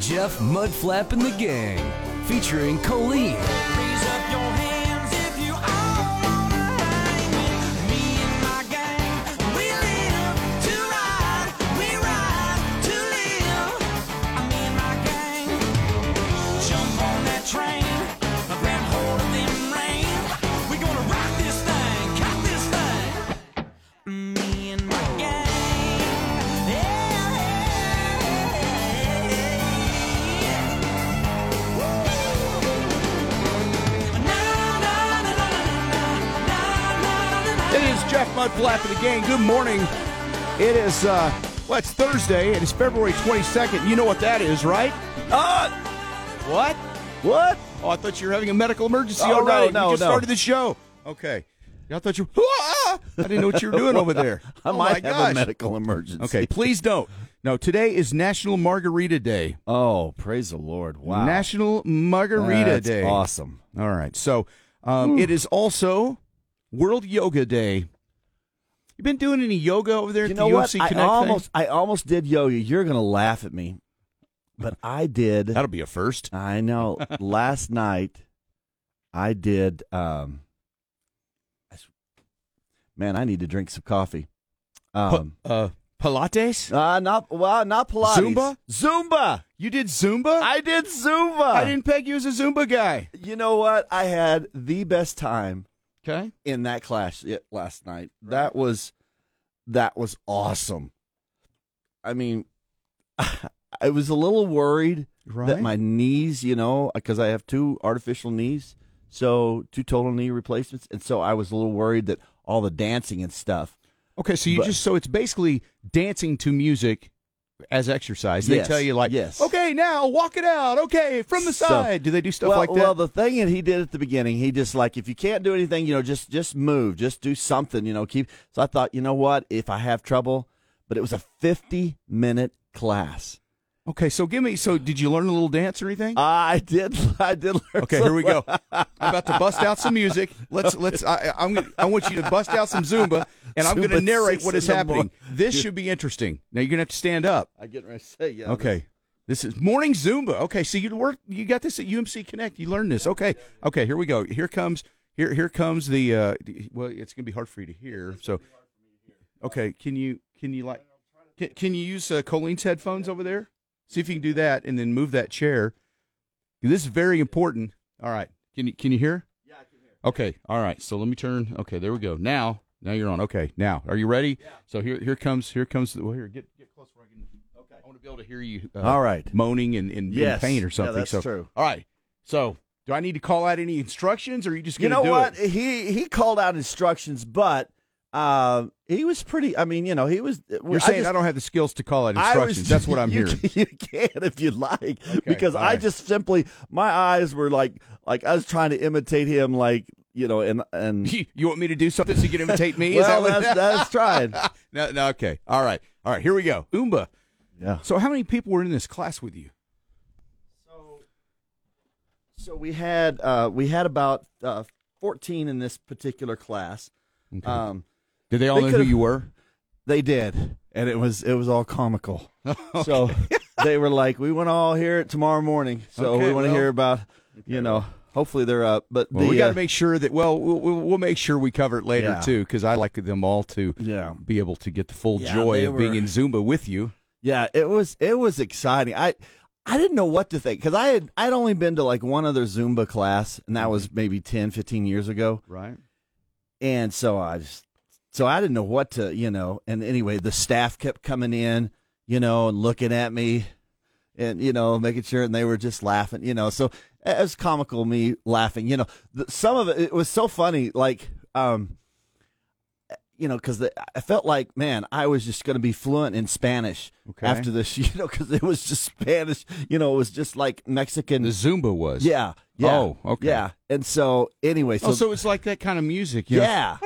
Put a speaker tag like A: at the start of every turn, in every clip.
A: Jeff Mudflap and the Gang, featuring Colleen.
B: Raise up your hands if you are Me and my gang, we live to ride, we ride to live. Me and my gang, jump on that train, grab hold of them reins. We gonna rock this thing, cop this thing. Me and my gang,
C: It is Jeff Mudflap of the gang. Good morning. It is, uh, well, it's Thursday, and it's February 22nd. You know what that is, right? Uh, what? What? Oh, I thought you were having a medical emergency
D: Oh, no,
C: already.
D: no,
C: you just
D: no.
C: started the show. Okay. I thought you. Ah! I didn't know what you were doing over there.
D: I
C: oh
D: might
C: my
D: have
C: gosh.
D: a medical emergency.
C: Okay, please don't. No, today is National Margarita Day.
D: Oh, praise the Lord! Wow.
C: National Margarita
D: That's
C: Day.
D: Awesome.
C: All right. So um, it is also World Yoga Day. You been doing any yoga over there?
D: You
C: at
D: know
C: the
D: what?
C: UFC
D: I
C: Connect thing?
D: almost, I almost did yoga. You're gonna laugh at me, but I did.
C: That'll be a first.
D: I know. Last night, I did. Um, I s- man, I need to drink some coffee. Um,
C: uh, Pilates.
D: uh, not well, not Pilates.
C: Zumba?
D: Zumba.
C: You did Zumba.
D: I uh, did Zumba.
C: I didn't peg you as a Zumba guy.
D: You know what? I had the best time
C: Okay.
D: in that clash y- last night. That was that was awesome. I mean, I was a little worried
C: Right.
D: that my knees, you know, because I have two artificial knees, so two total knee replacements, and so I was a little worried that all the dancing and stuff.
C: Okay. So you
D: But-
C: just so it's basically dancing to music as exercise. They
D: Yes,
C: tell you like,
D: yes.
C: okay, now walk it out. Okay, from the
D: So-
C: side. do they do stuff
D: well,
C: like that?
D: Well, the thing that he did at the beginning, he just like if you can't do anything, you know, just just move, just do something, you know, keep. So I thought, you know what, if I have trouble, but it was a 50 minute class.
C: okay. So give me. So did you learn a little dance or anything?
D: I did I did learn
C: Okay,
D: some-
C: here we go. I'm about to bust out some music. Let's let's. I, I'm. gonna- I want you to bust out some Zumba, and I'm going to
D: Zumba
C: narrate
D: six
C: what
D: in
C: is
D: the
C: happening.
D: morning.
C: This should be interesting. Now you're going to have to stand up.
D: I get ready to say yeah.
C: Okay. This is morning Zumba. Okay, so you work. You got this at UMC Connect. You learned this. Okay. Okay. Here we go. Here comes. Here here comes the. Uh, well, it's going to be hard for you to hear. So, okay. Can you can you like can, can you use uh, Colleen's headphones over there? See if you can do that, and then move that chair. This is very important. All right. Can you can you hear? Yeah, I can hear. Okay. All right. So let me turn. Okay. There we go. Now now you're on. Okay. Now are you ready? Yeah. So here here comes here comes. The, well, here get get close where I can. Okay. I want to be able to hear you. Uh,
D: All right.
C: Moaning and, and
D: Yes.
C: in pain
D: Yeah,
C: or something.
D: that's
C: so,
D: true.
C: All right. So do I need to call out any instructions, or are you just
D: You
C: going to
D: know
C: do
D: what?
C: it?
D: He he called out instructions, but uh, he was pretty I mean, you know, he was
C: You're saying I,
D: just-
C: don't have the skills to call out
D: I
C: instructions.
D: was-
C: That's what I'm
D: you,
C: hearing.
D: You can if you like, because
C: all
D: I
C: right.
D: just simply my eyes were like like I was trying to imitate him, like you know, and and
C: You, want me to do something so you can imitate me? Is that
D: well,
C: what-
D: that's, that's trying.
C: no, no, okay. All right. All right. Here we go. Umba.
D: Yeah.
C: So how many people were in this class with you?
D: So we had uh, we had about uh, fourteen in this particular class. Um,
C: Did they all
D: They
C: know who
D: could've-
C: you were?
D: they did, and it was it was all comical. So they were like, "We want to all hear it tomorrow morning." So
C: Okay,
D: we want to
C: well-
D: hear about you know. Hopefully they're up, but
C: Well,
D: the,
C: we got to
D: uh,
C: make sure that. Well, we'll- we'll, we'll make sure we cover it later
D: Yeah.
C: too, because I like them all to
D: yeah.
C: be able to get the full
D: Yeah,
C: joy
D: they
C: of being
D: were-
C: in Zumba with you.
D: Yeah, it was it was exciting. I I didn't know what to think because I had I'd only been to like one other Zumba class, and
C: Mm-hmm.
D: that was maybe 10, 15 years ago,
C: Right.
D: and so I just so I didn't know what to you know. And anyway, the staff kept coming in, you know, and looking at me, and you know, making sure, and they were just laughing, you know. So it was comical me laughing, you know. The, some of it, it was so funny, like um, you know, because I felt like, man, I was just going to be fluent in Spanish
E: Okay.
D: after this, you know, because it was just Spanish. You know, it was just like Mexican.
E: The Zumba was.
D: yeah. Yeah.
E: Oh, okay.
D: Yeah. And so, anyway, so,
E: oh, so it's like that kind of music. You know?
D: yeah.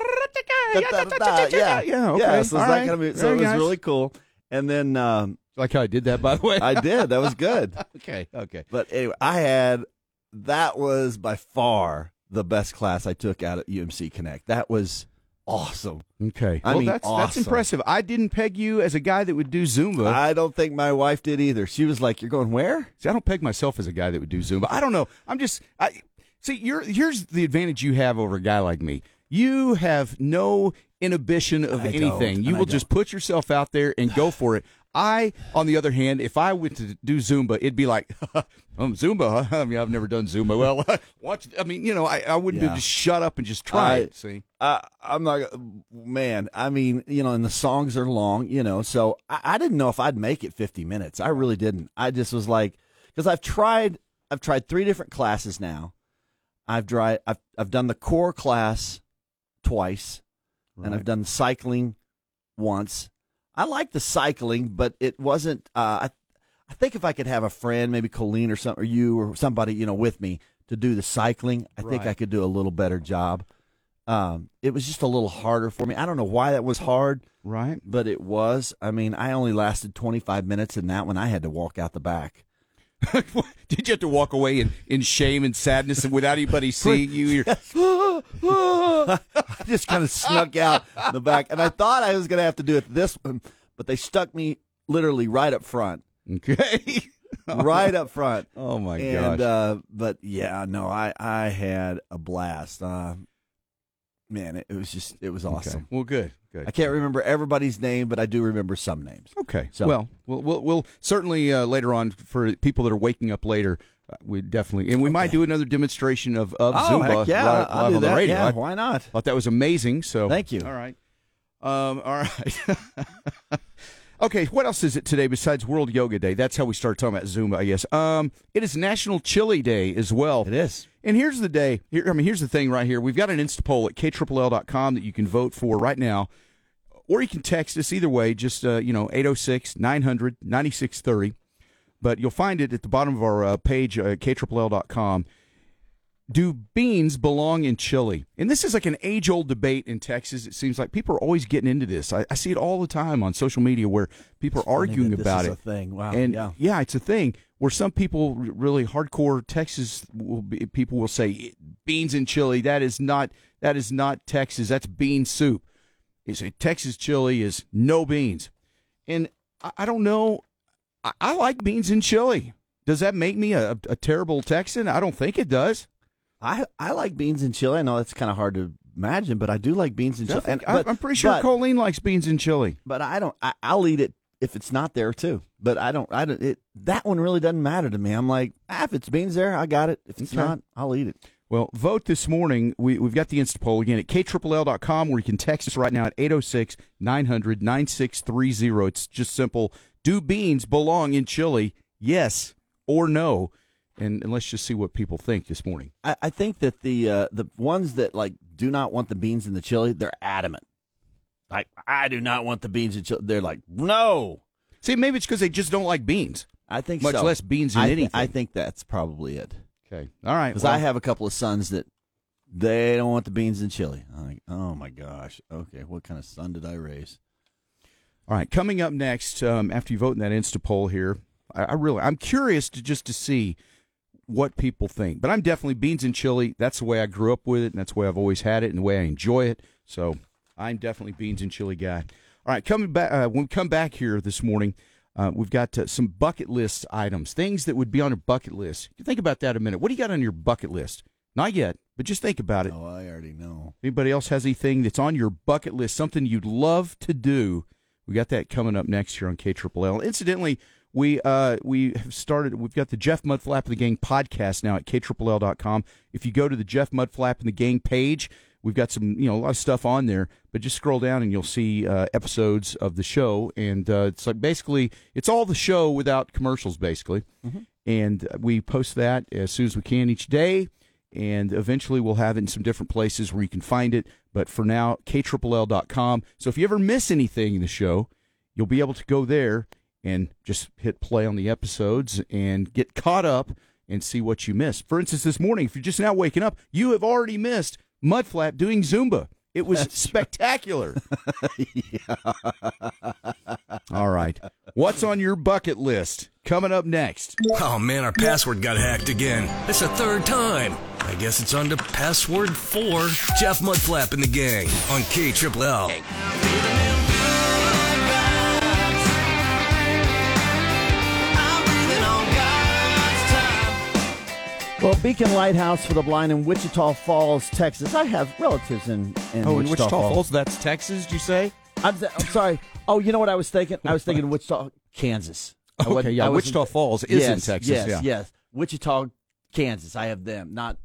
D: Da, da, da, da,
E: Yeah,
D: yeah.
E: okay.
D: Yeah. So, it was,
E: all
D: that
E: right.
D: kind of, so
E: Very
D: it was
E: nice.
D: really cool. And then um,
E: like how I did that, by the way.
D: I did. That was good.
E: okay, okay.
D: But anyway, I had that was by far the best class I took out at UMC Connect. That was awesome.
E: Okay.
D: I
E: well,
D: mean,
E: that's that's
D: awesome.
E: impressive. I didn't peg you as a guy that would do Zumba. I,
D: I don't think my wife did either. She was like, "You're going where?"
E: see, I don't peg myself as a guy that would do Zumba. I don't know. I'm just I see. You're, here's the advantage you have over a guy like me. You have no inhibition of
D: I don't,
E: anything.
D: and
E: You
D: I
E: will just put yourself out there and go for it. I, on the other hand, if I went to do Zumba, it'd be like, um, Zumba. Huh? I mean, I've never done Zumba. Well, watch. I mean, you know, I, I wouldn't
D: Yeah.
E: do just shut up and just try
D: I-
E: it. See,
D: I, I'm like, man. I mean, you know, and the songs are long, you know. So I, I didn't know if I'd make it 50 minutes. I really didn't. I just was like, because I've tried, I've tried three different classes now. I've tried, I've I've done the core class twice, and I've done cycling once. I like the cycling, but it wasn't. Uh, I I think if I could have a friend, maybe Colleen or some, or you or somebody, you know, with me to do the cycling, I think
E: Right.
D: I could do a little better job. Um, it was just a little harder for me. I don't know why that was hard,
E: right?
D: but it was. I mean, I only lasted 25 minutes in that one. I had to walk out the back.
E: Did you have to walk away in, in shame and sadness and without anybody seeing you? You're,
D: I just kind of snuck out in the back, and I thought I was going to have to do it this one, but they stuck me literally right up front,
E: okay.
D: right up front.
E: Oh my
D: and
E: gosh.
D: uh but yeah no i i had a blast uh man it, it was just it was awesome
E: Okay. Well, good. Good.
D: i can't remember everybody's name but i do remember some names
E: Okay.
D: So-
E: Well, we'll we'll, we'll certainly uh, later on for people that are waking up later, uh, we definitely and we might do another demonstration of of Zumba
D: Oh, heck yeah
E: live,
D: I'll
E: live
D: do
E: on
D: that.
E: the radio.
D: yeah,
E: I
D: why not
E: thought that was amazing. So
D: Thank you.
E: All right. Um. All right. okay. What else is it today besides World Yoga Day? That's how we start talking about Zumba, I guess. Um. It is National Chili Day as well.
D: it is
E: And here's the day. Here, I mean, here's the thing right here. We've got an Insta poll at kll.com that you can vote for right now, or you can text us either way, just, uh, you know, 806 900 9630. But you'll find it at the bottom of our uh, page, uh, kll.com. Do beans belong in chili? And this is like an age old debate in Texas. It seems like people are always getting into this. I, I see it all the time on social media where people are arguing
D: Funny that this
E: about
D: is
E: it
D: a thing wow
E: and
D: Uh, yeah
E: it's a thing where some people r- really hardcore Texas will be, people will say beans and chili that is not that is not Texas that's bean soup. They say Texas chili is no beans, and I, I don't know. I, I like beans and chili. Does that make me a, a terrible Texan? I don't think it does.
D: i i like beans and chili i know that's kind of hard to imagine but i do like beans and chili and,
E: I,
D: but,
E: am pretty sure
D: but,
E: Colleen likes beans and chili.
D: but i don't I, i'll eat it if it's not there too but i don't i don't it that one really doesn't matter to me i'm like ah, if it's beans there i got it if it's
E: Okay.
D: not i'll eat it
E: Well, vote this morning. We, we've got the Insta poll again at kll.com where you can text us right now at 806 900 9630. It's just simple. Do beans belong in chili? Yes or no? And, and let's just see what people think this morning.
D: I, I think that the uh, the ones that like do not want the beans in the chili, they're adamant. Like I do not want the beans in chili. They're like no.
E: See, maybe it's because they just don't like beans.
D: I think
E: Much
D: so.
E: less beans in
D: I thi-
E: anything.
D: I think that's probably it
E: Okay. All right.
D: because
E: well,
D: I have a couple of sons that they don't want the beans in chili. I'm like, oh my gosh. Okay, what kind of son did I raise?
E: All right, coming up next, um, after you vote in that Insta poll here, I, I really I'm curious to just to see what people think. But I'm definitely beans and chili. That's the way I grew up with it, and that's the way I've always had it, and the way I enjoy it. So I'm definitely beans and chili guy. All right, coming back uh, when we come back here this morning, uh, we've got uh, some bucket list items, things that would be on a bucket list. You think about that a minute. What do you got on your bucket list? Not yet, but just think about it.
D: Oh, I already know.
E: Anybody else has anything that's on your bucket list, something you'd love to do? We got that coming up next here on KLL. Incidentally, we uh, we have started. We've got the Jeff Mudflap and the Gang podcast now at kll.com. If you go to the Jeff Mudflap and the Gang page, we've got some you know a lot of stuff on there. But just scroll down and you'll see uh, episodes of the show, and uh, it's like basically it's all the show without commercials, basically. And uh, we post that as soon as we can each day and eventually we'll have it in some different places where you can find it. But for now, kll.com. So if you ever miss anything in the show, you'll be able to go there and just hit play on the episodes and get caught up and see what you missed. For instance, this morning, if you're just now waking up, you have already missed Mudflap doing Zumba. It was spectacular. All right. What's on your bucket list? Coming up next.
C: Oh man, our password got hacked again. That's the third time. I guess it's on to password four. Jeff Mudflap and the gang on K Triple L.
F: I'm breathing on God's time.
D: Well, Beacon Lighthouse for the Blind in Wichita Falls, Texas. I have relatives in, in
E: Oh,
D: Wichita,
E: in Wichita Falls, that's Texas, did you say?
D: I'm, th- I'm sorry. Oh, you know what I was thinking? I was thinking Wichita, Kansas. I
E: Okay,
D: wasn't-
E: yeah,
D: I wasn't-
E: Wichita Falls is in
D: yes,
E: Texas,
D: Yes,
E: yeah.
D: yes. Wichita, Kansas. I have them, not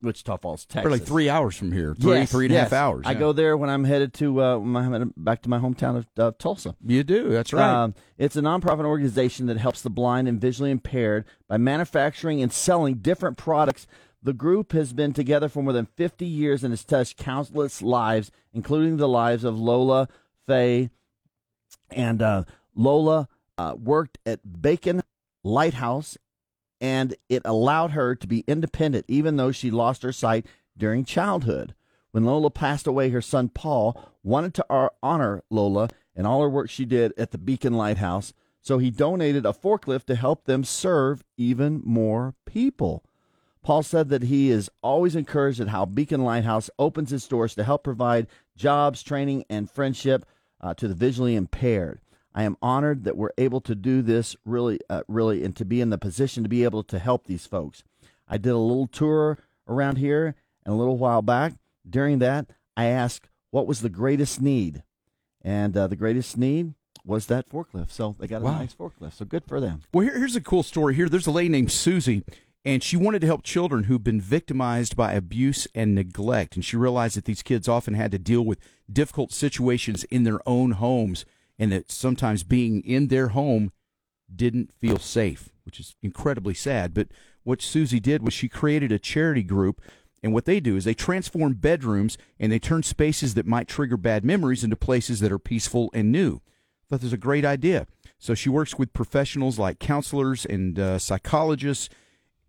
D: Wichita Falls, Texas.
E: We're like three hours from here. Three,
D: Yes,
E: three and a
D: yes.
E: half hours.
D: I
E: yeah.
D: go there when I'm headed to uh, when I'm headed back to my hometown of uh, Tulsa.
E: You do, that's right.
D: Um, it's a nonprofit organization that helps the blind and visually impaired by manufacturing and selling different products. The group has been together for more than 50 years and has touched countless lives, including the lives of Lola, Faye, and uh, Lola uh, worked at Bacon Lighthouse, and it allowed her to be independent, even though she lost her sight during childhood. When Lola passed away, her son Paul wanted to ar- honor Lola and all her work she did at the Beacon Lighthouse, so he donated a forklift to help them serve even more people. Paul said that he is always encouraged at how Beacon Lighthouse opens its doors to help provide jobs, training, and friendship uh, to the visually impaired. I am honored that we're able to do this really, uh, really, and to be in the position to be able to help these folks. I did a little tour around here and a little while back. During that, I asked what was the greatest need, and uh, the greatest need was that forklift. So they got a
E: Wow.
D: nice forklift. So good for them.
E: Well, here, here's a cool story. Here, there's a lady named Susie, and she wanted to help children who've been victimized by abuse and neglect. And she realized that these kids often had to deal with difficult situations in their own homes, and that sometimes being in their home didn't feel safe, which is incredibly sad. But what Susie did was she created a charity group. And what they do is they transform bedrooms and they turn spaces that might trigger bad memories into places that are peaceful and new thought this was a great idea. So she works with professionals like counselors and uh, psychologists,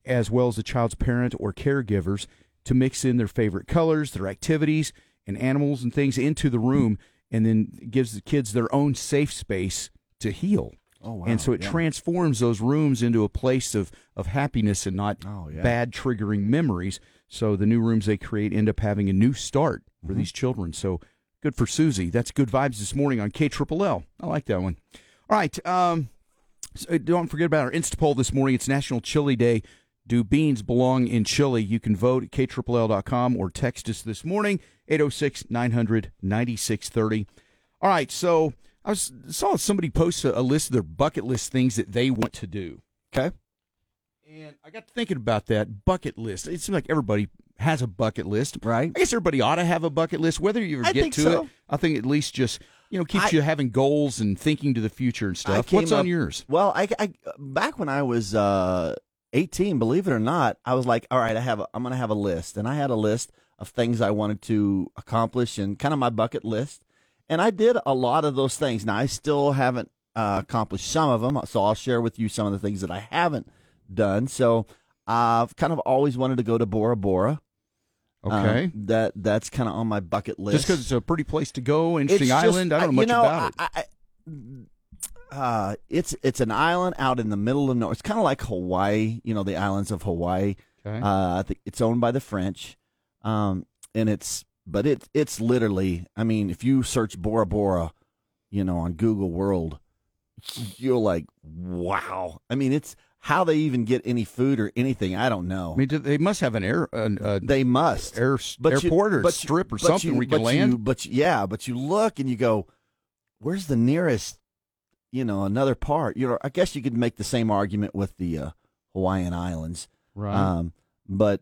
E: as well as the child's parent or caregivers, to mix in their favorite colors, their activities, and animals and things into the room, and then gives the kids their own safe space to heal.
D: Oh, wow,
E: And so it
D: yeah.
E: transforms those rooms into a place of, of happiness and not
D: Oh, yeah.
E: bad triggering memories. So the new rooms they create end up having a new start for
D: Mm-hmm.
E: these children. So good for Susie. That's good vibes this morning on K Triple L. I like that one. All right. Um, so don't forget about our Insta poll this morning. It's National Chili Day. Do beans belong in Chile? You can vote at kll.com or text us this morning, 806 900 9630. All right, so I was, saw somebody post a, a list of their bucket list things that they want to do.
D: Okay.
E: And I got to thinking about that bucket list. It seems like everybody has a bucket list.
D: Right.
E: I guess everybody ought to have a bucket list, whether you ever
D: I
E: get
D: think
E: to
D: so.
E: it. I think at least just, you know, keeps
D: I-
E: you having goals and thinking to the future and
D: I
E: stuff.
D: came
E: What's
D: up-
E: on yours?
D: Well, I, I back when I was uh, 18, believe it or not, I was like, all right, I have a, I'm going to have a list, and I had a list of things I wanted to accomplish and kind of my bucket list, and I did a lot of those things. Now I still haven't uh, accomplished some of them, so I'll share with you some of the things that I haven't done. So I've kind of always wanted to go to Bora Bora. Um,
E: Okay.
D: that that's kind of on my bucket list.
E: Just because it's a pretty place to go,
D: It's
E: interesting
D: just-
E: island. I don't know
D: you
E: much
D: know,
E: about it.
D: I- I- uh, it's it's an island out in the middle of nowhere. It's kind of like Hawaii, you know, the islands of Hawaii.
E: Okay.
D: Uh, I think it's owned by the French, um, and it's but it it's literally. I mean, if you search Bora Bora, you know, on Google World, you're like, wow. I mean, it's how they even get any food or anything. I don't know.
E: I mean, do- they must have an air an, uh,
D: they must
E: air
D: you-
E: airport or
D: but you-
E: strip or
D: but
E: something
D: you-
E: where you can
D: but
E: land.
D: you- uh, but you- yeah, but you look and you go, "Where's the nearest?" You know, another part. You know, I guess you could make the same argument with the uh, Hawaiian Islands,
E: right.
D: um, but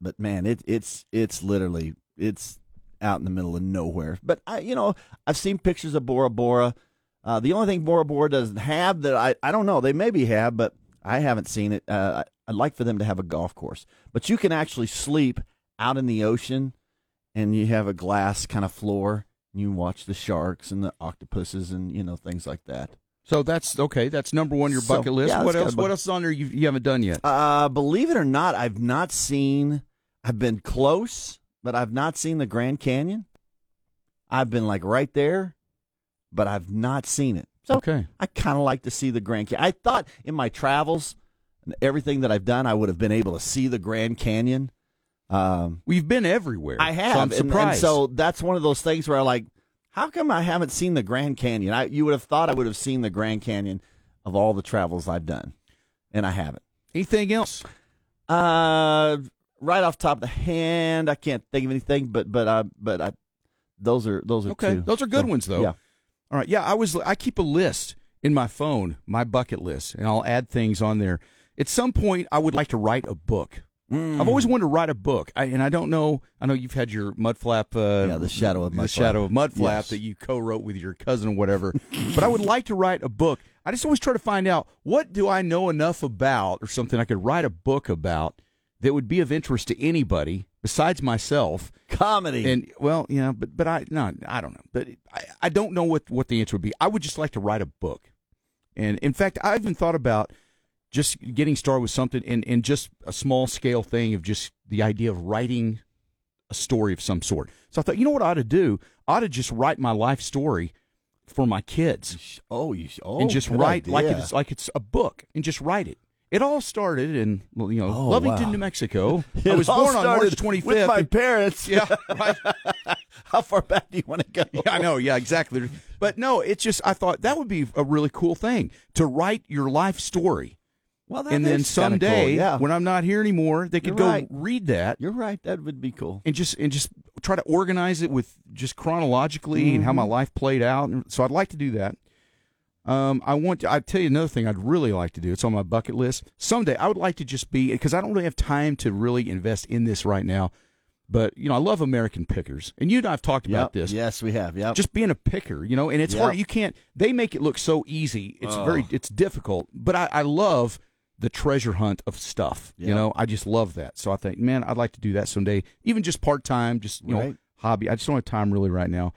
D: but man, it it's it's literally it's out in the middle of nowhere. But I, you know, I've seen pictures of Bora Bora. Uh, the only thing Bora Bora doesn't have that I I don't know they maybe have, but I haven't seen it. Uh, I- I'd like for them to have a golf course, but you can actually sleep out in the ocean and you have a glass kind of floor. And you watch the sharks and the octopuses and you know things like that.
E: So that's okay. That's number one on your
D: So,
E: bucket list.
D: yeah, that's
E: what
D: got
E: else?
D: a
E: What
D: bucket-
E: else is on there you, you haven't done yet?
D: Uh, believe it or not, I've not seen. I've been close, but I've not seen the Grand Canyon. I've been like right there, but I've not seen it. So
E: Okay.
D: I kind of like to see the Grand Canyon. I thought in my travels and everything that I've done, I would have been able to see the Grand Canyon. Um,
E: We've been everywhere.
D: I have,
E: So I'm
D: and- and,
E: surprised.
D: so that's one of those things where I like, how come I haven't seen the Grand Canyon? I, you would have thought I would have seen the Grand Canyon of all the travels I've done, and I haven't.
E: anything else?
D: Uh, right off the top of the hand, I can't think of anything. But but uh, but I, those are those are
E: Okay,
D: two.
E: those are good ones, though.
D: Yeah,
E: All right. Yeah, I was. I keep a list in my phone, my bucket list, and I'll add things on there. At some point, I would like to write a book. I've always
D: Mm.
E: wanted to write a book, I, and I don't know. I know you've had your mudflap. Uh,
D: Yeah, The Shadow of
E: the
D: Mudflap.
E: shadow of mudflap
D: Yes.
E: that you co-wrote with your cousin or whatever. but I would like to write a book. I just always try to find out what do I know enough about, or something I could write a book about that would be of interest to anybody besides myself.
D: comedy.
E: And well, you know, but but I no, I don't know. But I, I don't know what what the answer would be. I would just like to write a book. And in fact, I even thought about just getting started with something and and just a small scale thing of just the idea of writing a story of some sort. So I thought, you know what I ought to do? I ought to just write my life story for my kids
D: oh, you sh- oh,
E: and just
D: good
E: write like
D: idea.
E: it's like it's a book and just write it. It all started in well, you know
D: Oh,
E: Lovington,
D: wow.
E: New Mexico. I
D: It
E: was
D: all
E: born on March
D: started
E: twenty fifth.
D: with my parents.
E: yeah, right.
D: How far back do you want to go?
E: Yeah, I know. Yeah, exactly. But no, it's just I thought that would be a really cool thing to write your life story,
D: Well, that
E: and then
D: is kinda
E: someday
D: cool. yeah.
E: when I'm not here anymore, they could
D: You're
E: go
D: right.
E: read that
D: you're right, that would be cool.
E: and just and just try to organize it with just chronologically and how my
D: Mm-hmm.
E: life played out. And So I'd like to do that. Um, I want. To, I tell you another thing I'd really like to do. It's on my bucket list. Someday I would like to just be because I don't really have time to really invest in this right now. But you know, I love American pickers, and you and I have talked
D: Yep.
E: about this
D: Yes, we have. Yeah,
E: just being a picker, you know, and it's
D: Yeah.
E: hard. You can't. They make it look so easy. It's very. It's difficult, but I, I love the treasure hunt of stuff. You
D: Yeah.
E: know, I just love that. So I think, man, I'd like to do that someday, even just part time, just you know,
D: Right.
E: hobby. I just don't have time really right now.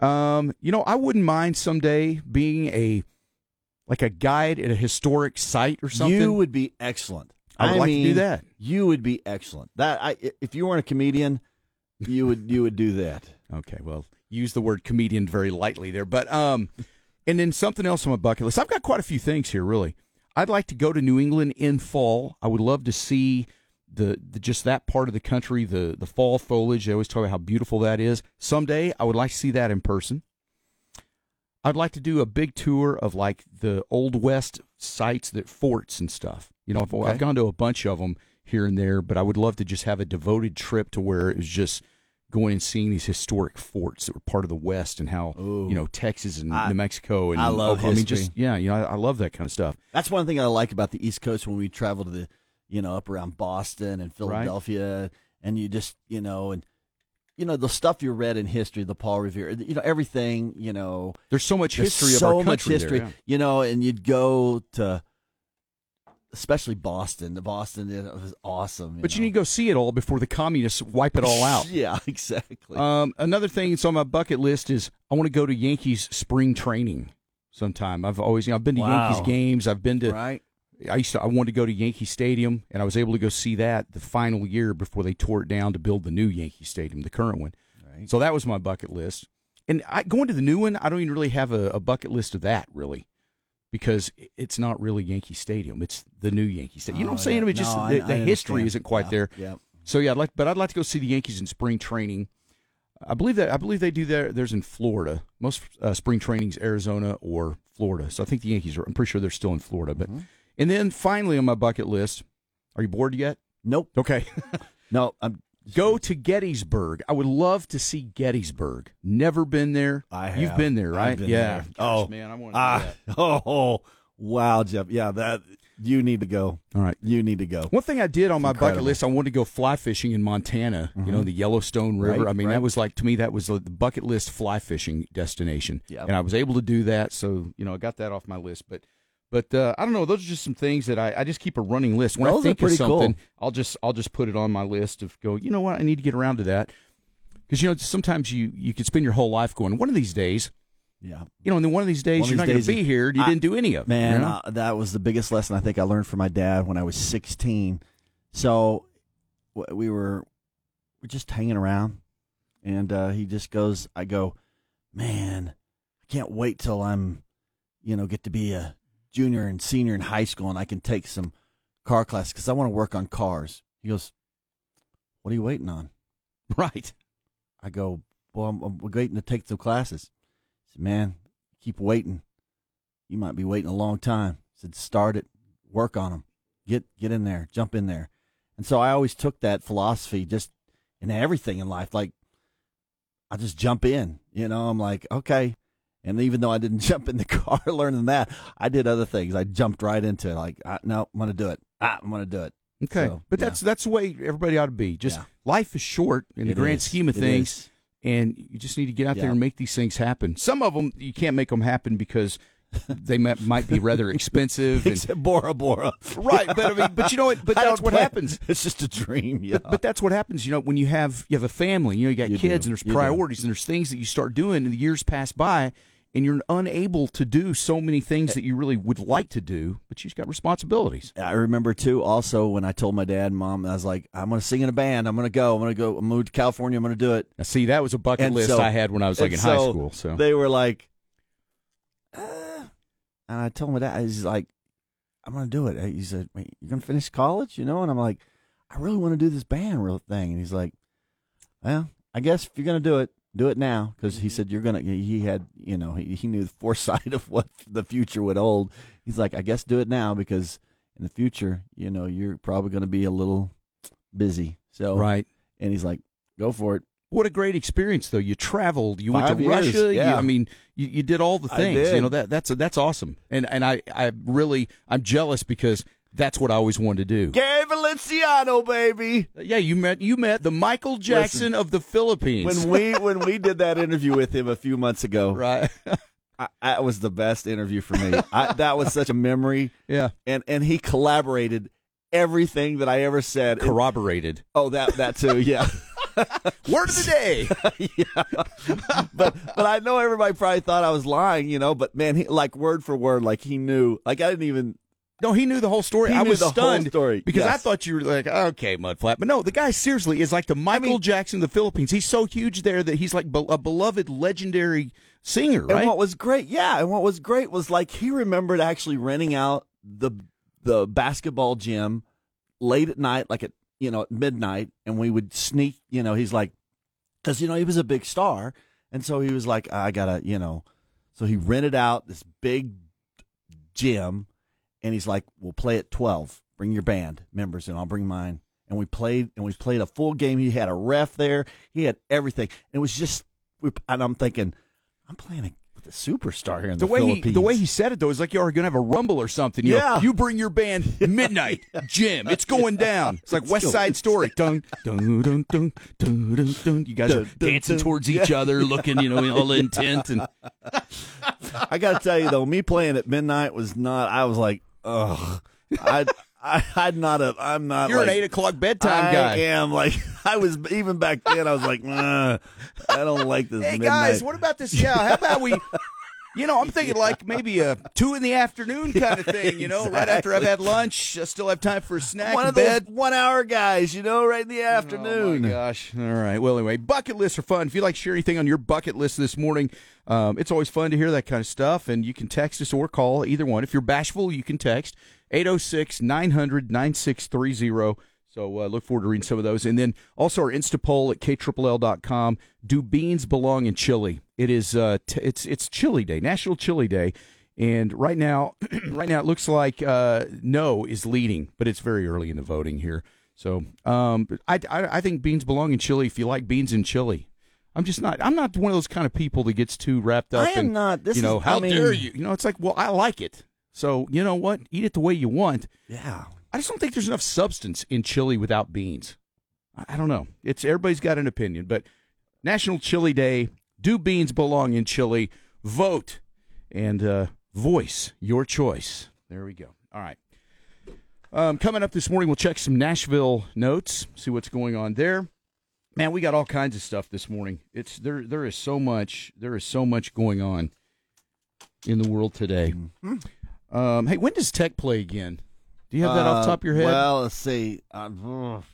E: Um, you know, I wouldn't mind someday being a like a guide at a historic site or something.
D: You would be excellent.
E: I would like to do
D: mean,
E: that.
D: You would be excellent. That I, if you weren't a comedian, you would you would do that.
E: Okay, well, use the word comedian very lightly there, but um, and then something else on my bucket list. I've got quite a few things here, really. I'd like to go to New England in fall. I would love to see the, the just that part of the country, the the fall foliage. They always talk about how beautiful that is. Someday, I would like to see that in person. I'd like to do a big tour of like the old west sites, that forts and stuff. You know, I've, I've gone to a bunch of them here and there, but I would love to just have a devoted trip to where it was just going and seeing these historic forts that were part of the West and how you know Texas and
D: I-
E: New Mexico and
D: I love
E: Oklahoma. I mean,
D: history.
E: just yeah, you know, I, I love that kind of stuff.
D: That's one thing I like about the East Coast when we travel to the, you know, up around Boston and Philadelphia, and you just, you know, and you know the stuff you read in history, the Paul Revere, you know, everything, you know,
E: There's so much
D: there's
E: history
D: so
E: of our
D: much
E: country.
D: history,
E: There, yeah.
D: you know, and you'd go to, especially Boston. The Boston it was awesome,
E: But you
D: know.
E: need to go see it all before the communists wipe it all out.
D: yeah, exactly.
E: Um, another thing that's on my bucket list is I want to go to Yankees spring training sometime. I've always, you know, I've been to
D: Wow.
E: Yankees games. I've been to.
D: right?
E: I used to. I wanted to go to Yankee Stadium, and I was able to go see that the final year before they tore it down to build the new Yankee Stadium, the current one.
D: Right.
E: So that was my bucket list. And I, going to the new one, I don't even really have a, a bucket list of that really, because it's not really Yankee Stadium. It's the new Yankee Stadium.
D: Oh,
E: You know what I'm saying? It was just the, the history isn't quite there.
D: Yeah.
E: So yeah, I'd like, but I'd like to go see the Yankees in spring training. I believe that I believe they do their, theirs in Florida. Most uh, spring trainings Arizona or Florida. So I think the Yankees are. I'm pretty sure they're still in Florida. But
D: Mm-hmm.
E: and then finally on my bucket list, are you bored yet?
D: Nope.
E: Okay,
D: No, I'm
E: go to Gettysburg. I would love to see Gettysburg. Never been there.
D: I have.
E: You've been there,
D: I've
E: right?
D: been
E: yeah.
D: there.
E: Gosh,
D: Oh.
E: man, I want to do
D: Ah,
E: that.
D: oh, oh, wow, Jeff. Yeah, that you need to go.
E: All right.
D: You need to go.
E: One thing I did on my bucket
D: incredible. Mm-hmm.
E: list, I wanted to go fly fishing in Montana. You know, the Yellowstone River.
D: Right,
E: I mean,
D: right.
E: that was like to me that was the bucket list fly fishing destination.
D: Yeah.
E: and I was able to do that, so you know, I got that off my list. But, but uh, I don't know. Those are just some things that I, I just keep a running list. When I
D: Those are
E: think of
D: pretty cool.
E: something, I'll just I'll just put it on my list of go. You know what? I need to get around to that. Because you know sometimes you you could spend your whole life going one of these days,
D: Yeah.
E: you know, and then one of these days
D: One of
E: you're
D: these
E: not going
D: days
E: to be
D: you-
E: here. You
D: I-
E: didn't do any of it.
D: Man,
E: you know?
D: uh, that was the biggest lesson I think I learned from my dad when I was 16. So w- we were we're just hanging around, and uh, he just goes, "I go, man, I can't wait till I'm, you know, get to be a junior and senior in high school, and I can take some car class because I want to work on cars." He goes, "What are you waiting on?"
E: right?
D: I go, well, I'm, I'm waiting to take some classes. He said, man, keep waiting. You might be waiting a long time. He said, start it, work on them, get get in there, jump in there. And so I always took that philosophy just in everything in life. Like I just jump in, you know. I'm like, okay. And even though I didn't jump in the car learning that, I did other things. I jumped right into it. Like, I, no, I'm gonna do it. Ah, I'm gonna do it.
E: Okay,
D: So,
E: but
D: yeah.
E: that's that's the way everybody ought to be. Just
D: Yeah.
E: life is short in the
D: It
E: grand
D: is.
E: scheme of
D: It
E: things,
D: is.
E: and you just need to get out there
D: Yeah.
E: and make these things happen. Some of them you can't make them happen because they might, might be rather expensive. And,
D: Except Bora Bora.
E: right, but I mean, but you know what? But
D: I
E: that's
D: don't
E: what
D: plan-
E: happens.
D: It's just a dream. Yeah.
E: But that's what happens, you know, when you have you have a family, you know, you got
D: You
E: kids,
D: do.
E: and there's
D: You do.
E: priorities, and there's things that you start doing, and the years pass by, and you're unable to do so many things that you really would like to do, but you've got responsibilities.
D: I remember too. Also, when I told my dad and mom, I was like, "I'm going to sing in a band. I'm going to go. I'm going to go. I'm move to California. I'm going to do it."
E: Now, see, that was a bucket list
D: so-
E: I had when I was like
D: and
E: in high
D: so
E: school. So
D: they were like, uh, and I told my dad, he's like, "I'm going to do it." He said, Wait, "You're going to finish college, you know?" And I'm like, "I really want to do this band real thing." And he's like, "Well, I guess if you're going to do it." Do it now, because he said you're gonna. He had, you know, he, he knew the foresight of what the future would hold. He's like, I guess do it now because in the future, you know, you're probably going to be a little busy. So
E: right.
D: and he's like, go for it.
E: Oh, What a great experience, though! You traveled, you went
D: Five
E: to
D: years,
E: Russia. You,
D: yeah.
E: I mean, you, you did all the
D: I
E: things. You
D: did.
E: know that that's that's awesome, and and I I really I'm jealous because that's what I always wanted to do.
D: Gary Valenciano, baby.
E: Yeah, you met you met the Michael Jackson of the Philippines,
D: When we when we did that interview with him a few months ago,
E: right?
D: I, that was the best interview for me. I, that was such a memory,
E: yeah,
D: and and he collaborated everything that I ever said. And-
E: corroborated.
D: oh, that that too, yeah.
E: Word of the day.
D: but but I know everybody probably thought I was lying, you know. But man, he, like word for word, like he knew. Like I didn't even.
E: No, he knew the whole story.
D: He
E: I
D: knew
E: was
D: the whole
E: stunned
D: story,
E: because I
D: yes.
E: thought you were like, okay, mudflap. But no, the guy seriously is like the Michael Jackson of the Philippines. He's so huge there that he's like be- a beloved, legendary singer,
D: And
E: right?
D: what was great, yeah, and what was great was like he remembered actually renting out the the basketball gym late at night, like at you know at midnight, and we would sneak. You know, he's like, because you know he was a big star, and so he was like, I gotta, you know, so he rented out this big gym, and he's like, we'll play at twelve. Bring your band members, and I'll bring mine. And we played, and we played a full game. He had a ref there. He had everything. It was just, we, and I'm thinking, I'm playing with a superstar here in the,
E: the way he,
D: Philippines.
E: the way he said it though is like you are gonna have a rumble or something. You know,
D: Yeah.
E: you bring your band midnight Jim. It's going down. It's like
D: It's
E: West
D: going-
E: Side Story. dun, dun, dun, dun, dun, dun, dun. You guys are
D: Dun, dun,
E: dancing
D: dun.
E: towards each other, looking you know all intent and
D: I gotta tell you though, me playing at midnight was not. I was like, ugh, I, I, I'm not a, I'm not.
E: you're
D: like,
E: an eight o'clock bedtime
D: I
E: guy.
D: am like, I was even back then. I was like, nah, I don't like this.
E: Hey
D: midnight.
E: guys, what about this? Yeah, how about we? You know, I'm thinking like maybe a two in the afternoon kind of thing. You know, right after I've had lunch, I still have time for a snack
D: one
E: in
D: of those
E: bed.
D: one hour guys, you know, right in the afternoon.
E: Oh my gosh! All right. Well, anyway, bucket lists are fun. If you like to share anything on your bucket list this morning, um, it's always fun to hear that kind of stuff. And you can text us or call either one. If you're bashful, you can text 806-900-9630. So uh, look forward to reading some of those. And then also our Insta poll at kll.com. Do beans belong in Chile? It is uh, t- it's it's Chili Day, National Chili Day. And right now, right now it looks like uh, no is leading, but it's very early in the voting here. So um, I, I I think beans belong in chili. If you like beans in chili, I'm just not. I'm not one of those kind of people that gets too wrapped up.
D: I am
E: in,
D: not. This
E: you know
D: is- I
E: how
D: mean-
E: dare you? You know it's like well I like it. So you know what? Eat it the way you want.
D: Yeah.
E: I just don't think there's enough substance in chili without beans. I, I don't know. It's everybody's got an opinion, but National Chili Day. Do beans belong in chili? Vote and uh, voice your choice. There we go. All right. Um, coming up this morning, we'll check some Nashville notes, see what's going on there. Man, we got all kinds of stuff this morning. It's there. There is so much. There is so much going on in the world today.
D: Mm-hmm.
E: Um, hey, when does Tech play again? Do you have that off the
D: Uh,
E: top of your head?
D: Well, let's see. Um,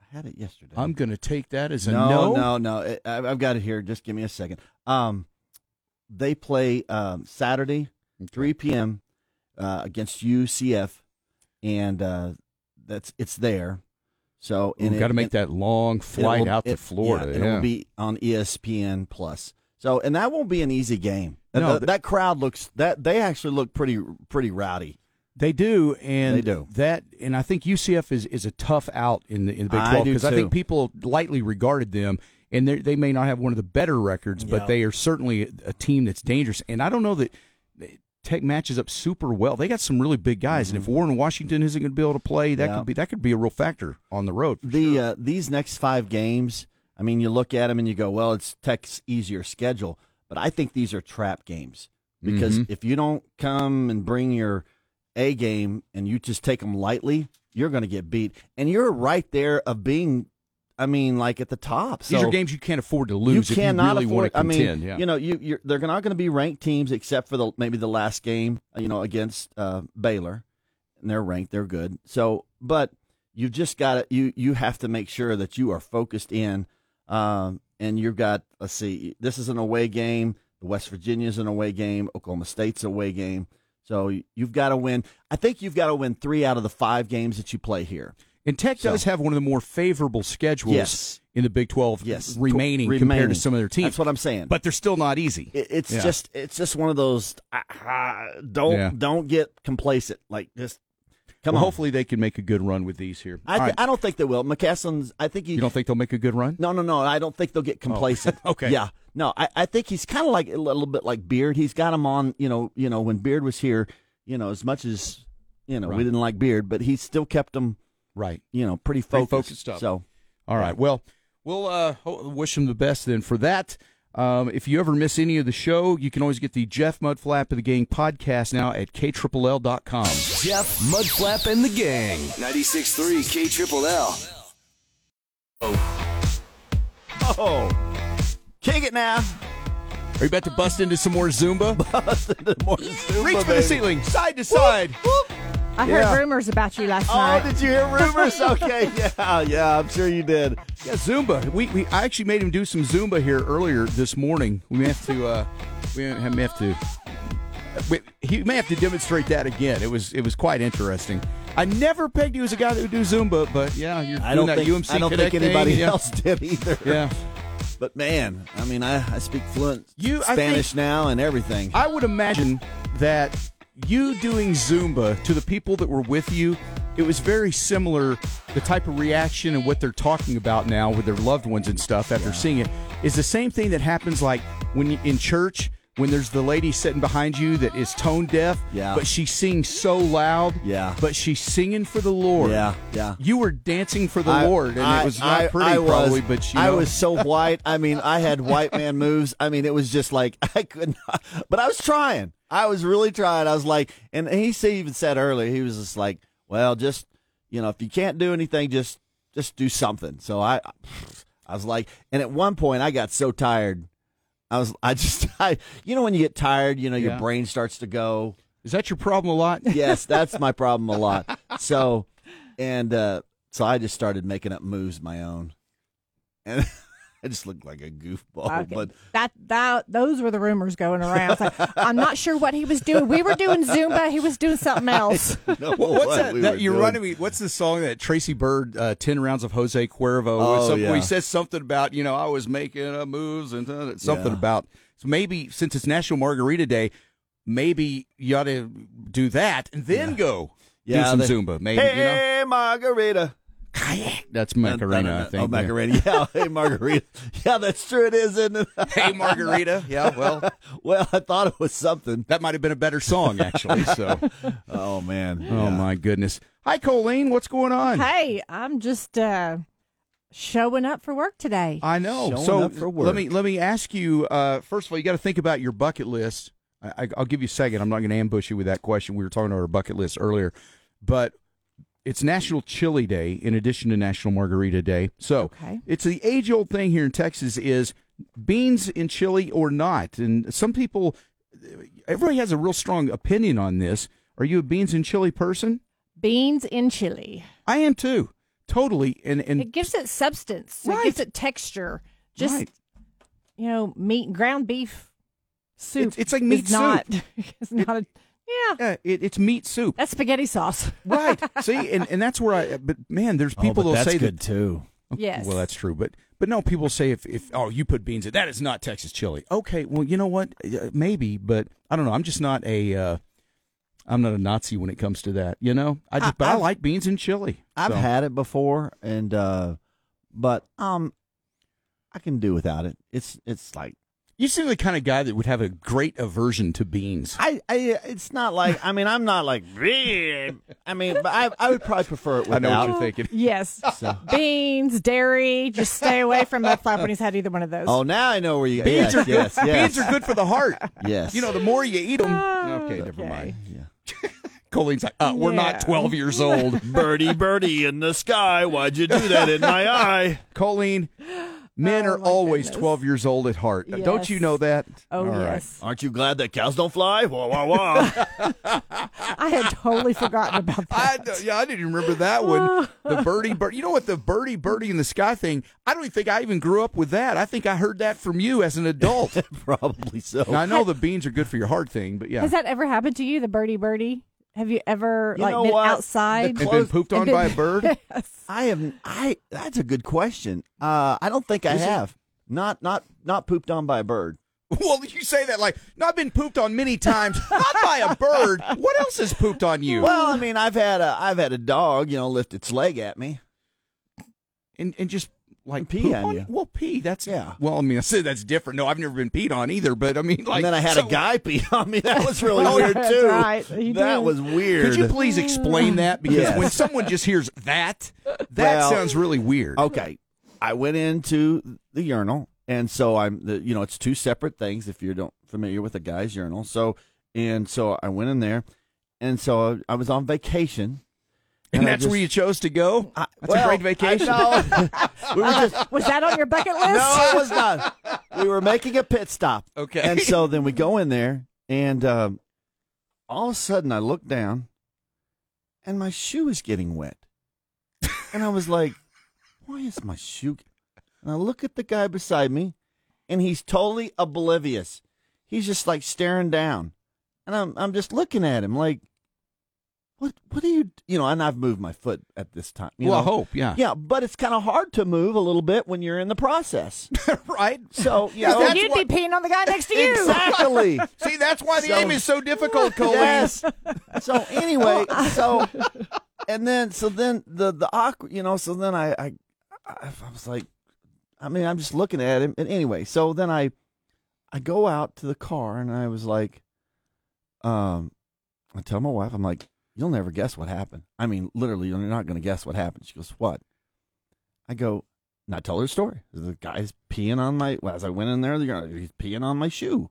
D: I had it yesterday.
E: I'm going to take that as a
D: no,
E: no.
D: no, no. It, I, I've got it here. Just give me a second. Um, they play um, Saturday, 3 p.m. Uh, against UCF, and uh, that's it's there. So
E: We've
D: it-
E: got to make
D: and-
E: that long flight
D: it'll-
E: out to
D: it-
E: Florida.
D: Yeah, and
E: yeah.
D: It'll be on E ESPN Plus. So, and that won't be an easy game.
E: No,
D: No,
E: th-
D: that crowd looks that they actually look pretty pretty rowdy.
E: They do, and
D: They do.
E: that, and I think UCF is, is a tough out in the in the Big
D: I
E: Twelve
D: do
E: because I,
D: too.
E: think people lightly regarded them, and they they may not have one of the better records, but they are certainly a, a team that's dangerous. And I don't know that Tech matches up super well. They got some really big guys, and if Warren Washington isn't going to be able to play, that
D: Mm-hmm. Yeah.
E: could be that could be a real factor on the road.
D: The uh, these next five games, I mean, you look at them and you go, well, it's Tech's easier schedule, but I think these are trap games because
E: Mm-hmm.
D: if you don't come and bring your A game and you just take them lightly, you're going to get beat, and you're right there of being, I mean, like at the top. So
E: These are games you can't afford to lose
D: you
E: if you
D: cannot
E: really
D: afford.
E: want to contend.
D: I mean,
E: yeah.
D: you know, you you're, they're not going to be ranked teams except for the maybe the last game, you know, against uh, Baylor, and they're ranked. They're good. So, but you've just got to you you have to make sure that you are focused in, um, and you've got let's see, this is an away game. West Virginia's an away game. Oklahoma State's an away game. So you- you've got to win. I think you've got to win three out of the five games that you play here.
E: And Tech does have one of the more favorable schedules
D: Yes.
E: in the Big Twelve
D: Yes,
E: remaining, compared to
D: Remaining.
E: some of their teams.
D: That's what I'm saying.
E: but they're still not easy.
D: It, it's
E: Yeah.
D: just it's just one of those ah, ah, don't
E: Yeah.
D: don't get complacent. Like just come
E: Well,
D: on.
E: Hopefully they can make a good run with these here.
D: I,
E: All
D: th-
E: right.
D: I don't think they will. McCaslin's I think he
E: you don't think they'll make a good run?
D: no no no. I don't think they'll get complacent.
E: Okay.
D: Yeah. No, I, I think he's kind of like a little bit like Beard. He's got him on. You know. You know when Beard was here. You know as much as you know we didn't like Beard, but he still kept him.
E: Right.
D: You know pretty
E: Pretty
D: focused.
E: focused up.
D: So
E: All right. Well, we'll uh, ho- wish them the best then for that. Um, if you ever miss any of the show, you can always get the Jeff Mudflap of the Gang podcast now at ktrill.com.
C: Jeff Mudflap and the Gang.
G: 96.3 K Triple L.
D: oh, kick it now.
E: Are you about to bust into some more Zumba?
D: More Zumba,
E: Reach for
D: baby.
E: the ceiling, side to side.
H: I
D: Yeah.
H: heard rumors about you last
D: Oh,
H: night.
D: did you hear rumors? Okay, yeah, yeah, I'm sure you did.
E: Yeah, Zumba. We, we I actually made him do some Zumba here earlier this morning. We may have to. Uh, we may have to. We, he may have to demonstrate that again. It was it was quite interesting. I never pegged you as a guy that would do Zumba, but yeah, you're
D: I
E: doing
D: don't
E: that
D: think
E: UMC
D: I don't think
E: Connect thing,
D: anybody
E: yeah.
D: else did either.
E: Yeah,
D: But man, I mean, I, I speak fluent
E: You- I
D: Spanish
E: think-
D: now and everything.
E: I would imagine that you doing Zumba to the people that were with you, it was very similar. The type of reaction and what they're talking about now with their loved ones and stuff after seeing it is the same thing that happens like when you, in church when there's the lady sitting behind you that is tone deaf,
D: Yeah.
E: but she sings so loud,
D: Yeah.
E: but she's singing for the Lord,
D: Yeah, yeah.
E: You were dancing for the
D: I-
E: Lord, and
D: I-
E: it was not
D: I-
E: pretty,
D: I was-
E: probably, but you
D: I
E: know.
D: was so white. I mean, I had white man moves. I mean, it was just like I could not. But I was trying. I was really trying. I was like, and he said- even said earlier, he was just like, well, just you know, if you can't do anything, just just do something. So I, I was like, and at one point, I got so tired. I was, I just, I, you know, when you get tired, you know, your
E: Yeah.
D: brain starts to go
E: is that your problem a lot?
D: yes, that's my problem a lot. So, and uh, so I just started making up moves my own, and I just looked like a goofball.
H: Okay.
D: But
H: that that those were the rumors going around. It's like, I'm not sure what he was doing. We were doing Zumba. He was doing something else.
D: no,
E: What- what's that?
D: we
E: that
D: were
E: you're
D: doing-
E: running me. What's the song that Tracy Bird, uh, 10 Rounds of Jose Cuervo, or
D: Oh,
E: something, where he
D: yeah.
E: says something about, you know, I was making uh, moves and uh, something
D: Yeah.
E: about. So maybe since it's National Margarita Day, maybe you ought to do that and then go
D: Yeah,
E: do
D: they-
E: some Zumba. Maybe, you know,
D: Hey, Margarita.
E: that's Macarena, I think.
D: Oh, Macarena. Yeah. Hey, Margarita. Yeah, that's true. It is, isn't it?
E: Yeah. Hey, Margarita. Yeah, well,
D: well, I thought it was something.
E: that might have been a better song, actually. So,
D: Oh, man.
E: oh, my goodness. Hi, Colleen. What's going on?
H: hey, I'm just uh, showing up for work today.
E: I know.
D: Showing
E: so
D: up for work.
E: let me let me ask you. Uh, first of all, you got to think about your bucket list. I, I, I'll give you a second. I'm not going to ambush you with that question. We were talking about our bucket list earlier, but It's National Chili Day in addition to National Margarita Day. So
H: Okay.
E: it's the age old thing here in Texas is beans in chili or not. And some people, everybody has a real strong opinion on this. Are you a beans and chili person?
H: Beans in chili.
E: I am too. Totally. And, and
H: It gives it substance. So
E: Right.
H: It gives it texture. Just
E: Right.
H: you know, meat ground beef soup.
E: It's- it's like meat
H: is Not, it's not a yeah.
E: yeah, it, it's meat soup.
H: That's spaghetti sauce.
E: right. See, and, and that's where I, but man, there's people
D: oh, but
E: that'll
D: that's
E: say
D: good
E: that.
D: too.
H: Yes.
E: Well, that's true, but but no, people say if, if oh you put beans in that is not Texas chili. Okay, well you know what, Uh, maybe, but I don't know. I'm just not a uh, I'm not a Nazi when it comes to that. You know, I just
D: I-
E: but I
D: I've-
E: like beans and chili.
D: I've
E: so.
D: had it before, and uh, but um, I can do without it. It's it's like
E: You seem the kind of guy that would have a great aversion to beans.
D: I, I it's not like I mean I'm not like "Bleh." I mean but I I would probably prefer it
E: I know
D: without.
E: what you're thinking.
H: yes.
D: So-
H: Beans, dairy, just stay away from that flap when he's had either one of those.
D: Oh, now I know where you. yes,
E: Beans are good.
D: yes, yes,
E: Beans are good for the heart.
D: Yes.
E: You know, the more you eat them. Okay, never
H: okay.
E: mind.
D: Yeah.
E: Colleen's like, uh, we're
H: Yeah.
E: not 12 years old.
D: birdie, birdie in the sky. Why'd you do that in my eye?
E: Colleen, men
H: Oh,
E: are
H: my
E: always
H: goodness.
E: 12 years old at heart. Don't you
H: Yes.
E: know that?
H: Oh,
E: All right.
H: yes.
D: Aren't you glad that cows don't fly? Wah wah wah.
H: I had totally forgotten about
E: I,
H: that.
E: yeah, I didn't remember that one. The birdie, bird. You know what? The birdie, birdie in the sky thing. I don't even think I even grew up with that. I think I heard that from you as an adult.
D: Probably so.
E: now, I know the beans are good for your heart thing, but yeah.
H: Has that ever happened to you, the birdie birdie? Have you ever
D: You
H: like
D: know
H: been
D: what? The
H: outside?
D: cl-
E: and been pooped on
H: And then-
E: by a bird?
D: I have. I. That's a good question. Uh, I don't think I have. Not not not pooped on by a bird.
E: well, you say that like, no, I've been pooped on many times, not by a bird. What else has pooped on you?
D: Well, I mean, I've had a I've had a dog, you know, lift its leg at me.
E: and and just like
D: And pee
E: poop
D: on you.
E: Well, pee. That's
D: Yeah.
E: Well, I mean, I said that's different. No, I've never been peed on either. But I mean, like,
D: and then I had
E: so-
D: a guy pee on me. That was really
H: Oh,
D: weird
H: that's
D: too.
H: right. You
D: That
H: did.
D: was weird.
E: Could you please explain that? Because
D: Yes.
E: when someone just hears that, that
D: Well-
E: sounds really weird.
D: Okay, I went into the urinal, and so I'm the you know it's two separate things. If you don't familiar with a guy's urinal, so and so I went in there, and so I was on vacation. and
E: and
D: I
E: that's where
D: just-
E: you chose to go.
D: I-
E: that's
D: well,
E: a great vacation.
D: I know. we were just
H: Was that on your bucket list?
D: No, it was not. We were making a pit stop.
E: Okay.
D: And so then we go in there, and um, all of a sudden I look down, and my shoe is getting wet. And I was like, why is my shoe? get-" And I look at the guy beside me, and he's totally oblivious. He's just like staring down. And I'm, I'm just looking at him like, what, what are you, you know, and I've moved my foot at this time. You
E: well, I
D: know?
E: hope, yeah.
D: Yeah, but it's kind of hard to move a little bit when you're in the process.
E: right?
D: So, you know,
H: So you'd be peeing on the guy next to you.
D: exactly.
E: See, that's why the
D: So-
E: aim is so difficult, Colleen.
D: yes. So
H: Oh,
D: anyway, so and then so then the the awkward, you know. So then I I I I was like, I mean, I'm just looking at him. And anyway, so then I I go out to the car and I was like, um, I tell my wife, I'm like, you'll never guess what happened. I mean, literally, you're not going to guess what happened. She goes, what? I go, and I tell her the story. The guy's peeing on my, well, as I went in there, the guy, he's peeing on my shoe.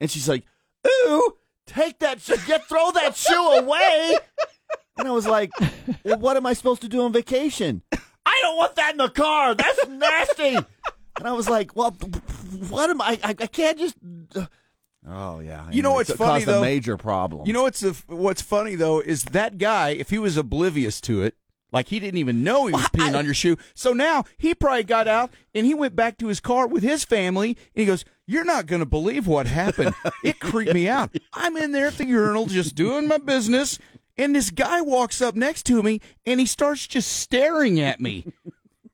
D: And she's like, ooh, take that, shoe, get, throw that shoe away. And I was like, well, what am I supposed to do on vacation? I don't want that in the car. That's nasty. And I was like, well, what am I, I, I can't just. Oh yeah,
E: You know
D: It
E: what's
D: caused
E: funny,
D: a
E: though?
D: major problem.
E: You know what's the, what's funny though is that guy, if he was oblivious to it, like he didn't even know he was peeing on your shoe. So now he probably got out and he went back to his car with his family and he goes, "You're not going to believe what happened. It creeped me out. I'm in there at the urinal just doing my business." And this guy walks up next to me and he starts just staring at me.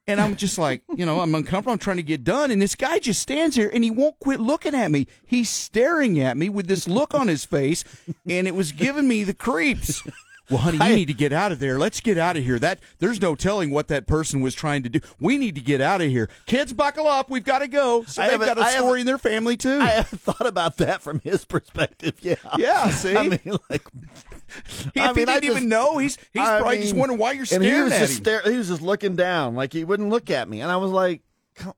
E: And I'm just like, you know, I'm uncomfortable. I'm trying to get done. And this guy just stands here and he won't quit looking at me. He's staring at me with this look on his face. And it was giving me the creeps. Well, honey, you need to get out of there. Let's get out of here. That there's no telling what that person was trying to do. We need to get out of here. Kids, buckle up. We've got to go. So
D: I
E: they've
D: haven't-
E: got a
D: I haven't-
E: story in their family too.
D: I haven't thought about that from his perspective. Yeah,
E: Yeah, see?
D: I mean, like,
E: if
D: I
E: he
D: mean, I
E: didn't even
D: just-
E: know, he's he's
D: I
E: probably just
D: mean,
E: wondering why you're
D: and
E: staring
D: he was
E: at
D: just
E: him.
D: stare- he was just looking down, like he wouldn't look at me, and I was like, "Come-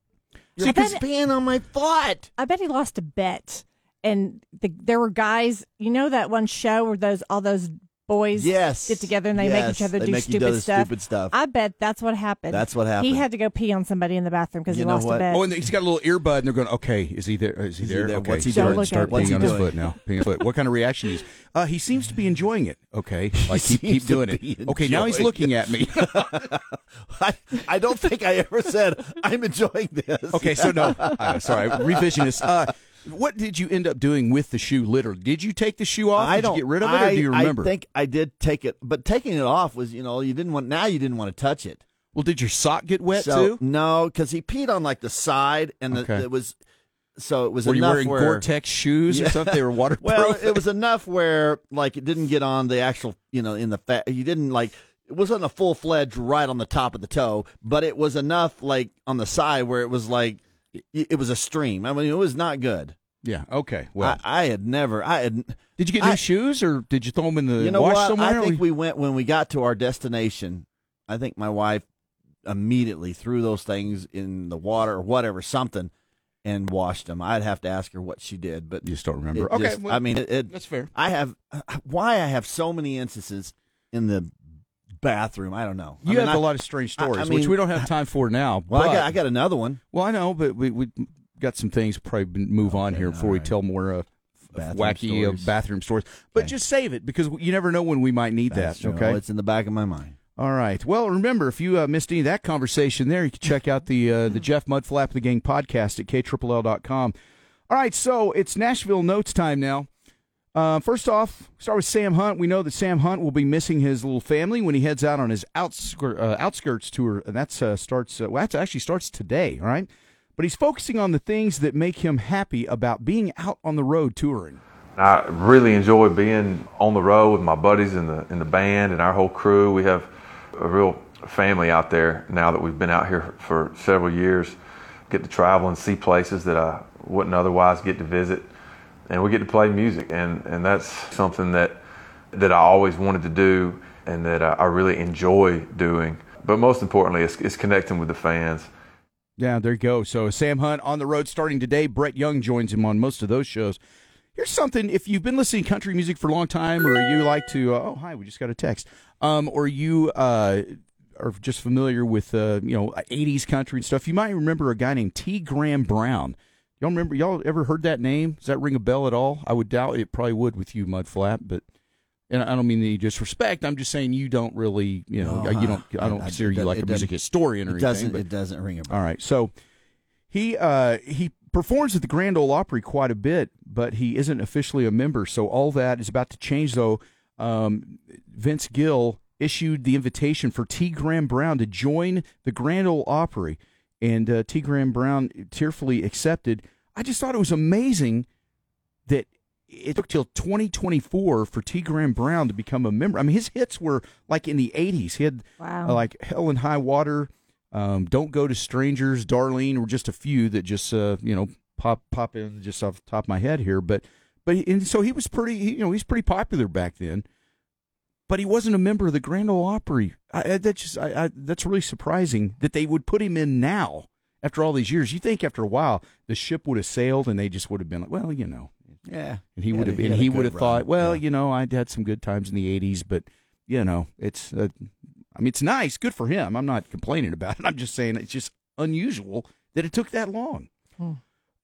D: "You're
H: bet-
D: just being on my foot."
H: I bet he lost a bet, and the, there were guys. You know that one show where those all those boys
D: Yes.
H: get together and they make
D: Yes.
H: each other
D: They
H: do
D: make each
H: stupid,
D: other
H: stuff.
D: stupid stuff.
H: I bet that's what happened.
D: That's what
H: He
D: happened.
H: had to go pee on somebody in the bathroom because he
D: You know
H: lost
D: what?
H: a bet.
E: Oh, and he's got a little earbud, and they're going, "Okay, is he there? Is he
D: Is he
E: there?
D: there?
E: Okay,
D: What's he
E: start,
H: doing?
E: Start
H: What's
E: peeing
H: he
E: on his
D: doing?
E: foot now. Peeing on his foot. What kind of reaction is? Uh, he seems to be enjoying it. Okay, like
D: seems
E: keep, keep
D: to
E: doing
D: be
E: it. Okay, now he's
D: enjoying
E: looking at me.
D: I, I don't think I ever said I'm enjoying this.
E: okay, so no, uh, sorry, revisionist. Uh, what did you end up doing with the shoe? Literally, did you take the shoe off?
D: I
E: did
D: don't
E: you get rid of it,
D: I,
E: or do you remember?
D: I think I did take it, but taking it off was you know you didn't want now you didn't want to touch it.
E: well, did your sock get wet
D: so,
E: too?
D: No, because he peed on like the side, and the,
E: Okay.
D: it was so it was
E: Were you
D: enough
E: wearing
D: where
E: Gore-Tex shoes or something? They were waterproof.
D: well, it was enough where like it didn't get on the actual you know in the fa- you didn't like it wasn't a full fledged right on the top of the toe, but it was enough like on the side where it was like it, it was a stream. I mean, it was not good.
E: yeah. Okay. Well,
D: I, I had never I had
E: did you get new
D: I-
E: shoes, or did you throw them in the
D: you know
E: wash
D: what?
E: somewhere?
D: I think we went when we got to our destination. I think my wife immediately threw those things in the water or whatever, something, and washed them. I'd have to ask her what she did, but
E: You just don't remember.
D: it
E: okay.
D: just-
E: well,
D: I mean, it, it-
E: that's fair.
D: I have why I have so many instances in the bathroom. I don't know. I
E: You
D: mean,
E: have
D: I-
E: a lot of strange
D: I- I
E: stories, which
D: mean-
E: we don't have time for now.
D: Well,
E: but,
D: I got I got another one.
E: well, I know, but we we got some things. Probably move on here before we tell more uh,
D: Oh, Bathroom
E: wacky
D: stories.
E: Uh, bathroom stories. But just save it because you never know when we might need
D: That's-
E: that.
D: you know,
E: Okay.
D: it's in the back of my mind.
E: All right. Well, remember if you uh, missed any of that conversation there, you can check out the uh, the Jeff Mudflap the Gang podcast at kll.com. All right, so it's Nashville notes time now. Uh, first off, start with Sam Hunt. We know that Sam Hunt will be missing his little family when he heads out on his outskir- uh, outskirts tour, and that's uh, starts. Uh, well, that actually starts today. All right, but he's focusing on the things that make him happy about being out on the road touring.
I: I really enjoy being on the road with my buddies in the in the band and our whole crew. We have a real family out there now that we've been out here for several years. Get to travel and see places that I wouldn't otherwise get to visit, and we get to play music, and and that's something that that I always wanted to do and that I, I really enjoy doing. But most importantly, it's, it's connecting with the fans.
E: Yeah, there you go. So Sam Hunt on the road starting today. Brett Young joins him on most of those shows. Here's something: if you've been listening to country music for a long time, or you like to, uh, oh hi, we just got a text, um, or you uh, are just familiar with uh, you know '80s country and stuff, you might remember a guy named T. Graham Brown. Y'all remember? Y'all ever heard that name? Does that ring a bell at all? I would doubt it. Probably would with you, Mudflap, but. And I don't mean any disrespect. I'm just saying you don't really, you know,
D: No,
E: you don't. I don't
D: I- I-
E: consider
D: Uh, it
E: you like a
D: doesn't-
E: music historian or
D: It
E: anything.
D: doesn't
E: but-
D: it doesn't ring a bell.
E: all right. So he uh, he performs at the Grand Ole Opry quite a bit, but he isn't officially a member. So all that is about to change, though. Um, Vince Gill issued the invitation for T. Graham Brown to join the Grand Ole Opry, and uh, T. Graham Brown tearfully accepted. I just thought it was amazing that it took till 2024 for T. Graham Brown to become a member. I mean, his hits were like in the 80s. He had
H: Wow.
E: uh, like Hell and High Water, um, Don't Go to Strangers, Darlene, were just a few that just uh, you know pop pop in just off the top of my head here. But but and so he was pretty he- you know he's pretty popular back then. But he wasn't a member of the Grand Ole Opry. I, I, that's just I, I, that's really surprising that they would put him in now after all these years. You think after a while the ship would have sailed and they just would have been like, well, you know,
D: Yeah.
E: and he
D: Yeah,
E: would have
D: he
E: and
D: had a
E: he
D: good
E: would have
D: run.
E: thought, well,
D: Yeah.
E: you know, I had some good times in the '80s, but you know, it's uh, I mean, it's nice, good for him. I'm not complaining about it. I'm just saying it's just unusual that it took that long.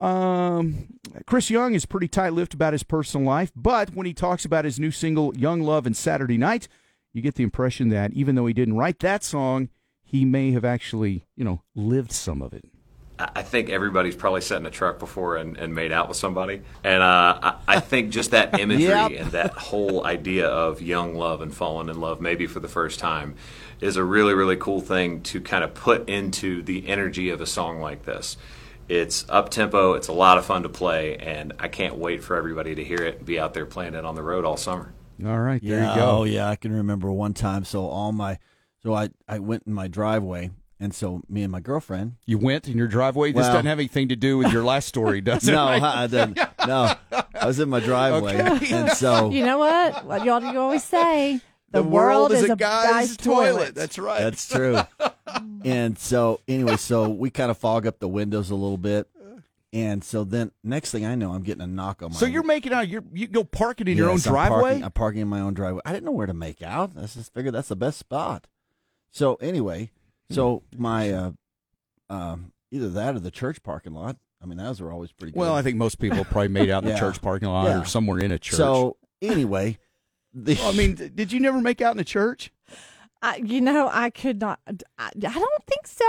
E: Um, Chris Young is pretty tight-lipped about his personal life, but when he talks about his new single "Young Love" and Saturday Night, you get the impression that even though he didn't write that song, he may have actually, you know, lived some of it.
J: I I think everybody's probably sat in a truck before and, and made out with somebody. And uh, I, I think just that imagery
D: Yep.
J: and that whole idea of young love and falling in love, maybe for the first time, is a really, really cool thing to kind of put into the energy of a song like this. It's up tempo, it's a lot of fun to play, and I can't wait for everybody to hear it and be out there playing it on the road all summer.
E: All right, there
D: yeah,
E: you go.
D: Oh yeah, I can remember one time. So all my, so I I went in my driveway, and so me and my girlfriend.
E: You went in your driveway. This
D: Well-
E: doesn't have anything to do with your last story, does it?
D: No, I didn't. No, I was in my driveway, and so
H: you know what? What y'all you always say? The, world, is, a guy's, toilet.
E: That's right.
D: that's true. and so anyway, so we kind of fog up the windows a little bit, And so then next thing I know, I'm getting a knock on my.
E: So you're making out you're you go park it in your own
D: Yes, I'm parking-
E: driveway.
D: I'm parking in my own driveway. I didn't know where to make out. I just figured that's the best spot. So anyway,
E: Hmm.
D: so my uh, um, either that or the church parking lot. I mean, those were always pretty. good.
E: well, I think most people probably made out in the
D: Yeah.
E: church parking lot
D: Yeah.
E: or somewhere in a church.
D: So anyway, the,
E: Well, I mean, d- did you never make out in a church?
H: I, you know, I could not. I, I don't think so.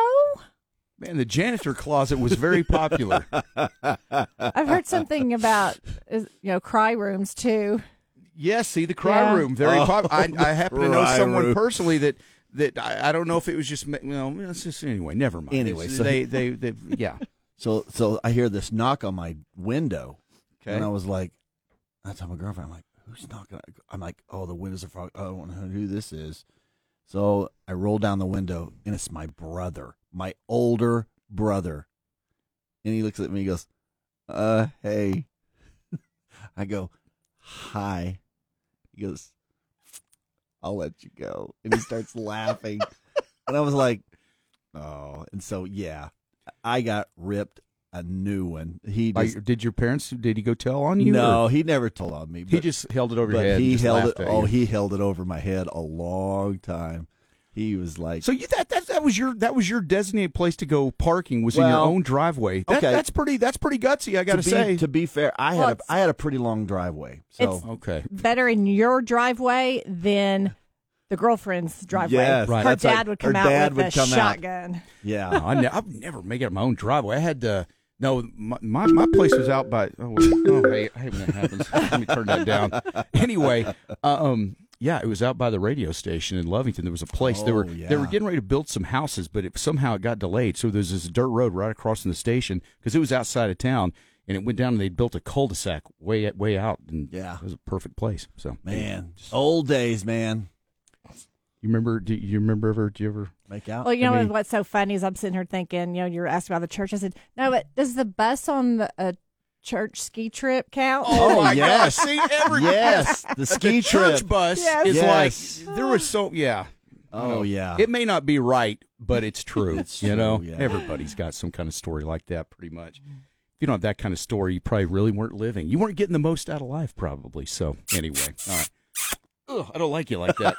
E: Man, the janitor closet was very popular.
H: I've heard something about is- you know cry rooms too.
E: Yes, see the cry
H: Yeah.
E: room. Very
D: Oh,
E: popular. I, I happen to know
D: cry
E: someone
D: room.
E: personally that that I, I don't know if it was just ma- well, it's just anyway. Never mind.
D: Anyway,
E: It's-
D: so-
E: they, they they yeah.
D: so so I hear this knock on my window,
E: Okay.
D: and I was like, I tell my girlfriend, I'm like, who's knocking? I'm like, oh, the windows are fog. I don't know who this is. So I roll down the window, and it's my brother, my older brother. And he looks at me and goes, uh, hey. I go, hi. He goes, I'll let you go. And he starts laughing. And I was like, oh. And so, yeah, I got ripped a new one. He just,
E: Like, did your parents? Did he go tell on you?
D: no,
E: or-
D: he never told on me.
E: he
D: but-
E: just held it over your
D: but
E: head. and
D: he
E: just
D: held it.
E: laughed at
D: Oh,
E: you.
D: he held it over my head a long time. He was like,
E: So you that, that that was your that was your designated place to go parking was in your
D: Well,
E: own driveway. That,
D: okay.
E: that's pretty that's pretty gutsy. I
D: to
E: got
D: be,
E: say.
D: to be fair, I
H: Well,
D: had a,
H: it's-
D: I had a pretty long driveway.
H: It's-
D: So
E: okay.
H: Better in your driveway than the girlfriend's driveway.
D: Yes, Right.
H: Her
D: that's
H: dad
D: right.
H: would
D: Her
H: come out
D: dad
H: with
D: would
H: a
D: come out.
H: shotgun.
D: yeah,
E: No, Oh, I ne- I've never made it my own driveway. I had to. No, my, my, my place was out by. Oh, wait. oh hey, I hate when that happens. Let me turn that down. Anyway, um, yeah, it was out by the radio station in Lovington. There was a place they were
D: Oh, yeah.
E: they were getting ready to build some houses, but it, somehow it got delayed. So there's this dirt road right across from the station because it was outside of town, and it went down and they built a cul-de-sac way way out, and
D: Yeah.
E: it was a perfect place. So
D: man, old days, man.
E: you remember? Do you remember ever? Do you ever?
D: Make out.
H: Well, you
E: I
H: know
E: mean-
H: what's so funny is I'm sitting here thinking, you know, you're asking about the church. I said, no, but does the bus on the uh, church ski trip count?
D: Oh, yes,
E: See, every
D: yes, the ski trip.
E: church bus
H: Yes.
E: is
D: Yes.
E: like there was so yeah.
D: Oh yeah,
E: It may not be right, but it's true.
D: It's
E: you
D: true,
E: know,
D: yeah.
E: everybody's got some kind of story like that, pretty much. If you don't have that kind of story, you probably really weren't living. You weren't getting the most out of life, probably. So anyway, all right. Ugh, I don't like you like that.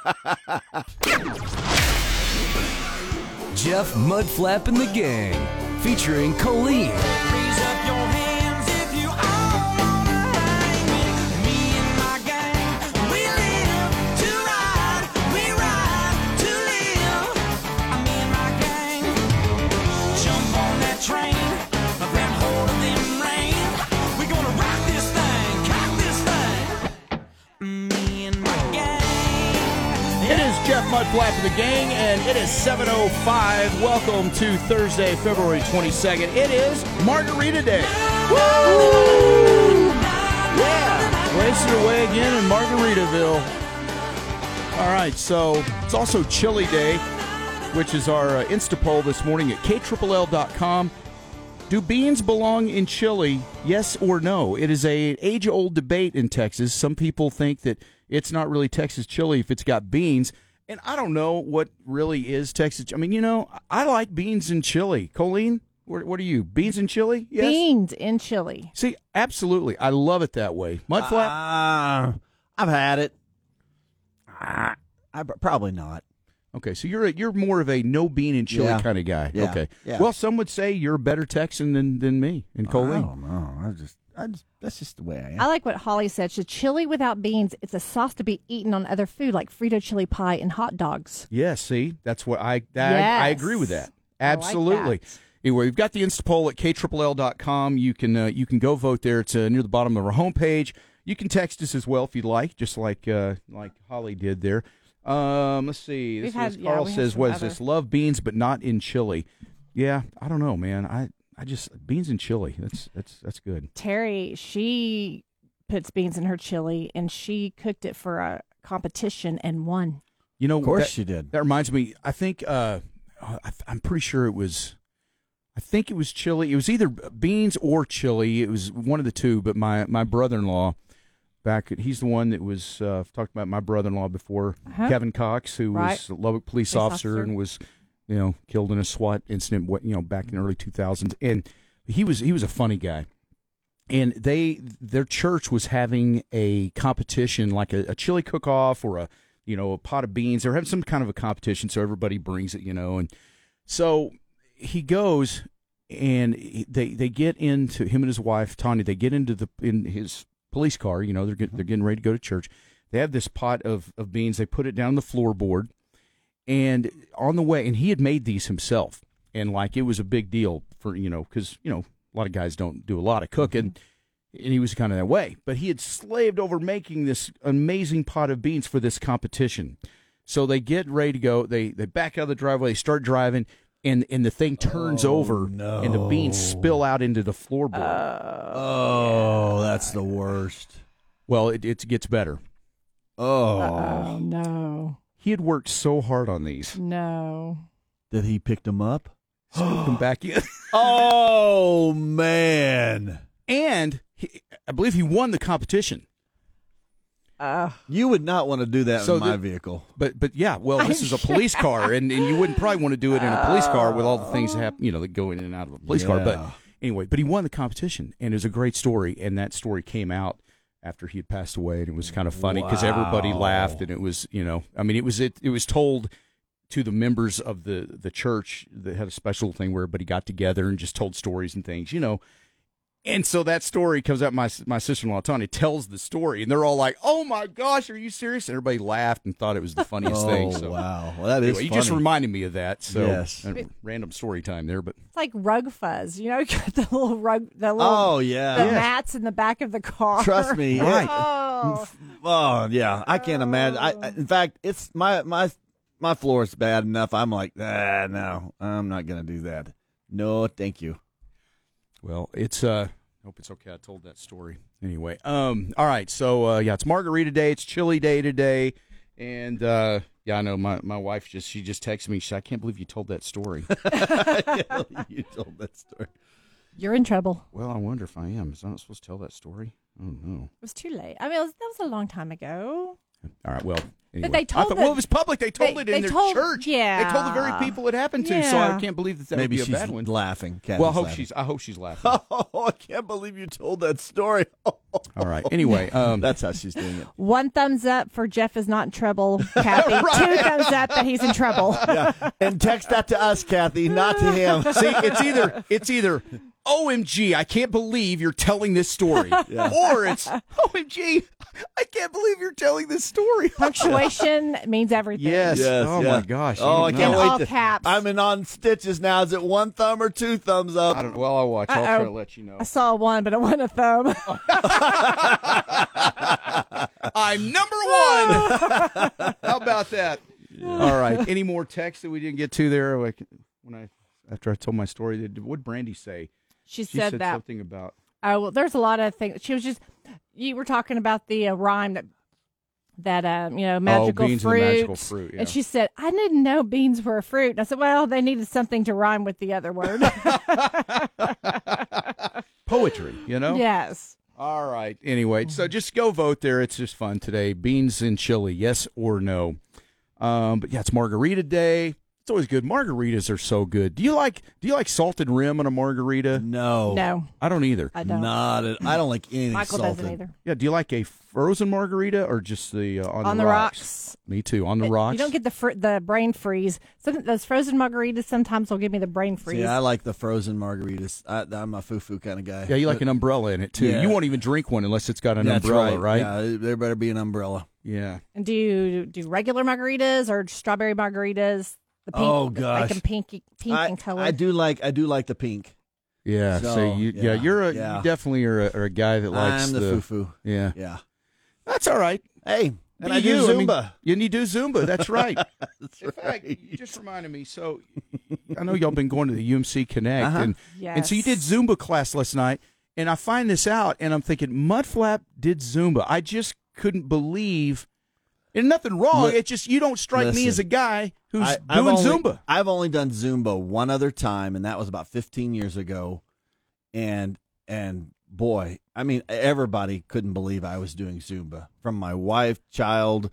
A: Jeff Mudflap and the Gang, featuring Colleen.
F: Raise up your hands if you all wanna hang with me and my gang. We live to ride, we ride to live. Uh, Me and my gang. Jump on that train, grab hold of them reins. We gonna rock this thing, cock this thing. Me and my gang.
E: It is Jeff Mudflap of the gang, and it is 7.05. Welcome to Thursday, February 22nd. It is Margarita Day. Woo! Yeah, racing away again in Margaritaville. All right, so it's also Chili Day, which is our uh, Insta poll this morning at ktrill.com. Do beans belong in chili? Yes or no? It is a age-old debate in Texas. Some people think that it's not really Texas chili if it's got beans, and I don't know what really is Texas. I mean, you know, I I like beans and chili. Colleen, what, what are you? Beans and chili? Yes.
H: Beans in chili.
E: See, absolutely, I love it that way. Mudflap.
D: Ah, I've had it. Ah, I probably not.
E: okay, so you're a, you're more of a no bean and chili
D: Uh-uh. Yeah.
E: kind of guy.
D: Yeah.
E: Okay.
D: Yeah.
E: Well, some would say you're a better Texan than than me and
D: I
E: Colleen.
D: don't know. I just, I just, that's just the way I am.
H: I like what Holly said. She chili without beans. It's a sauce to be eaten on other food like Frito chili pie and hot dogs.
E: Yeah, see, that's what I that, I
H: Yes.
E: agree with that.
H: I like
E: Absolutely.
H: that.
E: Anyway, we've got the Insta poll at ktrill.com. You can uh, you can go vote there. It's uh, near the bottom of our homepage. You can text us as well if you'd like, just like uh, like Holly did there. Um, let's see. This
H: We've had-
E: is-
H: yeah,
E: Carl
H: we had
E: says,
H: some
E: "What is
H: other-
E: this? Love beans, but not in chili." Yeah, I don't know, man. I I just beans and chili. That's that's that's good.
H: Terry, she puts beans in her chili and she cooked it for a competition and won.
E: You know,
D: Of course
E: that-
D: she did.
E: That reminds me. I think uh, I, I'm pretty sure it was. I think it was chili. It was either beans or chili. It was one of the two. But my my brother-in-law back at, he's the one that was uh, I've talked about my brother-in-law before,
H: Uh-huh.
E: Kevin Cox, who
H: Right.
E: was a Lubbock police,
H: Police
E: officer,
H: officer.
E: and was you know killed in a SWAT incident. What you know back in the early 2000s and. he was he was a funny guy and they their church was having a competition like a, a chili cook off or a you know a pot of beans they were having some kind of a competition so everybody brings it you know and so he goes and he- they they get into him and his wife Tanya they get into the in his police car you know they're get, they're getting ready to go to church they have this pot of of beans they put it down on the floorboard and on the way and he had made these himself and like it was a big deal for you know because you know a lot of guys don't do a lot of cooking and he was kind of that way but he had slaved over making this amazing pot of beans for this competition so they get ready to go they they back out of the driveway they start driving and and the thing turns over and the beans spill out into the floorboard
D: Oh, that's the worst.
E: well it, it gets better
D: Oh,
H: Oh no,
E: he had worked so hard on these
H: no.
D: that he picked him up.
E: Scooped 'em back in
D: Oh man,
E: and he, i believe he won the competition
D: you would not want to do that
E: So
D: in my
E: the-
D: vehicle.
E: But but yeah, well, this is a police car, and, and you wouldn't probably want to do it in a police car with all the things that happen, you know, that go in and out of a police
D: Oh.
E: car.
D: Yeah.
E: But anyway, but he won the competition, and it was a great story. And that story came out after he had passed away, and it was kind of funny because everybody
D: Wow.
E: laughed, and it was you know, I mean, it was it it was told to the members of the the church that had a special thing where everybody got together and just told stories and things, you know. And so that story comes out. My my sister in law Tony tells the story, and they're all like, "Oh my gosh, are you serious?" And everybody laughed and thought it was the funniest
D: oh
E: thing. So
D: wow, well that is
E: anyway, you just
D: funny.
E: reminded me of that. So
D: Yes.
E: uh, random story time there, but
H: It's like rug fuzz, you know, you got the little rug, the little
D: Oh yeah,
H: the mats in the back of the car.
D: Trust me.
E: Right.
H: Oh,
D: Oh yeah, I can't imagine. I, I in fact, it's my my my floor is bad enough. I'm like, ah, no, I'm not gonna do that. No, thank you.
E: well, it's uh, hope it's okay. I told that story anyway. Um, all right. So uh, yeah, it's margarita day. It's chili day today, and uh, yeah, I know my my wife just she just texted me. She said, "I can't believe you told that story."
D: you told that story.
H: you're in trouble.
E: well, I wonder if I am. Is I not supposed to tell that story? Oh no.
H: It was too late. I mean, it was, that was a long time ago.
E: All right. Well, anyway.
H: they
E: I
H: told
E: thought,
H: the-
E: well, it was public. They told
H: they-
E: it in
H: they
E: their
H: told-
E: church. they told the very
H: yeah.
E: people it happened to. So I
H: Yeah.
E: can't believe that that
D: Maybe
E: would be
D: she's
E: a bad one.
D: laughing. Kathy's
E: well, I hope
D: laughing.
E: she's. I hope she's laughing.
D: Oh, I can't believe you told that story.
E: All right. Anyway, um,
D: That's how she's doing it.
H: One thumbs up for Jeff is not in trouble, Kathy. Two thumbs up that he's in trouble.
D: And text that to us, Kathy, not to him.
E: see, it's either it's either OMG, I can't believe you're telling this story, or it's OMG, I can't believe you're telling this story.
H: Punctuation means everything.
E: Yes.
D: Yes,
E: oh
D: yeah.
E: my gosh.
D: Oh, I
E: don't
D: can't
E: know.
D: wait.
H: all
D: to-
H: caps.
D: I'm in on stitches now. Is it one thumb or two thumbs up?
E: I don't. Well, I'll watch. I'll try to
H: Uh-oh.
E: let you know.
H: I saw one, but it wasn't a thumb.
E: I'm number one. How about that? All right. Any more texts that we didn't get to there? Like when I after I told my story, they- what did Brandy say?
H: She,
E: She
H: said,
E: said
H: that.
E: something about
H: Oh, well, there's a lot of things. She was just, you were talking about the uh, rhyme that, that um, you know, magical
E: Oh, beans and the
H: fruit.
E: magical fruit, yeah.
H: And she said, I didn't know beans were a fruit. And I said, well, they needed something to rhyme with the other word.
E: poetry. You know.
H: yes.
E: All right. Anyway, so just go vote there. It's just fun today. Beans and chili, yes or no? Um, but yeah, it's margarita day. It's always good. Margaritas are so good. Do you like do you like salted rim on a margarita?
D: No,
H: No,
E: I don't either.
H: I don't.
D: not. At, I don't like anything
H: Michael
D: salted.
H: doesn't either.
E: Yeah, do you like a frozen margarita or just the uh, on,
H: On the rocks.
E: Me too. On the
H: But
E: rocks.
H: You don't get the fr- the brain freeze. Some those frozen margaritas sometimes will give me the brain freeze.
D: See, I like the frozen margaritas. I, I'm a foo foo kind of guy.
E: yeah, you like an umbrella in it too.
D: Yeah.
E: You won't even drink one unless it's got an
D: That's
E: umbrella,
D: right?
E: right?
D: Yeah, there better be an umbrella.
E: Yeah.
H: and do you do regular margaritas or strawberry margaritas? The pink,
D: Oh,
H: like
D: gosh.
H: in pinky, pink
D: I,
H: in color.
D: I do like. I do like the pink.
E: Yeah. So,
D: So,
E: you yeah,
D: yeah,
E: you're a
D: yeah.
E: you definitely are a, are a guy that likes
D: I'm the, foo foo.
E: Yeah.
D: Yeah.
E: That's all right.
D: Hey, and I
E: Be
D: do
E: you. mean,
D: Zumba.
E: you need to do Zumba. That's right.
D: That's
E: In fact, you just reminded me. So I know y'all been going to the UMC Connect,
D: Uh-huh.
E: and and so you did
H: Yes.
E: Zumba class last night, and I find this out, and I'm thinking Mudflap did Zumba. I just couldn't believe. And nothing wrong.
D: Look-
E: it's just you don't strike me
D: listen.
E: as a guy who's
D: I- I've
E: doing
D: only-
E: Zumba.
D: I've only done Zumba one other time, and that was about 15 years ago. And and boy, I mean, everybody couldn't believe I was doing Zumba. From my wife, child,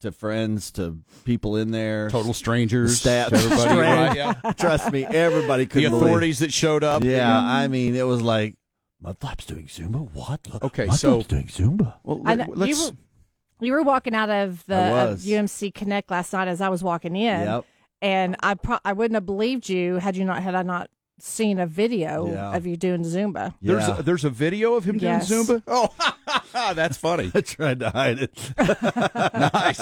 D: to friends to people in there,
E: Total strangers,
D: staff,
E: everybody, right?
D: strangers. Trust me, everybody could.
E: The authorities that showed up.
D: Yeah, I mean, it was like Mudflap's doing Zumba. What?
E: Okay,
D: Mudflap's
E: so-
D: doing Zumba.
E: Well,
H: I
E: let,
H: know-
E: us
H: you, were, you were walking out of the
D: I
H: of
D: was.
H: UMC Connect last night as I was walking in,
D: Yep.
H: and I pro- I wouldn't have believed you had you not had I not seen a video
D: Yeah.
H: of you doing Zumba.
E: There's
D: Yeah.
E: a, there's a video of him
H: Yes.
E: doing Zumba. Oh, that's funny.
D: I tried to hide it.
E: nice.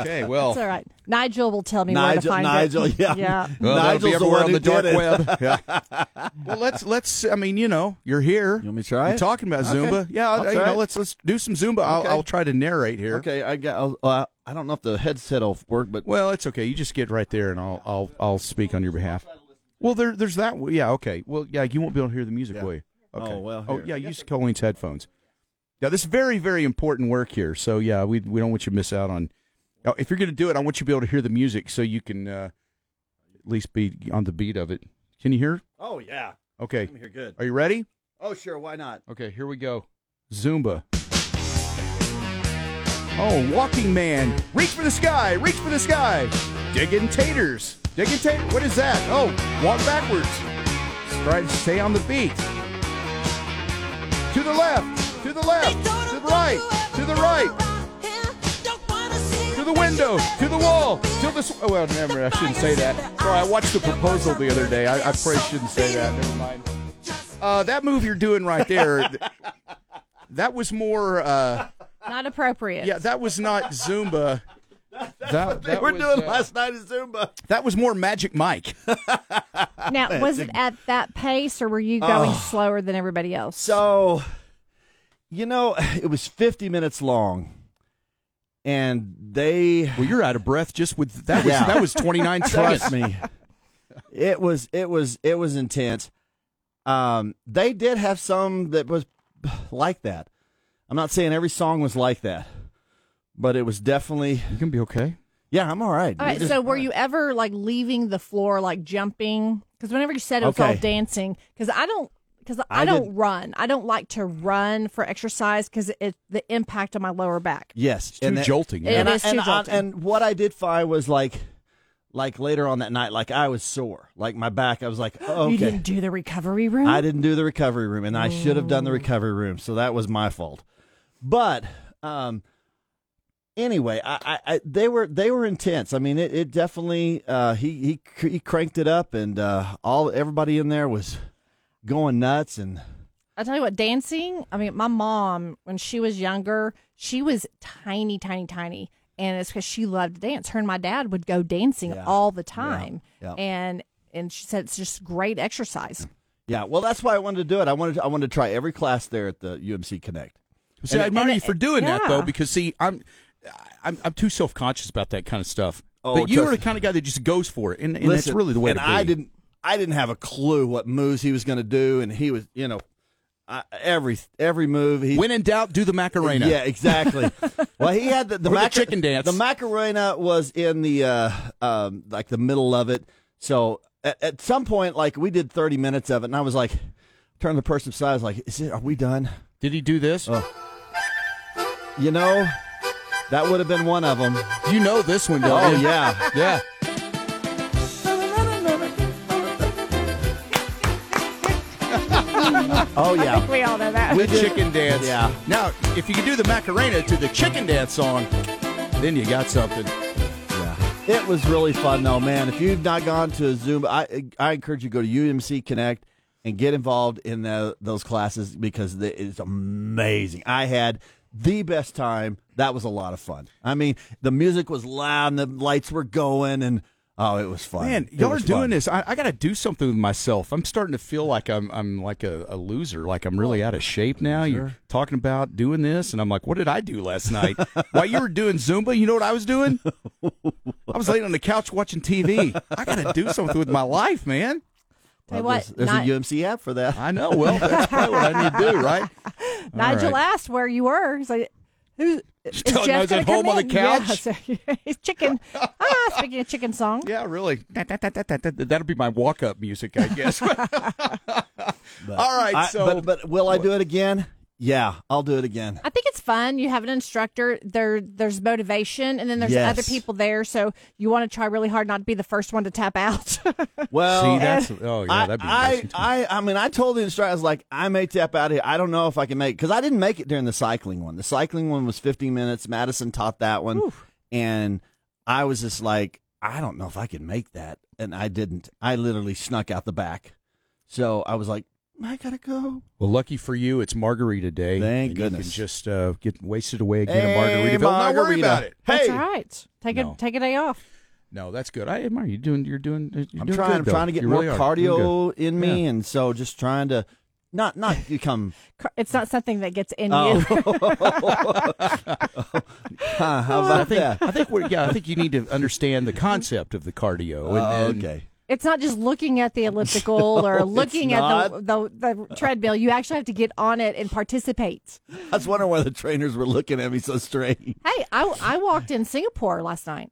E: Okay, well,
H: That's all right. Nigel will tell me where to
D: Oh. Nigel,
H: find
D: Nigel,
H: it.
D: yeah,
H: yeah.
E: well, that'll
D: Nigel's
E: be
D: the
E: everywhere
D: one
E: on
D: who
E: the dark
D: did it.
E: web. Yeah. well, let's let's. I mean, you know, you're here.
D: You want me to try
E: You're
D: it?
E: talking about
D: Okay.
E: Zumba. Yeah,
D: I'll
E: I, you
D: try
E: know,
D: it.
E: let's let's do some Zumba. I'll,
D: Okay.
E: I'll try to narrate here.
D: Okay, I got. I'll, uh, I don't know if the headset will work, but
E: Well, it's okay. You just get right there, and I'll I'll I'll speak on your behalf. Well, there there's that. Yeah, okay. Well, yeah, you won't be able to hear the music, will you? Okay.
D: Oh, well,
E: Oh
D: here.
E: yeah, use Colleen's headphones. Yeah, this is very very important work here. So yeah, we we don't want you to miss out on. oh, If you're going to do it, I want you to be able to hear the music so you can uh, at least be on the beat of it. Can you hear?
D: oh yeah,
E: Okay.
D: here good.
E: Are you ready?
D: Oh sure, why not?
E: Okay, here we go. Zumba. Oh, walking man. Reach for the sky. Reach for the sky. Digging taters. Digging taters. What is that? Oh, walk backwards. Try to stay on the beat. To the left. To the left. To the right. To the right. To the window. To the wall. To the. Sw- oh, well, never. I shouldn't say that. Sorry, I watched the proposal the other day. I, I probably shouldn't say that. Never mind. Uh, that move you're doing right there. th- That was more. Uh,
H: Not appropriate.
E: yeah, that was not Zumba. That,
D: They
E: that
D: were
E: was,
D: doing
E: uh,
D: last night at Zumba.
E: that was more Magic Mike.
H: Now, was it at that pace, or were you going slower than everybody else?
D: So, you know, it was 50 minutes long, and they
E: Well, you're out of breath just with that. Was,
D: Yeah.
E: That was 29
D: trust
E: seconds.
D: me. It was it was it was intense. Um, they did have some that was like that. I'm not saying every song was like that, but it was definitely
E: You can be okay.
D: yeah. I'm all right.
H: All right. So, were you ever like leaving the floor, like jumping? Because whenever you said it was all
D: Okay.
H: dancing, because I don't, because I,
D: I
H: don't
D: did-
H: run. I don't like to run for exercise because it the impact on my lower back.
D: yes?
E: Too
D: that-
E: jolting.
H: It
E: yeah.
D: and I-
H: is too
D: and, I-
H: jolting.
D: and what I did find was like, like later on that night, like I was sore, like my back. I was like, okay.
H: You didn't do the recovery room.
D: I didn't do the recovery room, and I should have done
H: Mm.
D: the recovery room, so that was my fault. But um, anyway, I, I, I they were they were intense. I mean, it, it definitely uh, he he cr- he cranked it up, and uh, all everybody in there was going nuts, and
H: I tell you what, dancing. I mean, my mom when she was younger, she was tiny, tiny, tiny, and it's because she loved to dance. Her and my dad would go dancing
D: Yeah.
H: all the time,
D: Yeah.
H: and and she said it's just great exercise.
D: yeah. Well, that's why I wanted to do it. I wanted to, I wanted to try every class there at the UMC Connect.
E: See, I admire you for doing that though,
H: yeah.
E: because see, I'm, I'm, I'm too self conscious about that kind of stuff.
D: Oh,
E: but you
D: trust
E: are the
D: me.
E: kind of guy that just goes for it, and, and that's
D: Listen,
E: really the way.
D: And
E: to be.
D: I didn't, I didn't have a clue what moves he was going to do, and he was, you know, I, every every move he
E: When in doubt, do the Macarena.
D: Yeah, exactly. well, he had the, the,
E: Or the
D: maca-
E: chicken dance.
D: The Macarena was in the uh, um, like the middle of it. So at, at some point, like we did thirty minutes of it, and I was like, turned to the person beside, I was like, "Is it? Are we done?"
E: Did he do this?
D: You know, that would have been one of them.
E: You know this one, don't
D: Oh
E: you?
D: yeah,
E: Yeah.
D: oh yeah.
H: We all know that.
E: The
D: did-
E: chicken dance.
D: Yeah.
E: Now, if you could do the Macarena to the chicken dance song, then you got something.
D: It was really fun, though, man. If you've not gone to Zumba, I I encourage you to go to UMC Connect and get involved in tho- those classes because they- it's amazing. I had the best time. That was a lot of fun. I mean, the music was loud and the lights were going, and oh, it was fun.
E: Man,
D: It
E: y'all are
D: was
E: doing
D: fun.
E: this. I, I got to do something with myself. I'm starting to feel like I'm I'm like a, a loser. Like I'm really out of shape now. You're talking about doing this, and I'm like, what did I do last night? While you were doing Zumba, you know what I was doing? I was laying on the couch watching TV. I got to do something with my life, man.
H: Tell you
D: Well, there's,
H: what,
D: there's
H: Ni-
D: a UMC app for that.
E: I know. Well, that's probably what I need to do, right?
H: Nigel
E: right.
H: asked where you were. He's like, "Who's is
E: telling him I was
H: Jeff gonna
E: at
H: come
E: home on the
H: in?" Yeah,
E: couch?
H: so- he's chicken. ah, speaking of chicken song,
E: Yeah, really. That, that, that, that, that, that, that'll be my walk-up music, I guess. All right,
D: I-
E: so
D: but, but will I do it again? Yeah, I'll do it again.
H: I think it's fun. You have an instructor. There, there's motivation, and then there's
D: Yes.
H: other people there. So you want to try really hard not to be the first one to tap out.
D: Well, eh,
E: See, that's- oh, yeah, that'd be
D: I,
E: nice.
D: I, I, I mean, I told the instructor, I was like, I may tap out of here. I don't know if I can make it because I didn't make it during the cycling one. The cycling one was 15 minutes. Madison taught that one, and I was just like, I don't know if I can make that, and I didn't. I literally snuck out the back, so I was like, I gotta go.
E: Well, lucky for you, it's Margarita Day.
D: Thank
E: and You
D: goodness.
E: can just uh, get wasted away again
D: Hey,
E: in Margaritaville. Not worry
D: Margarita.
E: about it.
H: That's
D: Hey,
H: all right. Take
E: No.
H: a take a day off.
E: No, that's good. I admire you. Doing, you're doing. You're
D: I'm
E: doing
D: trying.
E: good,
D: I'm
E: though.
D: trying to get
E: You
D: more
E: really are. Doing good.
D: cardio in me, and so just trying to not not become.
H: Cr- It's not something that gets in
D: Oh.
H: you.
D: Huh, how about that?
E: I think we're. Yeah, I think you need to understand the concept of the cardio. And, and
D: Oh, okay.
H: It's not just looking at the elliptical or looking at the, the the treadmill. You actually have to get on it and participate.
D: I was wondering why the trainers were looking at me so strange.
H: Hey, I I walked in Singapore last night.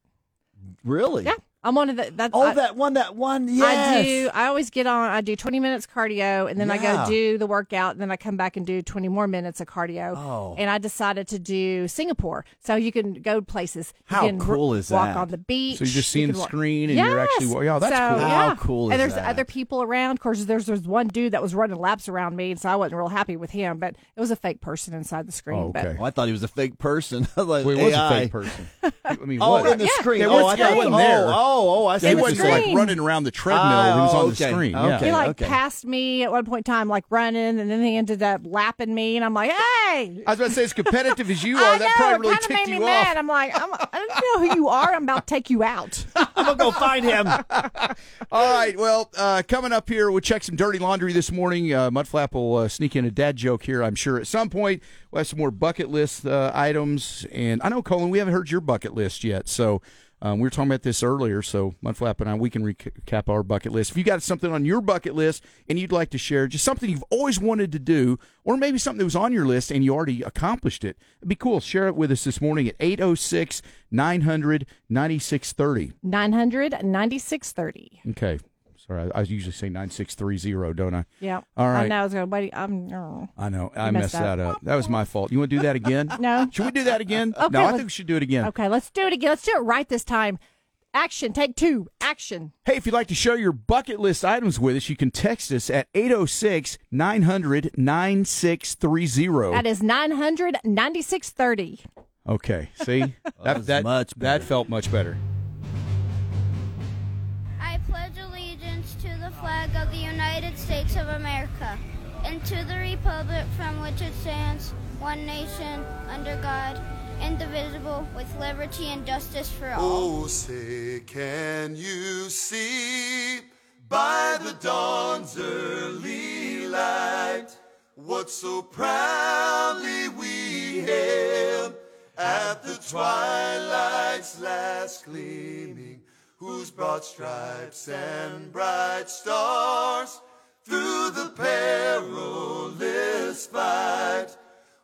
D: Really?
H: Yeah, I'm one of the that.
D: Oh,
H: I,
D: that one, that one. Yes.
H: I do. I always get on. I do 20 minutes cardio, and then I
D: Yeah.
H: go do the workout, and then I come back and do 20 more minutes of cardio.
D: Oh.
H: And I decided to do Singapore, so you can go places. You
D: How
H: can r-
D: cool is
H: walk
D: that?
H: on the beach.
E: So you're just seeing
H: can
E: the
H: walk-
E: screen and you're actually wa- yeah, that's
H: So,
E: cool.
D: How
H: yeah.
D: cool is
H: And there's
D: that?
H: other people around. Of course, there's there's one dude that was running laps around me, and so I wasn't real happy with him. But it was a fake person inside the screen.
E: Oh,
H: But
E: okay.
D: Oh, I thought he was a fake person. I was like,
E: Well, he was a
D: AI.
E: fake person. I mean,
D: Oh,
E: what?
D: in the
H: Yeah.
D: screen.
E: There
D: oh,
E: was-
D: I thought
E: I wasn't there.
D: Oh, oh, oh, I see.
E: He
H: the
D: what
E: wasn't
D: you're
H: screen.
D: saying.
E: like running around the treadmill. he was
D: Ah,
E: on
D: okay,
E: the screen.
D: okay.
H: He
E: Yeah.
H: like
D: okay.
H: passed me at one point in time, like running, and then he ended up lapping me, and I'm like, "Hey,
E: I was about to say, as competitive as you
H: I
E: are, that
H: know,
E: probably really
H: it kinda
E: ticked
H: made
E: you
H: me
E: off.
H: Mad. I'm like, I'm, I don't know who you are. I'm about to take you out.
D: I'm gonna go find him.
E: All right. Well, uh, coming up here, we'll check some dirty laundry this morning. Uh, Mudflap will uh, sneak in a dad joke here, I'm sure, at some point. We'll have some more bucket list uh, items. And I know, Colin, we haven't heard your bucket list yet. So um, we were talking about this earlier. So Mudflap and I, we can recap our bucket list. If you got something on your bucket list and you'd like to share, just something you've always wanted to do, or maybe something that was on your list and you already accomplished it, it'd be cool. Share it with us this morning at 806 900 9630.
H: 99630.
E: Okay. Sorry, I I usually say 9630, don't I?
H: Yeah.
E: All right.
H: I know. I was going, wait, I'm, no.
E: I know. I
H: You
E: messed,
H: messed
E: that
H: up.
E: up. That was my fault. You want to do that again?
H: No.
E: Should we do that again?
H: Okay,
E: no, I
H: let's-
E: think we should do it again.
H: Okay, let's do it again. Let's do it right this time. Action. Take two. Action.
E: Hey, if you'd like to share your bucket list items with us, you can text us at 806 900
H: That
E: 9630.
H: is 99630.
E: Okay. See?
D: was much
E: that
D: better.
E: felt much better.
K: I pledge allegiance to the flag of the United States of America and to the republic from which it stands, one nation, under God, indivisible, with liberty and justice for all.
B: Oh, say, can you see by the dawn's early light what so proudly we hailed at the twilight's last gleaming, whose broad stripes and bright stars through the perilous fight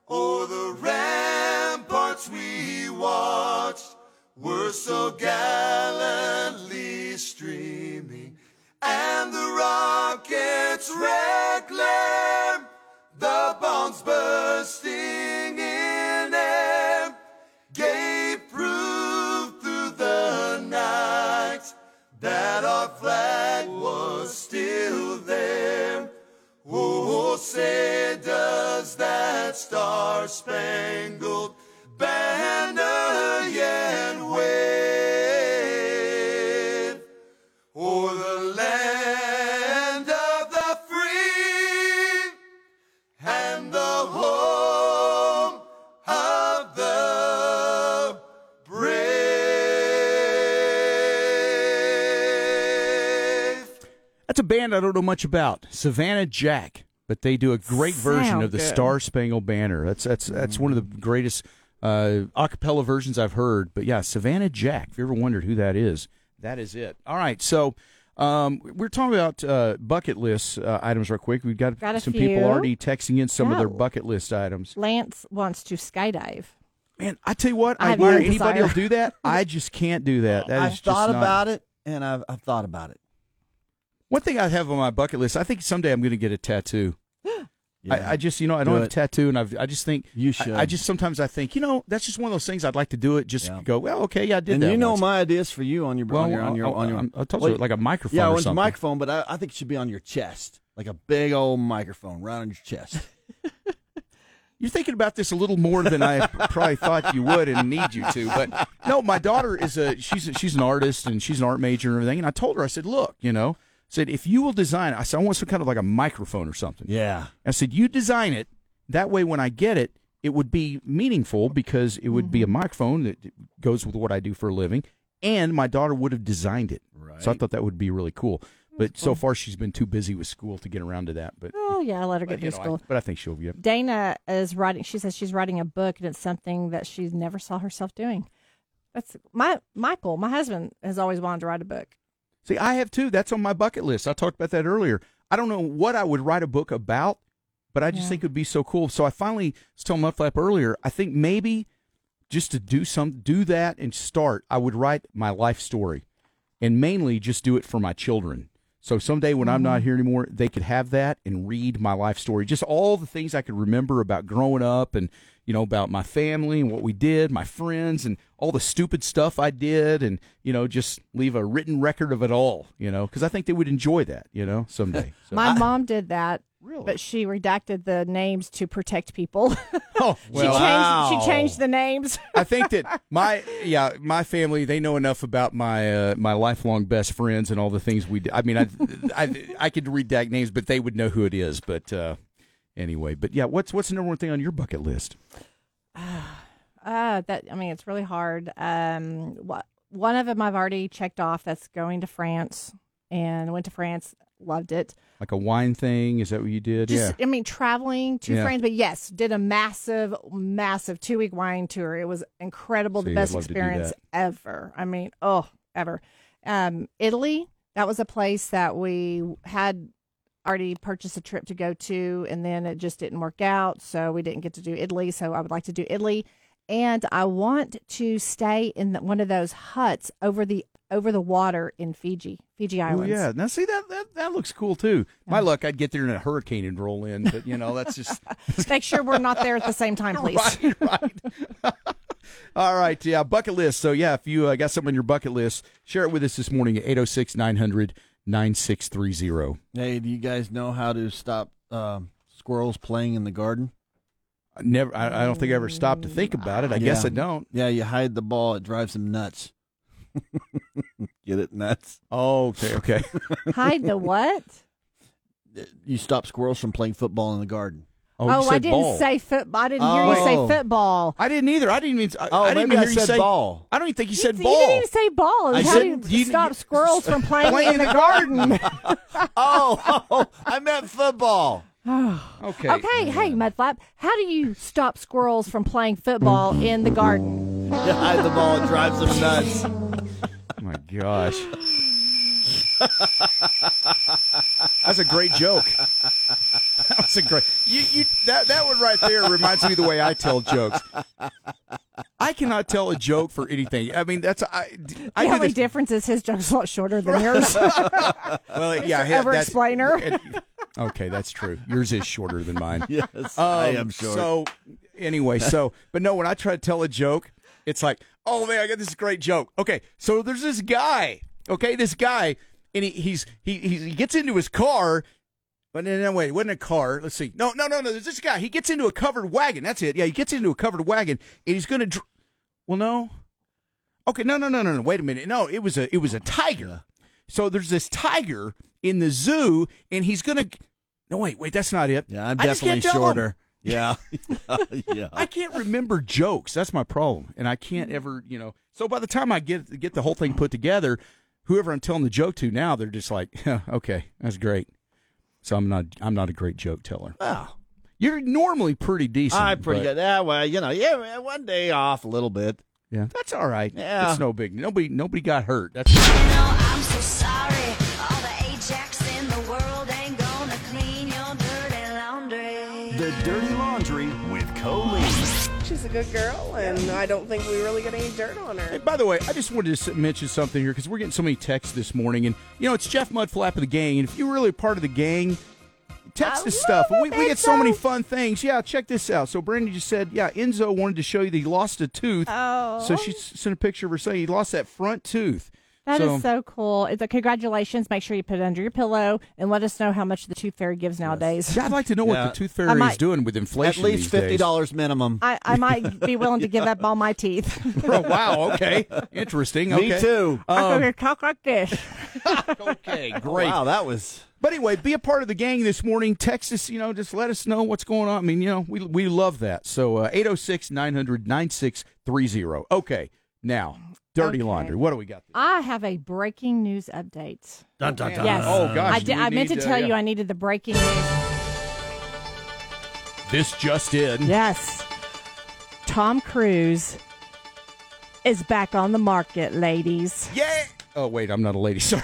B: o'er the ramparts we watched were so gallantly streaming, and the rockets' red glare, the bombs bursting in air, gave proof through the night that our flag was still there. Oh, say does that star-spangled banner yet wave o'er the land of the free and the home of the brave?
E: That's a band I don't know much about, Savannah Jack, but they do a great version
H: Sound
E: of the
H: good. Mm.
E: Star Spangled Banner. That's that's that's one of the greatest uh, a cappella versions I've heard. But yeah, Savannah Jack. If you ever wondered who that is, that is it. All right, so. Um, we're talking about uh, bucket list uh, items real quick. We've got,
H: Got a
E: some
H: few.
E: people already texting in some of their
H: Yeah.
E: bucket list items.
H: Lance wants to skydive.
E: Man, I tell you what,
H: I
E: I,
H: have no
E: admire anybody
H: desire.
E: else do that. I just can't do that. That
D: I've
E: is just
D: thought
E: not-
D: about it, and I've, I've thought about it.
E: One thing I have on my bucket list, I think someday I'm going to get a tattoo.
D: Yeah.
E: I, I just, you know, I
D: Do
E: don't have a
D: it.
E: tattoo, and I've, I just think
D: you should.
E: I, just sometimes I think, you know, that's just one of those things. I'd like to do it. Just go, well, okay, yeah, I did
D: and
E: that.
D: you know
E: once.
D: my ideas for you on your
E: Well,
D: on your on your
E: I'll-
D: on your.
E: I'm- I told
D: Well,
E: you, like a microphone
D: Yeah,
E: or
D: it's a
E: something.
D: microphone, but I, I think it should be on your chest, like a big old microphone right on your chest.
E: You're thinking about this a little more than I probably thought you would and need you to. But no, my daughter is a she's a, she's an artist and she's an art major and everything. And I told her, I said, look, you know, I said if you will design, it, I said I want some kind of like a microphone or something.
D: Yeah.
E: I said you design it that way. When I get it, it would be meaningful because it would be a microphone that goes with what I do for a living. And my daughter would have designed it. Right. So I thought that would be really cool. But so far, she's been too busy with school to get around to that. But
H: Oh yeah, I let her get
E: you
H: through
E: know, I-
H: school.
E: but I think she'll get.
H: Dana is writing. She says she's writing a book, and it's something that she never saw herself doing. That's my Michael, my husband, has always wanted to write a book.
E: See, I have too. That's on my bucket list. I talked about that earlier. I don't know what I would write a book about, but I just
H: Yeah.
E: think it would be so cool. So I finally was telling Mudflap earlier, I think maybe just to do some do that and start, I would write my life story and mainly just do it for my children. So someday when I'm
H: Mm-hmm.
E: not here anymore, they could have that and read my life story. Just all the things I could remember about growing up and, you know, about my family and what we did, my friends and all the stupid stuff I did and, you know, just leave a written record of it all, you know, because I think they would enjoy that, you know, someday. So-
H: my mom did that, really? but she redacted the names to protect people.
E: Oh, well,
H: she changed,
E: wow.
H: she changed the names.
E: I think that my yeah my family they know enough about my uh, my lifelong best friends and all the things we. did. I mean, I, I I could redact names, but they would know who it is. But uh, anyway, but yeah, what's what's the number one thing on your bucket list?
H: Uh, that I mean, it's really hard. Um, what one of them I've already checked off. That's going to France, and went to France, loved it.
E: Like a wine thing? Is that what you did?
H: Just
E: yeah.
H: I mean, traveling to
E: Yeah.
H: France, but yes, did a massive, massive two week wine tour. It was incredible,
E: See,
H: the
E: I'd
H: best
E: love to do
H: experience
E: that.
H: ever. I mean, oh, ever. Um, Italy. That was a place that we had already purchased a trip to go to, and then it just didn't work out, so we didn't get to do Italy. So I would like to do Italy, and I want to stay in the, one of those huts over the over the water in Fiji, Fiji
E: Oh
H: Islands.
E: yeah. Now see that, that that looks cool too. My luck, I'd get there in a hurricane and roll in, but you know that's just
H: Make sure we're not there at the same time, please.
E: All right, yeah, bucket list. So, yeah, if you uh, got something on your bucket list, share it with us this morning at 806 900 9630.
D: Hey, do you guys know how to stop um, squirrels playing in the garden?
E: Never, I, I don't think I ever stopped to think about it. I guess I don't.
D: Yeah, you hide the ball; it drives them nuts. Get it nuts?
E: Oh, okay, okay.
H: Hide the what?
D: you stop squirrels from playing football in the garden.
E: Oh,
H: Oh, I didn't say football. I didn't hear you
D: Oh.
H: say football.
E: I didn't either. I didn't even. I,
D: Oh,
E: I didn't
D: maybe I
E: hear you
D: said
E: say
D: ball.
E: I don't even think you said
H: You
E: ball.
H: didn't even say ball. It was
E: I
H: how
E: said-
H: do
E: you-
H: you stop squirrels from playing in the garden?
D: oh, I meant football.
E: okay.
H: Okay, hey, Mudflap, how do you stop squirrels from playing football in the garden?
D: You hide the ball; it drives them nuts.
E: Oh, my gosh. That's a great joke. That's a great. You, you, that, that one right there reminds me of the way I tell jokes. I cannot tell a joke for anything. I mean, that's I. I
H: the
E: do
H: only
E: this-
H: difference is his joke's a lot shorter than yours.
E: Well, yeah,
H: Mr.
E: that's-
H: Ever-explainer.
E: it- okay, that's true. Yours is shorter than mine.
D: Yes, I
E: Um,
D: am sure.
E: So, anyway, so but no, when I try to tell a joke, it's like, oh man, I got this great joke. Okay, so there's this guy. Okay, this guy, and he, he's he he's, he gets into his car. But no, no, wait, it wasn't a car. Let's see. No, no, no, no. There's this guy. He gets into a covered wagon. That's it. Yeah, he gets into a covered wagon, and he's gonna. Dr- well, no. Okay, no, no, no, no, no. Wait a minute. No, it was a it was a tiger. So there's this tiger in the zoo, and he's gonna. No, wait, wait. That's not it.
D: yeah, I'm
E: I just
D: definitely
E: can't tell 'em.
D: shorter. Yeah, yeah.
E: I can't remember jokes. That's my problem, and I can't ever, you know. So by the time I get get the whole thing put together, whoever I'm telling the joke to now, they're just like, "Huh, okay, that's great. So I'm not I'm not a great joke teller.
D: Wow.
E: You're normally pretty decent.
D: I'm pretty
E: but-
D: good. Yeah, well, you know, yeah, man, one day off a little bit.
E: Yeah, that's all right.
D: Yeah.
E: it's no big. Nobody nobody got hurt. That's
L: I'm so sorry. All the Ajax in the world ain't gonna clean your dirty laundry.
A: The Dirty Laundry with Colleen.
M: She's a good girl, and I don't think we really got any dirt on her.
E: Hey, by the way, I just wanted to s- mention something here because we're getting so many texts this morning, and you know it's Jeff Mudflap of the gang, and if you're really a part of the gang, text us stuff. We, we get so many fun things. Yeah, check this out. So Brandy just said, yeah, Enzo wanted to show you that he lost a tooth.
H: Oh.
E: So she s- sent a picture of her saying he lost that front tooth.
H: That is
E: so,
H: so, cool. It's a congratulations. Make sure you put it under your pillow and let us know how much the tooth fairy gives nowadays.
E: Yeah, I'd like to know
D: Yeah.
E: what the tooth
H: I
E: fairy
H: might-
E: is doing with inflation.
D: At least
E: these days.
D: fifty dollars minimum.
H: I, I might be willing to give up all my teeth.
E: Oh, wow. Okay. Interesting.
D: Me
E: Okay.
D: too.
H: I
E: Um,
H: could talk like this.
E: okay, great.
D: wow, that was.
E: But anyway, be a part of the gang this morning. Text us, you know, just let us know what's going on. I mean, you know, we, we love that. So uh, 806 900 9630. Okay, now, Dirty
H: Okay.
E: Laundry. What do we got?
H: I have a breaking news update.
E: Dun, dun, dun.
H: Yes.
E: Oh, gosh,
H: I,
E: do
H: did,
E: we
H: I meant to
E: need, uh,
H: tell you
E: yeah.
H: I needed the breaking news.
E: This just in.
H: Yes. Tom Cruise is back on the market, ladies.
E: Yeah. Oh, wait, I'm not a lady. Sorry.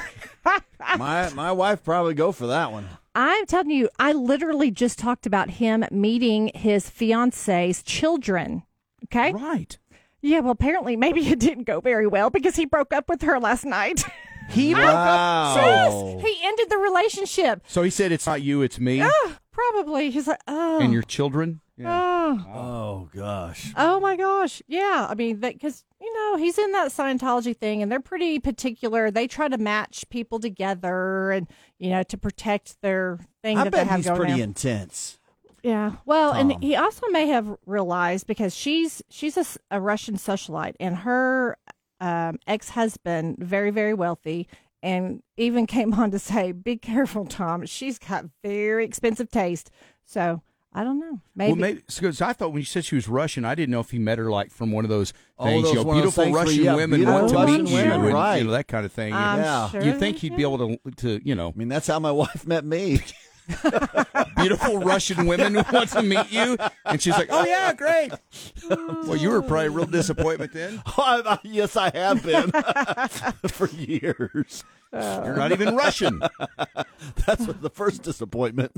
D: my my wife probably go for that one.
H: I'm telling you, I literally just talked about him meeting his fiance's children. Okay.
E: Right.
H: Yeah. Well, apparently, maybe it didn't go very well because he broke up with her last night.
E: He broke up- Wow.
H: Yes, he ended the relationship.
E: So he said, It's not you, it's me
H: Ah, probably. He's like, oh.
E: and your children.
H: Oh.
D: Oh gosh.
H: Oh my gosh. Yeah. I mean, because, you know, he's in that Scientology thing and they're pretty particular. They try to match people together and, you know, to protect their thing
D: I
H: that
D: bet
H: they have
D: he's
H: going
D: pretty
H: on.
D: intense.
H: Yeah. Well,
D: Tom.
H: and he also may have realized because she's she's a, s- a Russian socialite, and her um, ex husband very very wealthy, and even came on to say, "Be careful, Tom. She's got very expensive taste." So I don't know. Maybe.
E: Well, maybe because I thought when you said she was Russian, I didn't know if he met her like from one of those
D: Oh,
E: things.
D: those
E: you know,
D: one of those
E: beautiful
D: things where,
E: Russian
D: yeah,
E: women
D: beautiful
E: want to
D: Russian
E: meet
D: women,
E: you, and,
D: right. Uh,
E: you know, that kind of thing.
H: I'm
E: yeah,
H: sure
E: you think he'd be able to, to you know,
D: I mean, that's how my wife met me.
E: beautiful Russian women want to meet you, and she's like, oh yeah, great. well, you were probably a real disappointment then.
D: Oh, I- I- yes, I have been for years.
E: You're not even Russian.
D: That's what the first disappointment.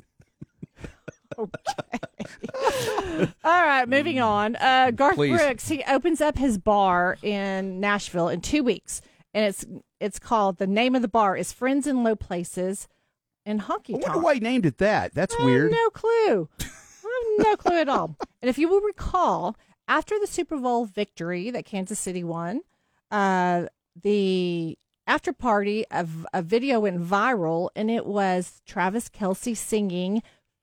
H: All right, moving on. Uh, Garth
D: Please.
H: Brooks he opens up his bar in Nashville in two weeks, and it's it's called the name of the bar is Friends in Low Places and Honky
E: I
H: Tonk.
E: wonder why he named it that. That's
H: I have
E: weird.
H: no clue. I have no clue at all. And if you will recall, after the Super Bowl victory that Kansas City won, uh, the after party of a video went viral, and it was Travis Kelsey singing,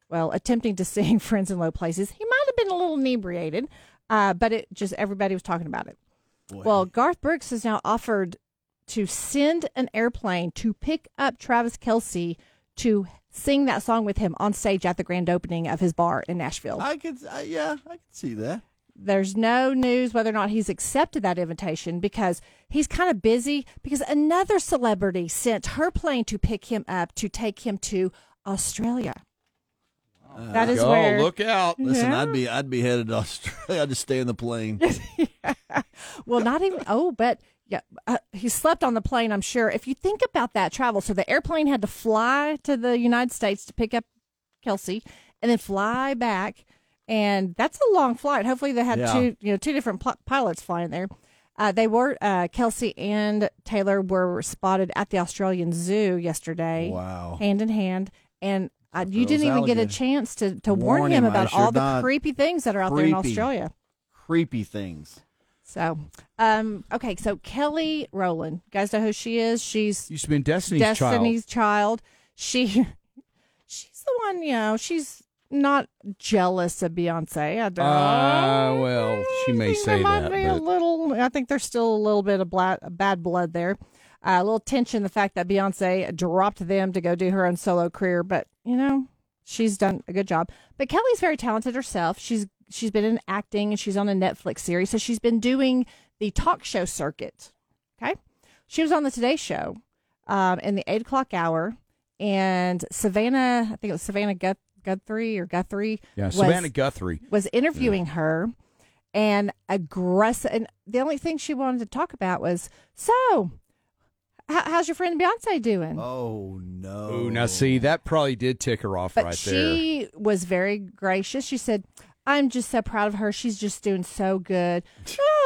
H: well, attempting to sing "Friends in Low Places." He might have been a little inebriated, uh, but it just everybody was talking about it. Well, Garth Brooks has now offered to send an airplane to pick up Travis Kelsey to sing that song with him on stage at the grand opening of his bar in Nashville.
D: I could, I, yeah, I could see that.
H: There's no news whether or not he's accepted that invitation because he's kind of busy because another celebrity sent her plane to pick him up to take him to Australia. that is
D: Oh,
H: where
D: look
E: out.
D: Listen,
H: Yeah.
D: I'd be, I'd be headed to Australia. I'd just stay in the plane.
H: Well, not even. Oh, but yeah, uh, he slept on the plane. I'm sure. If you think about that travel, so the airplane had to fly to the United States to pick up Kelsey, and then fly back, and that's a long flight. Hopefully, they had
N: Yeah.
H: two, you know, two different pl- pilots flying there. Uh, they were uh, Kelsey and Taylor were spotted at the Australian Zoo yesterday.
D: Wow.
H: hand in hand, and uh, you
D: those
H: didn't even get a
D: alligators.
H: chance to to warn,
D: Warn
H: him,
D: him, I
H: about
D: sure
H: all the
D: not.
H: creepy things that are out there in
D: Creepy.
H: Australia.
D: Creepy things.
H: So, um, okay, so Kelly Rowland, you guys know who she is? She's
E: Used to be in Destiny's, Child.
H: Destiny's Child. She, she's the one. You know, she's not jealous of Beyonce. I don't.
E: Uh, well, she may
H: there
E: say
H: might
E: that.
H: be a
E: but-
H: little. I think there's still a little bit of bla- bad blood there. Uh, a little tension the fact that Beyonce dropped them to go do her own solo career, but you know she's done a good job. But Kelly's very talented herself. She's she's been in acting and she's on a Netflix series, so she's been doing the talk show circuit. Okay, she was on the Today Show um, in the eight o'clock hour, and Savannah, I think it was Savannah Gut- Guthrie or Guthrie,
E: yeah,
H: was-
E: Savannah Guthrie.
H: was interviewing her and aggressive. And the only thing she wanted to talk about was, so h- how's your friend Beyonce doing?
D: Oh no!
E: Ooh, now see that probably did tick her off
H: but
E: right there.
H: she was very gracious. She said, I'm just so proud of her. She's just doing so good.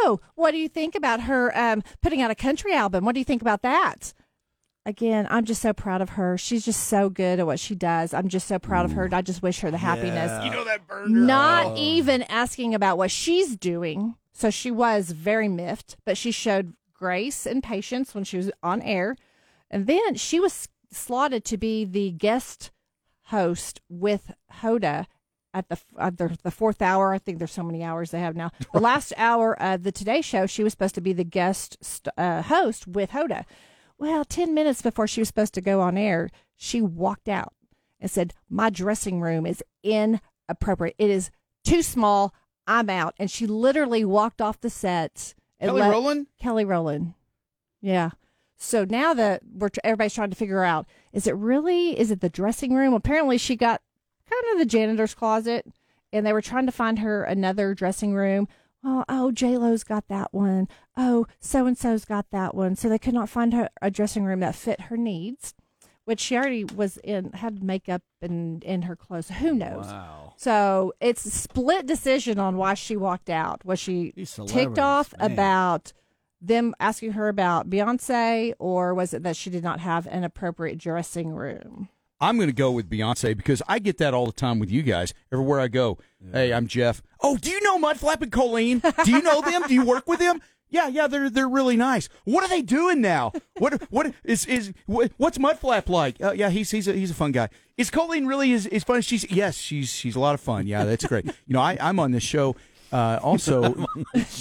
H: Oh, what do you think about her um, putting out a country album? What do you think about that? again, I'm just so proud of her. She's just so good at what she does. I'm just so proud of her. And I just wish her the
E: Mm.
H: happiness.
E: You know that burned her
H: Not
E: out.
H: even asking about what she's doing. So she was very miffed, but she showed grace and patience when she was on air. And then she was slotted to be the guest host with Hoda at the at the, the fourth hour. I think there's so many hours they have now. The last hour of the Today Show, she was supposed to be the guest st- uh, host with Hoda. Well, ten minutes before she was supposed to go on air, she walked out and said, "My dressing room is inappropriate. It is too small. I'm out." And she literally walked off the set. and
E: Kelly
H: let-
E: Rowland?
H: Kelly Rowland. Yeah. So now that we're everybody's trying to figure out, is it really? Is it the dressing room? Apparently, she got kind of the janitor's closet, and they were trying to find her another dressing room. Well, oh, J Lo's got that one. Oh, so and so's got that one. So they could not find her a dressing room that fit her needs, which she already was in, had makeup and in her clothes. Who knows?
D: Wow.
H: So it's a split decision on why she walked out. Was she ticked
D: celebrities,
H: off
D: man.
H: about them asking her about Beyonce, or was it that she did not have an appropriate dressing room?
E: I'm going to go with Beyonce because I get that all the time with you guys. Everywhere I go, hey, I'm Jeff. Oh, do you know Mudflap and Colleen? Do you know them? do you work with them? Yeah, yeah, they're they're really nice. What are they doing now? What what is is what, what's Mudflap like? Uh, yeah, he's he's a, he's a fun guy. Is Colleen really is is fun? She's yes, she's she's a lot of fun. Yeah, that's great. You know, I I'm on this show. Uh, also,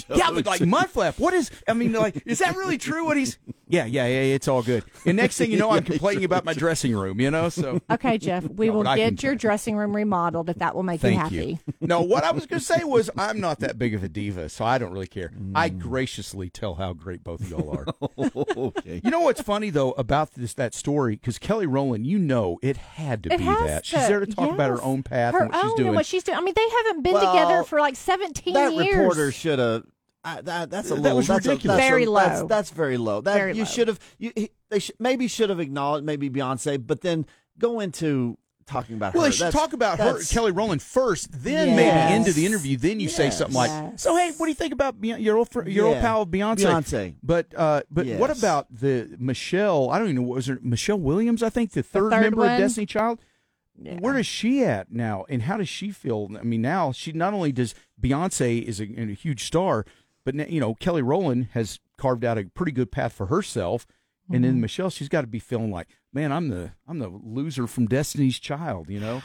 E: yeah, but like Mudflap, what is? I mean, like, is that really true? What he's? Yeah, yeah, yeah, it's all good. And next thing you know, I'm complaining about my dressing room. You know, so
H: Okay, Jeff, we
E: No,
H: will
E: but I
H: get
E: can-
H: your dressing room remodeled if that will make you
E: Thank
H: happy.
E: No, what I was going to say was I'm not that big of a diva, so I don't really care. I graciously tell how great both of y'all are. okay. You know what's funny though about this that story because Kelly Rowland, you know, it had to
H: It
E: be
H: has
E: that she's there to talk about her
H: yes.
E: own path
H: her
E: and what
H: own
E: she's doing.
H: and what she's doing. I mean, they haven't been
D: Well,
H: together for like seventeen
D: that
H: years.
D: reporter should have. I, that, that's a
E: That
D: little
E: was
D: that's a-
E: ridiculous.
D: that's a-
E: Very
D: that's-
E: low.
D: That's, very low. That
E: Very
D: you
E: low.
D: should have. You, he- they should, maybe should have acknowledged maybe Beyonce, but then go into talking about
E: well,
D: her.
E: they should
D: That's-
E: talk about her,
D: that's-
E: Kelly Rowland, first, then
D: Yes.
E: maybe into the interview, then you say
D: Yes.
E: something like, "So, hey, what do you think about Beyonce, your old fr- your old
D: Yeah.
E: pal Beyonce?"
D: Beyonce.
E: But uh, but what
D: Yes.
E: about the Michelle? I don't even know what was her Michelle Williams. I think the third,
D: third
E: member
D: one?
E: of Destiny Child. Where is she at now, and how does she feel? I mean, now she not only does Beyonce is a, a huge star, but now, you know Kelly Rowland has carved out a pretty good path for herself, and
H: Mm-hmm.
E: then Michelle, she's got to be feeling like, man, I'm the I'm the loser from Destiny's Child, you know.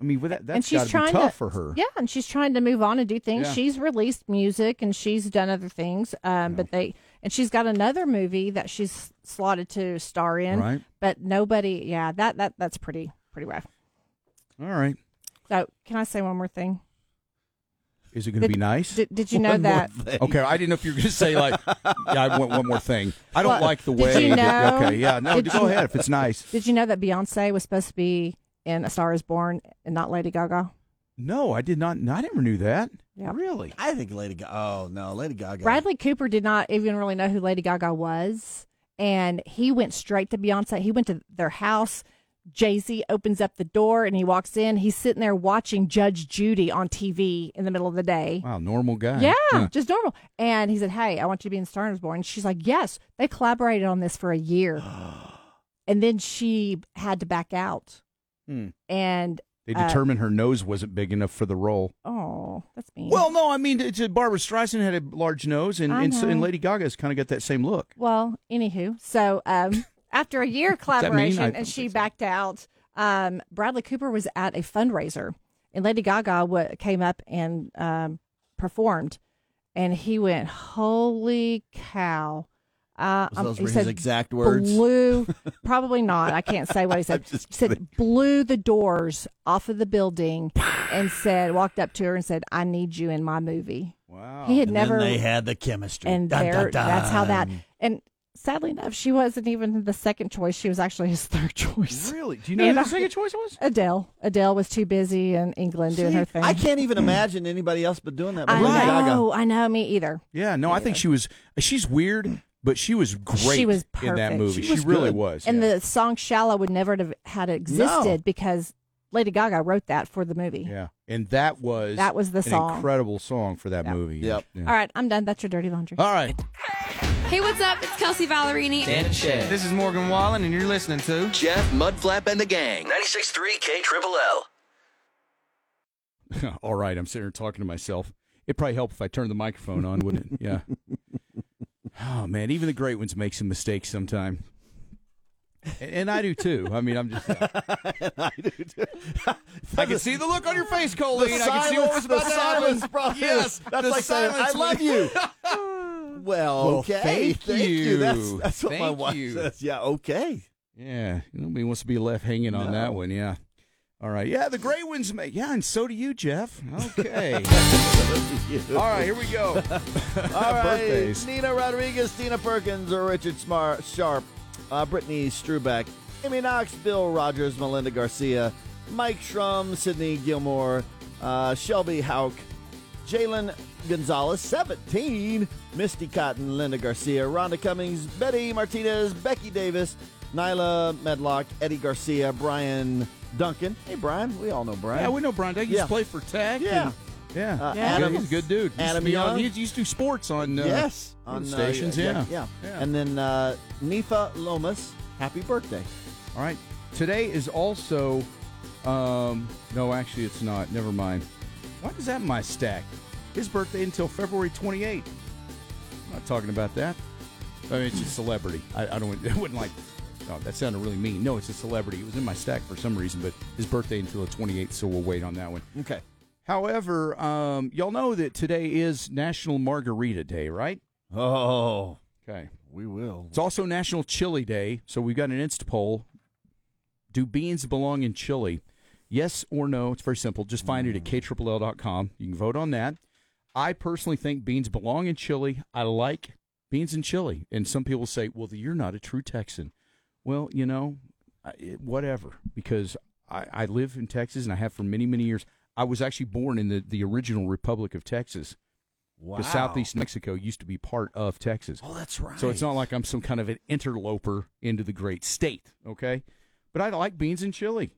E: I mean, with that,
H: and
E: that's
H: she's
E: got to
H: trying
E: be tough
H: to,
E: for her.
H: Yeah, and she's trying to move on and do things.
E: Yeah.
H: She's released music and she's done other things. Um, but they and she's got another movie that she's slotted to star in.
E: Right.
H: But nobody. Yeah, that that that's pretty pretty rough.
E: All right,
H: So can I say one more thing?
E: is it going to
H: Did-
E: be nice?
H: did- did you know One more that- thing.
E: Okay, I didn't know if you were going to say like, yeah, I want one more thing. I don't
H: Well,
E: like the
H: did
E: way.
H: you
E: that-
H: know-
E: okay, yeah, no,
H: did
E: go
H: you-
E: ahead if it's nice.
H: Did you know that Beyonce was supposed to be in A Star Is Born and not Lady Gaga?
E: No, I did not. I never knew that.
H: Yeah.
E: Really?
D: I think Lady Gaga. Oh no, Lady Gaga.
H: Bradley Cooper did not even really know who Lady Gaga was, and he went straight to Beyonce. He went to their house. Jay Z opens up the door and he walks in. He's sitting there watching Judge Judy on TV in the middle of the day.
E: Wow, normal guy. Hmm.
H: Yeah, just normal. And he said, "Hey, I want you to be in Star Is Born." She's like, "Yes." They collaborated on this for a year, and then she had to back out.
E: Hmm.
H: And
E: They
H: uh,
E: determined her nose wasn't big enough for the role.
H: oh, that's mean.
E: Well, no, I mean, it's, uh, Barbara Streisand had a large nose, and
H: I
E: and, so, and
H: know.
E: Lady Gaga's kind of got that same look.
H: Well, anywho, so um, after a year of
E: that mean? I
H: collaboration
E: don't
H: and she backed out, um, Bradley Cooper was at a fundraiser and Lady Gaga w- came up and um, performed. And he went, Holy cow. Uh,
D: Was those were his exact words?
H: Blew, probably not. I can't say what he said. He said, blew the doors off of the building and said, walked up to her and said, I need you in my movie. Wow. He had
D: And then
H: never.
D: they had the chemistry,
H: And
D: Dun, dun,
H: there, that's how that.
D: dun.
H: And sadly enough, she wasn't even the second choice. She was actually his third choice.
E: Really? Do you know who the second choice was?
H: Adele. Adele was too busy in England doing
D: See,
H: her thing.
D: I can't
E: Hmm.
D: even imagine anybody else but doing that. But
H: I
D: Lady Gaga.
H: know. I know. Me either.
E: Yeah, no, I think she was. She's weird, but she was great.
H: she was
E: in
H: perfect.
E: that movie. She, really was.
H: And the song "Shallow" would never have had existed because Lady Gaga wrote that for the movie.
E: yeah, and that was
H: That was the
E: an
H: song.
E: incredible song for that movie. Yep.
D: Oh,
H: All right, I'm done. That's your dirty laundry.
E: All right.
N: Hey, what's up? It's Kelsey Ballerini.
O: This is Morgan Wallen, and you're listening to Jeff Mudflap and the Gang.
P: 96.3 K Triple L.
E: All right, I'm sitting here talking to myself. It'd probably help if I turned the microphone on, wouldn't it? Yeah. Oh man, even the great ones make some mistakes sometime. And, and I do too. I mean, I'm just. I do too. I can see the look on your face, Colleen. I can see what was
D: the
E: about to happen.
D: silence brought it.
E: Yes,
D: That's
E: the
D: like saying,
E: silence
D: "I love you." Well,
E: Well,
D: okay.
E: thank you.
D: That's, that's what my
E: Thank
D: wife
E: you.
D: says. Yeah, okay.
E: Yeah, nobody wants to be left hanging on that one. Yeah. All right. Yeah, the gray ones make. Yeah, and so do you, Jeff. Okay. All right, here we go.
D: All right,
E: Birthdays.
D: Nina Rodriguez, Tina Perkins, Richard Smar- Sharp, uh, Brittany Strubeck, Amy Knox, Bill Rogers, Melinda Garcia, Mike Shrum, Sydney Gilmore, uh, Shelby Hauk, Jalen Gonzalez, 17, Misty Cotton, Linda Garcia, Rhonda Cummings, Betty Martinez, Becky Davis, Nyla Medlock, Eddie Garcia, Brian Duncan. Hey, Brian, we all know Brian.
E: Yeah, we know Brian. He used to play for Tech.
D: Yeah.
E: and- yeah.
D: Uh,
E: He's
D: Adam-
E: good- he's a good dude. He used
D: Adam
E: to be on-
D: Young.
E: he used to do sports on uh,
D: yes,
E: on
D: uh,
E: stations. yeah.
D: yeah, And then uh, Nifa Lomas, happy birthday.
E: All right. Today is also. Um, no, actually, it's not. Never mind. Why is that in my stack? His birthday until February 28th. I'm not talking about that. I mean, it's a celebrity. I, I don't. I wouldn't like. Oh, that sounded really mean. No, it's a celebrity. It was in my stack for some reason, but his birthday until the 28th, so we'll wait on that one.
D: Okay.
E: However, um, y'all know that today is National Margarita Day, right?
D: Oh.
E: Okay.
D: We will.
E: It's also National Chili Day, so we've got an Insta poll. Do beans belong in chili? Yes or no? It's very simple. Just find it at ktriplel.com. You can vote on that. I personally think beans belong in chili. I like beans and chili. And some people say, well, you're not a true Texan. Well, you know, I- it, whatever, because I, I live in Texas and I have for many, many years. I was actually born in the, the original Republic of Texas.
D: Wow.
E: The Southeast Mexico used to be part of Texas. Oh,
D: that's right.
E: So it's not like I'm some kind of an interloper into the great state, okay? But I like beans and chili.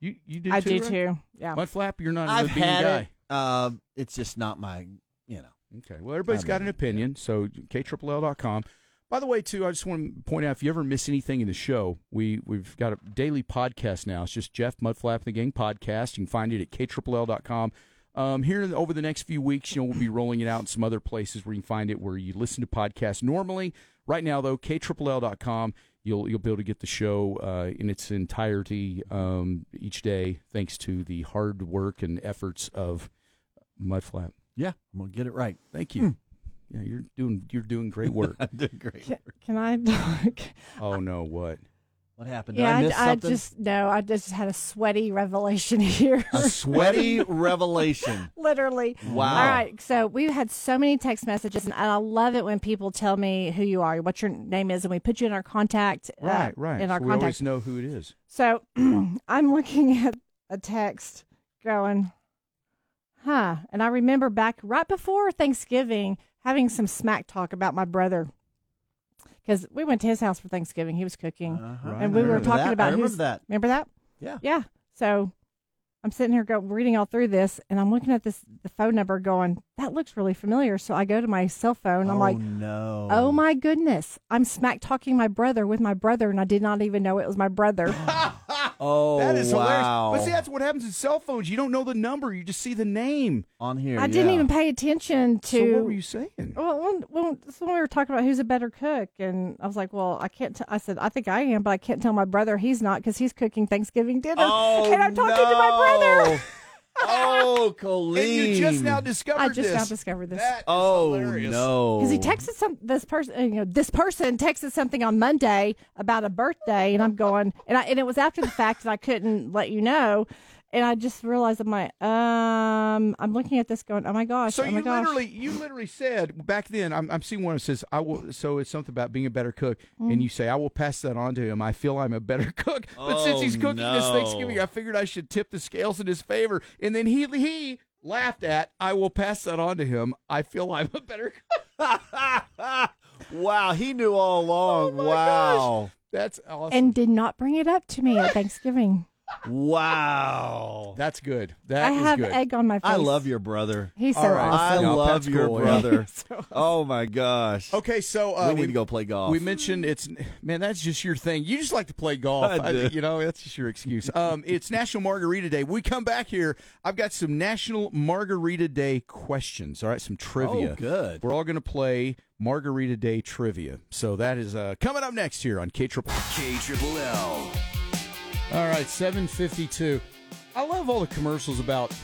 E: You you do
H: I
E: too,
H: do
E: right?
H: too, yeah.
E: Mudflap, you're not
D: I've
E: a bean
D: had
E: guy.
D: it. Uh, it's just not my, you know.
E: Okay. Well, everybody's
D: I
E: got
D: mean,
E: an opinion, so ktriplel.com. By the way, too, I just want to point out if you ever miss anything in the show, we we've got a daily podcast now. It's just Jeff Mudflap and the Gang podcast. You can find it at ktriplel.com. Um, here in- over the next few weeks, you know, we'll be rolling it out in some other places where you can find it where you listen to podcasts normally. Right now, though, ktriplel.com. You'll you'll be able to get the show uh, in its entirety um, each day, thanks to the hard work and efforts of Mudflap.
D: Yeah, I'm gonna get it right.
E: Thank you. Yeah, you're doing you're doing great work.
D: I'm doing great.
H: Can, can I talk?
E: Oh no, what?
D: What happened? Did
H: Yeah,
D: I miss
H: I, I
D: something?
H: just no. I just had a sweaty revelation here.
D: A sweaty revelation.
H: Literally.
D: Wow.
H: All right. So we've had so many text messages, and I love it when people tell me who you are, what your name is, and we put you in our contact. uh,
E: Right, right.
H: In our
E: so we
H: contact.
E: always know who it is.
H: So I'm looking at a text going, huh. And I remember back right before Thanksgiving having some smack talk about my brother. Because we went to his house for Thanksgiving. He was cooking.
D: Uh-huh.
H: And
D: Right.
H: we
D: I
H: were
D: remember
H: talking
D: that. I
H: about
D: remember
H: who's-
D: that.
H: Remember that?
D: Yeah.
H: Yeah. So I'm sitting here go, reading all through this and I'm looking at this the phone number going, that looks really familiar. So I go to my cell phone. I'm
D: oh
H: like,
D: no.
H: Oh my goodness. I'm smack talking my brother with my brother, and I did not even know it was my brother.
D: Oh,
E: that is
D: wow.
E: hilarious. But see, that's what happens in cell phones. You don't know the number, you just see the name.
D: On here.
H: I didn't even pay attention to.
E: So what were you saying?
H: Well, when, when, so when we were talking about who's a better cook, and I was like, well, I can't. T-. I said, I think I am, but I can't tell my brother he's not because he's cooking Thanksgiving dinner,
D: Oh,
H: and I'm talking to my brother.
D: no. oh, Colleen.
E: you just now discovered
H: I just
E: this.
H: now discovered this.
D: Oh no.
H: because he
E: Oh.
H: texted some this person you know this person texted something on Monday about a birthday and I'm going and I and it was after the fact that I couldn't let you know and I just realized I'm like um I'm looking at this going oh my gosh
E: So
H: oh my
E: you
H: gosh.
E: literally you literally said back then I'm I'm seeing one that says I will so it's something about being a better cook
H: Mm.
E: and you say I will pass that on to him. I feel I'm a better cook. But since
D: Oh,
E: he's cooking this
D: no.
E: Thanksgiving, I figured I should tip the scales in his favor. And then he he laughed at I will pass that on to him. I feel I'm a better
D: Wow, he knew
H: Oh
D: all along. wow.
E: That's awesome.
H: and did not bring it up to me at Thanksgiving
D: Wow,
E: that's good. That
H: I
E: is
H: have
E: good.
H: egg on my
D: I
H: face.
D: love your brother.
H: He's so
D: All right.
H: awesome.
D: I
H: No,
D: love
H: that's
D: your
H: cool, yeah.
D: brother.
H: He's so
D: oh my gosh.
E: Okay, so uh,
D: we need to go play golf.
E: We mentioned it's man, that's just your thing. You just like to play golf.
D: I do.
E: you know, that's just your excuse. Um, it's National Margarita Day. We come back here. I've got some National Margarita Day questions. All right, some trivia.
D: Oh, good.
E: We're all going to play Margarita Day trivia. So that is uh, coming up next here on K Triple.
A: K Triple L.
E: All right, 752. I love all the commercials about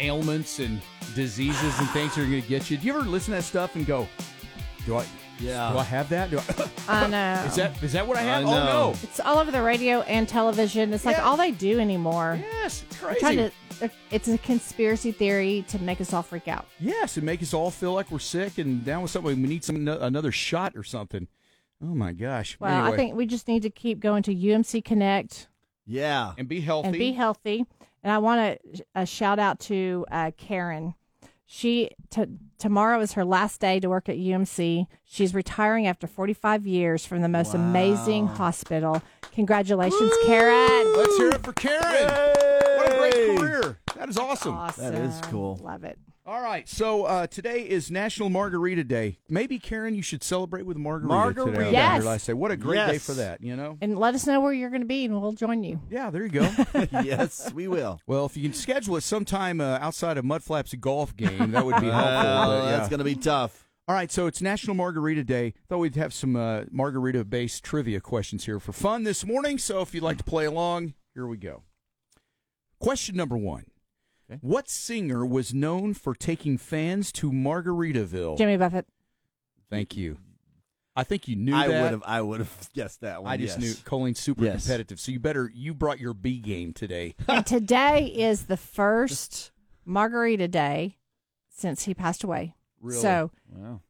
E: ailments and diseases and things that are going to get you. Do you ever listen to that stuff and go, do I
D: Yeah.
E: do I have that? Do I,
H: I know.
E: Is that is that what I have?
D: I
E: Oh
D: know.
E: no.
H: It's all over the radio and television. It's like all they do anymore.
E: Yes, it's
H: They're trying to- they're- it's a conspiracy theory to make us all freak out.
E: Yes, and make us all feel like we're sick and down with something. We need some another shot or something. Oh my gosh.
H: Well,
E: Anyway,
H: I think we just need to keep going to UMC Connect
D: Yeah.
E: and be healthy.
H: and be healthy. And I want to a shout out to uh, Karen. She t- tomorrow is her last day to work at UMC. She's retiring after 45 years from the most amazing hospital. Congratulations, Karen!
E: Let's hear it for Karen. What a great career. That is awesome.
D: That is cool.
H: Love it.
E: All right, so uh, today is National Margarita Day. Maybe Karen, you should celebrate with a margarita,
D: Margarita.
E: today.
H: Yes.
E: I say, what a great day
D: Yes.
E: for that. You know.
H: And let us know where you're going to be, and we'll join you.
E: Yeah, there you go.
D: yes, we will.
E: well, if you can schedule it sometime uh, outside of Mudflap's golf game, that would be helpful.
D: Well,
E: but, yeah.
D: That's going to be tough.
E: All right, so it's National Margarita Day. Thought we'd have some uh, margarita-based trivia questions here for fun this morning. So if you'd like to play along, here we go. Question number one: What singer was known for taking fans to Margaritaville?
H: Jimmy Buffett.
E: Thank you. I think you knew
D: I
E: that.
D: would have. I would have guessed that one.
E: I just
D: yes.
E: knew Colleen's super
D: Yes.
E: competitive, so you better you brought your B game today.
H: and today is the first margarita day since he passed away. So,
D: Wow.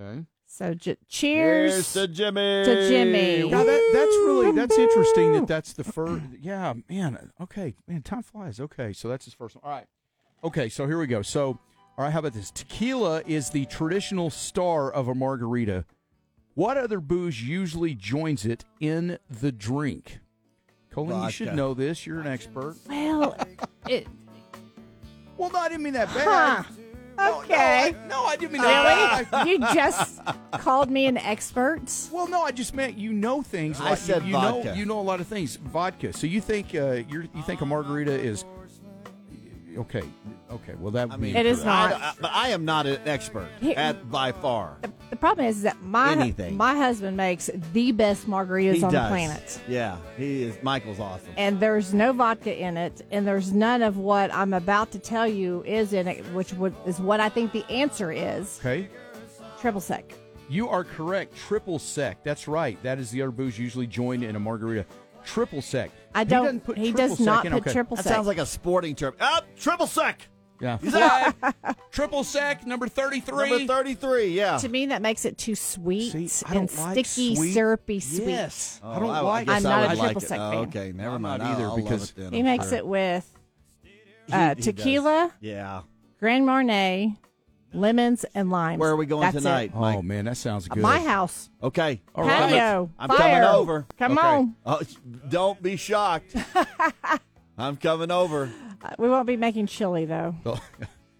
E: Okay.
H: so j- cheers.
D: to Jimmy.
H: to Jimmy.
E: Yeah, that, that's really that's interesting that that's the first. Yeah, man. Okay, man. Time flies. Okay, so that's his first one. All right. Okay, so here we go. So, all right. How about this? Tequila is the traditional star of a margarita. What other booze usually joins it in the drink? Colleen, you should
D: Vodka.
E: know this. You're an expert.
H: well, it,
E: Well, no, I didn't mean that
H: huh.
E: bad.
H: Okay.
E: No, I didn't mean that bad. I-
H: Really? you just called me an expert?
E: Well, no, I just meant you know things.
D: I
E: like-
D: said
E: you Know,
D: vodka.
E: you know a lot of things. Vodka. So you think uh, you're, you think a margarita is okay? Okay. Well, that would
D: I mean,
E: be
H: It is
D: I-
H: not.
D: I- but I am not an expert
H: Here-
D: at by far.
H: The problem is that my
D: Anything.
H: my husband makes the best margaritas
D: he
H: on
D: does.
H: the planet.
D: Yeah, he is. Michael's awesome.
H: And there's no vodka in it, and there's none of what I'm about to tell you is in it, which would, is what I think the answer is.
E: okay.
H: Triple sec.
E: You are correct. Triple sec. That's right. That is the other booze usually joined in a margarita. Triple sec.
H: I
E: He
H: don't-
E: doesn't put
H: he
E: triple
H: does
E: sec
H: not
E: in.
H: put
E: okay.
H: triple
D: that
H: sec.
D: sounds like a sporting term. Up, triple sec.
E: Yeah.
D: Is that
E: triple sec number thirty-three.
D: number thirty-three? Yeah.
H: To me, that makes it too sweet
E: See, I
H: and
E: don't like
H: sticky,
E: sweet.
H: syrupy sweet.
D: Yes.
E: I don't like-
D: guess
H: I'm
D: Oh, I
H: not
D: would
H: a
D: like
H: triple
D: it.
H: sec
D: Oh,
H: fan.
D: okay, never
E: I'm
D: mind.
E: not either
D: I'll- I'll love
E: because
D: it then,
H: He
D: I'm
H: makes
D: sure.
H: it with uh,
D: He- he
H: tequila,
D: does. Yeah.
H: Grand Marnier, lemons, and limes.
D: Where are we going
H: That's it.
D: tonight?
E: Oh man, that sounds good.
H: My house.
D: Okay.
E: All right.
H: Patio.
D: I'm
H: fire.
D: coming over.
H: Come
E: Okay.
H: on.
D: Oh, don't be shocked. I'm coming over.
H: Uh, We won't be making chili though.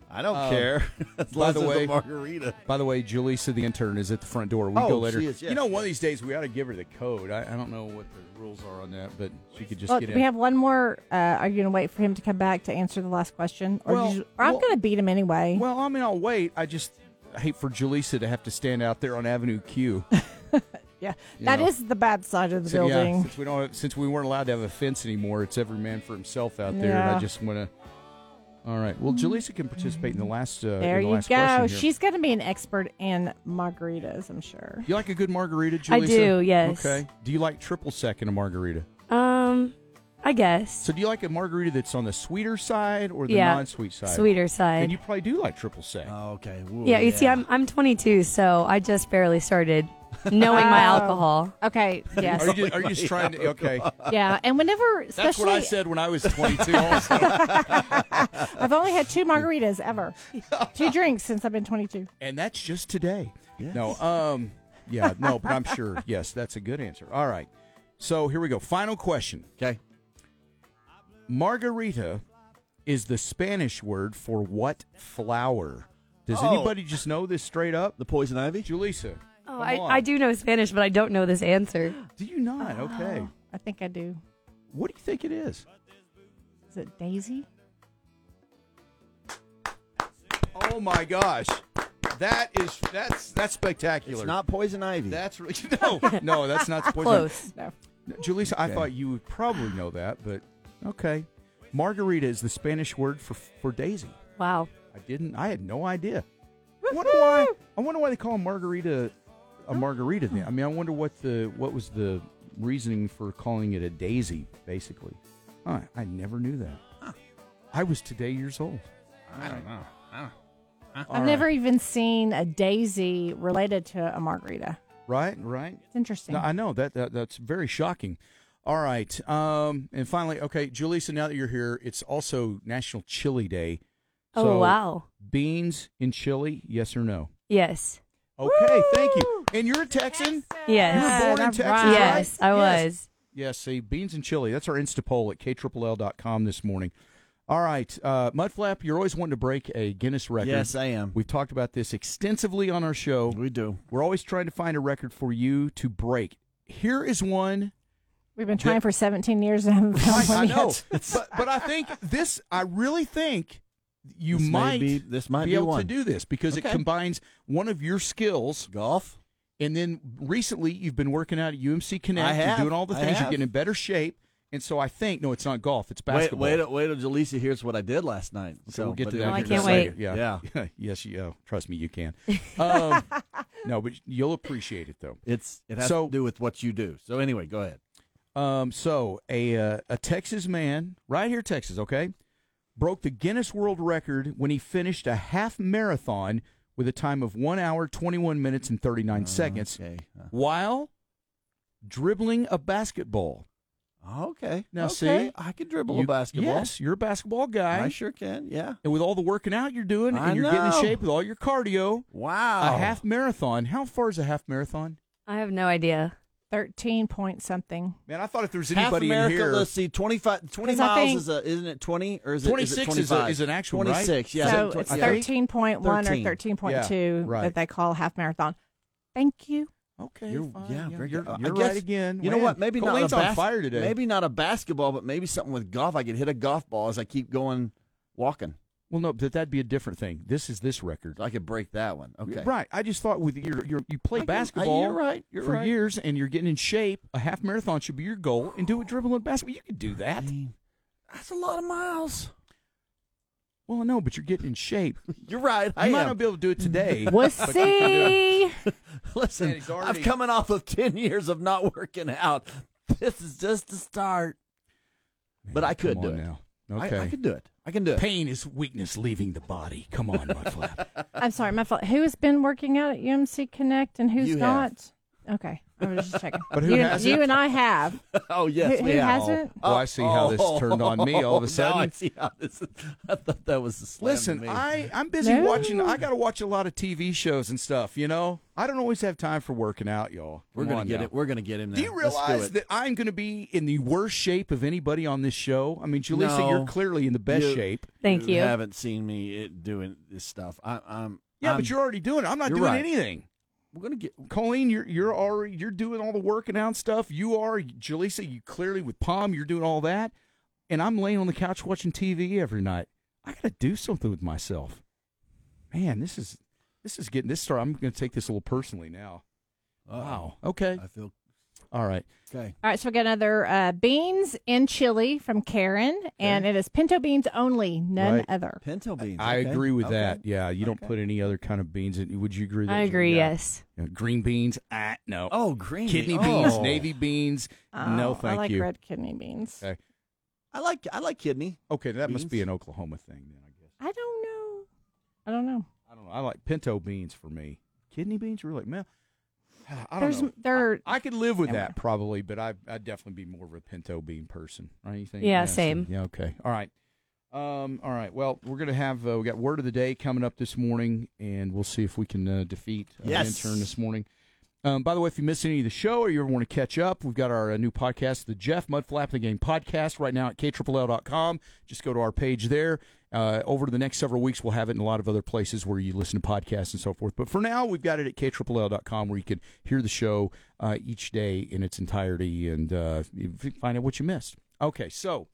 D: I don't care. as
E: Oh. by
D: long
E: the
D: as it's
E: way-
D: a margarita.
E: By the way, Julissa, the intern, is at the front door. We
D: Oh,
E: go later.
D: she is, yes.
E: You know, one of these days we ought to give her the code. I, I don't know what the rules are on that, but she could just
H: Look,
E: get in.
H: Uh, we have one more. Uh, are you going to wait for him to come back to answer the last question, or,
E: Well,
H: did you- or I'm
E: well-
H: going to beat him anyway?
E: well, I mean, I'll wait. I just hate for Julissa to have to stand out there on Avenue Q.
H: yeah, that
E: know.
H: is the bad side of the
E: So, uh, yeah,
H: building.
E: since we don't, have, since we weren't allowed to have a fence anymore, it's every man for himself out there, and I
H: Yeah.
E: just want to. All right. Well, Julissa can participate in the last. Uh, in
H: there
E: the
H: you
E: last question
H: go.
E: here.
H: She's going to be an expert in margaritas, I'm sure.
E: You like a good margarita, Julissa?
B: I do, yes.
E: Okay. Do you like triple sec in a margarita?
B: Um, I guess.
E: So do you like a margarita that's on the sweeter side or the
B: Yeah,
E: non-sweet side?
B: sweeter side.
E: And you probably do like triple sec.
D: Oh, okay. Woo,
B: yeah, you see, I'm I'm 22, so I just barely started knowing my
H: Oh.
B: alcohol.
H: Okay. Yes.
E: Are you just, are you just trying to? Okay.
H: yeah. And whenever, especially,
E: That's what I said when I was 22. Also.
D: Uh,
H: I've only had two margaritas ever, two drinks since I've been 22.
E: and that's just today. No. Um. Yeah. No. But I'm sure. Yes, that's a good answer. All right. So here we go. Final question.
D: Okay.
E: Margarita is the Spanish word for what flower? Does
B: Oh.
E: anybody just know this straight up? The
D: poison ivy?
E: Julissa.
B: Oh, I, I do know Spanish, but I don't know this answer.
E: Do you not?
B: Uh-huh.
E: Okay.
H: I think I do.
E: What do you think it is?
H: Is it Daisy?
E: Oh my gosh. That is that's that's spectacular.
D: It's not poison ivy.
E: That's really no, no, that's not poison.
D: Close.
H: No.
E: Julissa, I
D: Okay.
E: thought you would probably know that, but okay. Margarita is the Spanish word for for daisy.
B: Wow.
E: I didn't. I had no idea. I wonder why. I wonder why they call a margarita a margarita. Then I mean, I wonder what the what was the reasoning for calling it a daisy, basically. Huh, I never knew that. I was today years old.
Q: I don't know. I don't
H: I've never even seen a daisy related to a margarita.
E: Right, right. It's
H: interesting.
E: No, I know that, that that's very shocking. All right, um, and finally, okay, Julissa. Now that you're here, it's also National Chili Day.
B: Oh, wow.
E: Beans in chili, yes or no?
B: Yes.
E: Okay, thank you. And you're a Texan?
B: Yes.
E: You were born in
B: That's
E: Texas,
B: right.
E: right?
B: Yes, I was.
E: Yes, see, beans and chili. That's our Insta poll at ktrill.com this morning. All right, uh, Mudflap, you're always wanting to break a Guinness record.
D: Yes, I am.
E: We've talked about this extensively on our show. We
D: do.
E: We're always trying to find a record for you to break. Here is one.
H: We've been
E: that-
H: trying for 17 years and haven't
E: I,
H: found
E: I
H: one yet.
E: know, but, but I think this. I really think you
D: This may
E: might
D: be- this might be
E: able to
D: one.
E: do this because it
D: Okay.
E: combines one of your skills,
D: golf,
E: and then recently you've been working out at UMC Connect.
D: I have.
E: You're doing all the
D: I
E: things. You're
D: have.
E: getting in better shape, and so I think no, it's not golf. It's
D: Wait,
E: basketball.
D: wait, till- wait till Jaleesa hears what I did last night. so
E: So we'll get
D: but
E: to
H: Oh,
D: then
E: that.
D: we
E: in
D: can
E: a
D: say
E: second.
D: it.
E: Yeah. yeah. yes, you, oh, trust me, you can. Um, no, but you'll appreciate it though.
D: It's it has
E: So-
D: to do with what you do. So anyway, go ahead.
E: Um, so a uh, a Texas man, right here, Texas, okay, broke the Guinness World Record when he finished a half marathon with a time of one hour twenty one minutes and thirty
D: Uh-huh,
E: nine seconds,
D: uh.
E: while dribbling a basketball.
D: Okay.
E: Now
D: Okay.
E: see,
D: I can dribble a
E: you-
D: basketball.
E: Yes, you're a basketball guy.
D: I sure can. Yeah.
E: And with all the working out you're doing,
D: I
E: and you're getting
D: know.
E: in shape with all your cardio,
D: wow,
E: a half marathon. How far is a half marathon?
B: I have no idea.
H: 13 point something.
E: Man, I thought if there was
D: half
E: anybody in
D: America,
E: here,
D: Let's see, 25, 20
H: 'Cause I
D: miles
H: think-
D: is a, isn't it twenty or is it- is it
E: 26 is a-
D: 25?
E: is an actual, right?
D: 26, yeah.
H: So
D: Twen-
H: it's
D: yeah.
H: 13.1
D: 13.
H: or 13.2
D: Yeah, right.
H: that they call half marathon. Thank you.
E: Okay.
D: You're, yeah, very
E: you're-
D: good. I
E: you're
D: guess-
E: right again.
D: You know
E: Man,
D: what? Maybe
E: Colleen's
D: not a
E: on
D: bas-
E: fire today.
D: Maybe not a basketball, but maybe something with golf. I could hit a golf ball as I keep going walking.
E: Well, no, but that'd be a different thing. This is this record.
D: I could break that one. Okay.
E: Right. I just thought with your your you
D: I
E: play
D: can- I-
E: basketball
D: you're right, you're
E: for
D: right.
E: years and you're getting in shape. A half marathon should be your goal, and do it dribbling basketball. You could do that.
D: That's a lot of miles.
E: Well, no, but you're getting in shape.
D: You're right. I
E: you might
D: am.
E: not be able to do it today.
D: We'll
E: but you can do it. Man,
D: Listen,
E: he's already-
D: I'm coming off of 10 years of not working out. This is just the start. but I could
E: come
D: do
E: on
D: it.
E: now.
D: I-
E: Okay.
D: I, could do it. I can do it.
E: Pain is weakness leaving the body. Come on, my flap.
H: I'm sorry, my fault. Who has been working out at UMC Connect and who's
E: You have.
H: not? Okay, I was just checking.
E: But who
H: you,
E: hasn't?
H: you and I have.
D: Oh yes,
H: Who-
D: we
H: who
D: have.
H: hasn't?
E: Oh, I see how this turned on me all of a
D: Now
E: sudden.
D: I see how this. I thought that was a slam to
E: Listen,
D: me.
E: I I'm busy
D: No.
E: watching. I got to watch a lot of TV shows and stuff. You know, I don't always have time for working out, y'all.
D: We're
E: Come
D: gonna
E: on
D: get
E: now.
D: it. We're gonna get him.
E: Do
D: Now.
E: you
D: Let's
E: realize
D: it.
E: that I'm going to be in the worst shape of anybody on this show? I mean, Julissa,
D: No.
E: you're clearly in the best
D: You-
E: shape.
D: You haven't seen me it, doing this stuff. I, I'm.
E: Yeah,
D: I'm-
E: but you're already doing it. I'm not
D: You're
E: doing
D: right.
E: anything.
D: We're gonna get
E: Colleen. You're you're already you're doing all the working out stuff. You are Julissa. You clearly with Palm. You're doing all that, and I'm laying on the couch watching TV every night. I got to do something with myself. Man, this is this is getting this started. I'm going to take this a little personally now. Wow. Okay.
D: I feel
E: All right.
D: okay.
H: All right, so we got another uh, beans and chili from Karen, and it is pinto beans only, none
E: Right.
H: other.
D: Pinto beans.
E: I
D: okay.
E: agree with
D: Okay.
E: that. Yeah, you don't put any other kind of beans in. Would you agree? with
B: I
E: that, Julie?
B: agree,
E: Yeah.
B: yes.
E: Yeah, green beans? Ah, no.
D: Oh, green
E: kidney
D: bean-
E: beans,
D: oh.
E: navy beans. no,
H: Oh,
E: thank
H: I like
E: you.
H: red kidney beans.
E: Okay.
D: I like. I like kidney.
E: Okay, that must
D: Beans.
E: be an Oklahoma thing then.
H: I don't know. I don't know.
E: I don't know. I like pinto beans for me. Kidney beans, really? Man, I don't
H: There's
E: know.
H: there.
E: I could live with
H: Never
E: that probably, but I, I'd definitely be more of a pinto bean person. Right? You think?
B: Yeah,
E: so-
B: same.
E: yeah. Okay. All right. Um, all right. Well, we're gonna have uh, we got word of the day coming up this morning, and we'll see if we can uh, defeat uh, the
D: Yes.
E: intern this morning. Um, by the way, if you missed any of the show or you ever want to catch up, we've got our uh, new podcast, the Jeff Mudflap the Game podcast, right now at kll.com. Just go to our page there. Uh, over the next several weeks, we'll have it in a lot of other places where you listen to podcasts and so forth. But for now, we've got it at kll.com where you can hear the show uh, each day in its entirety and uh, you can find out what you missed. Okay, so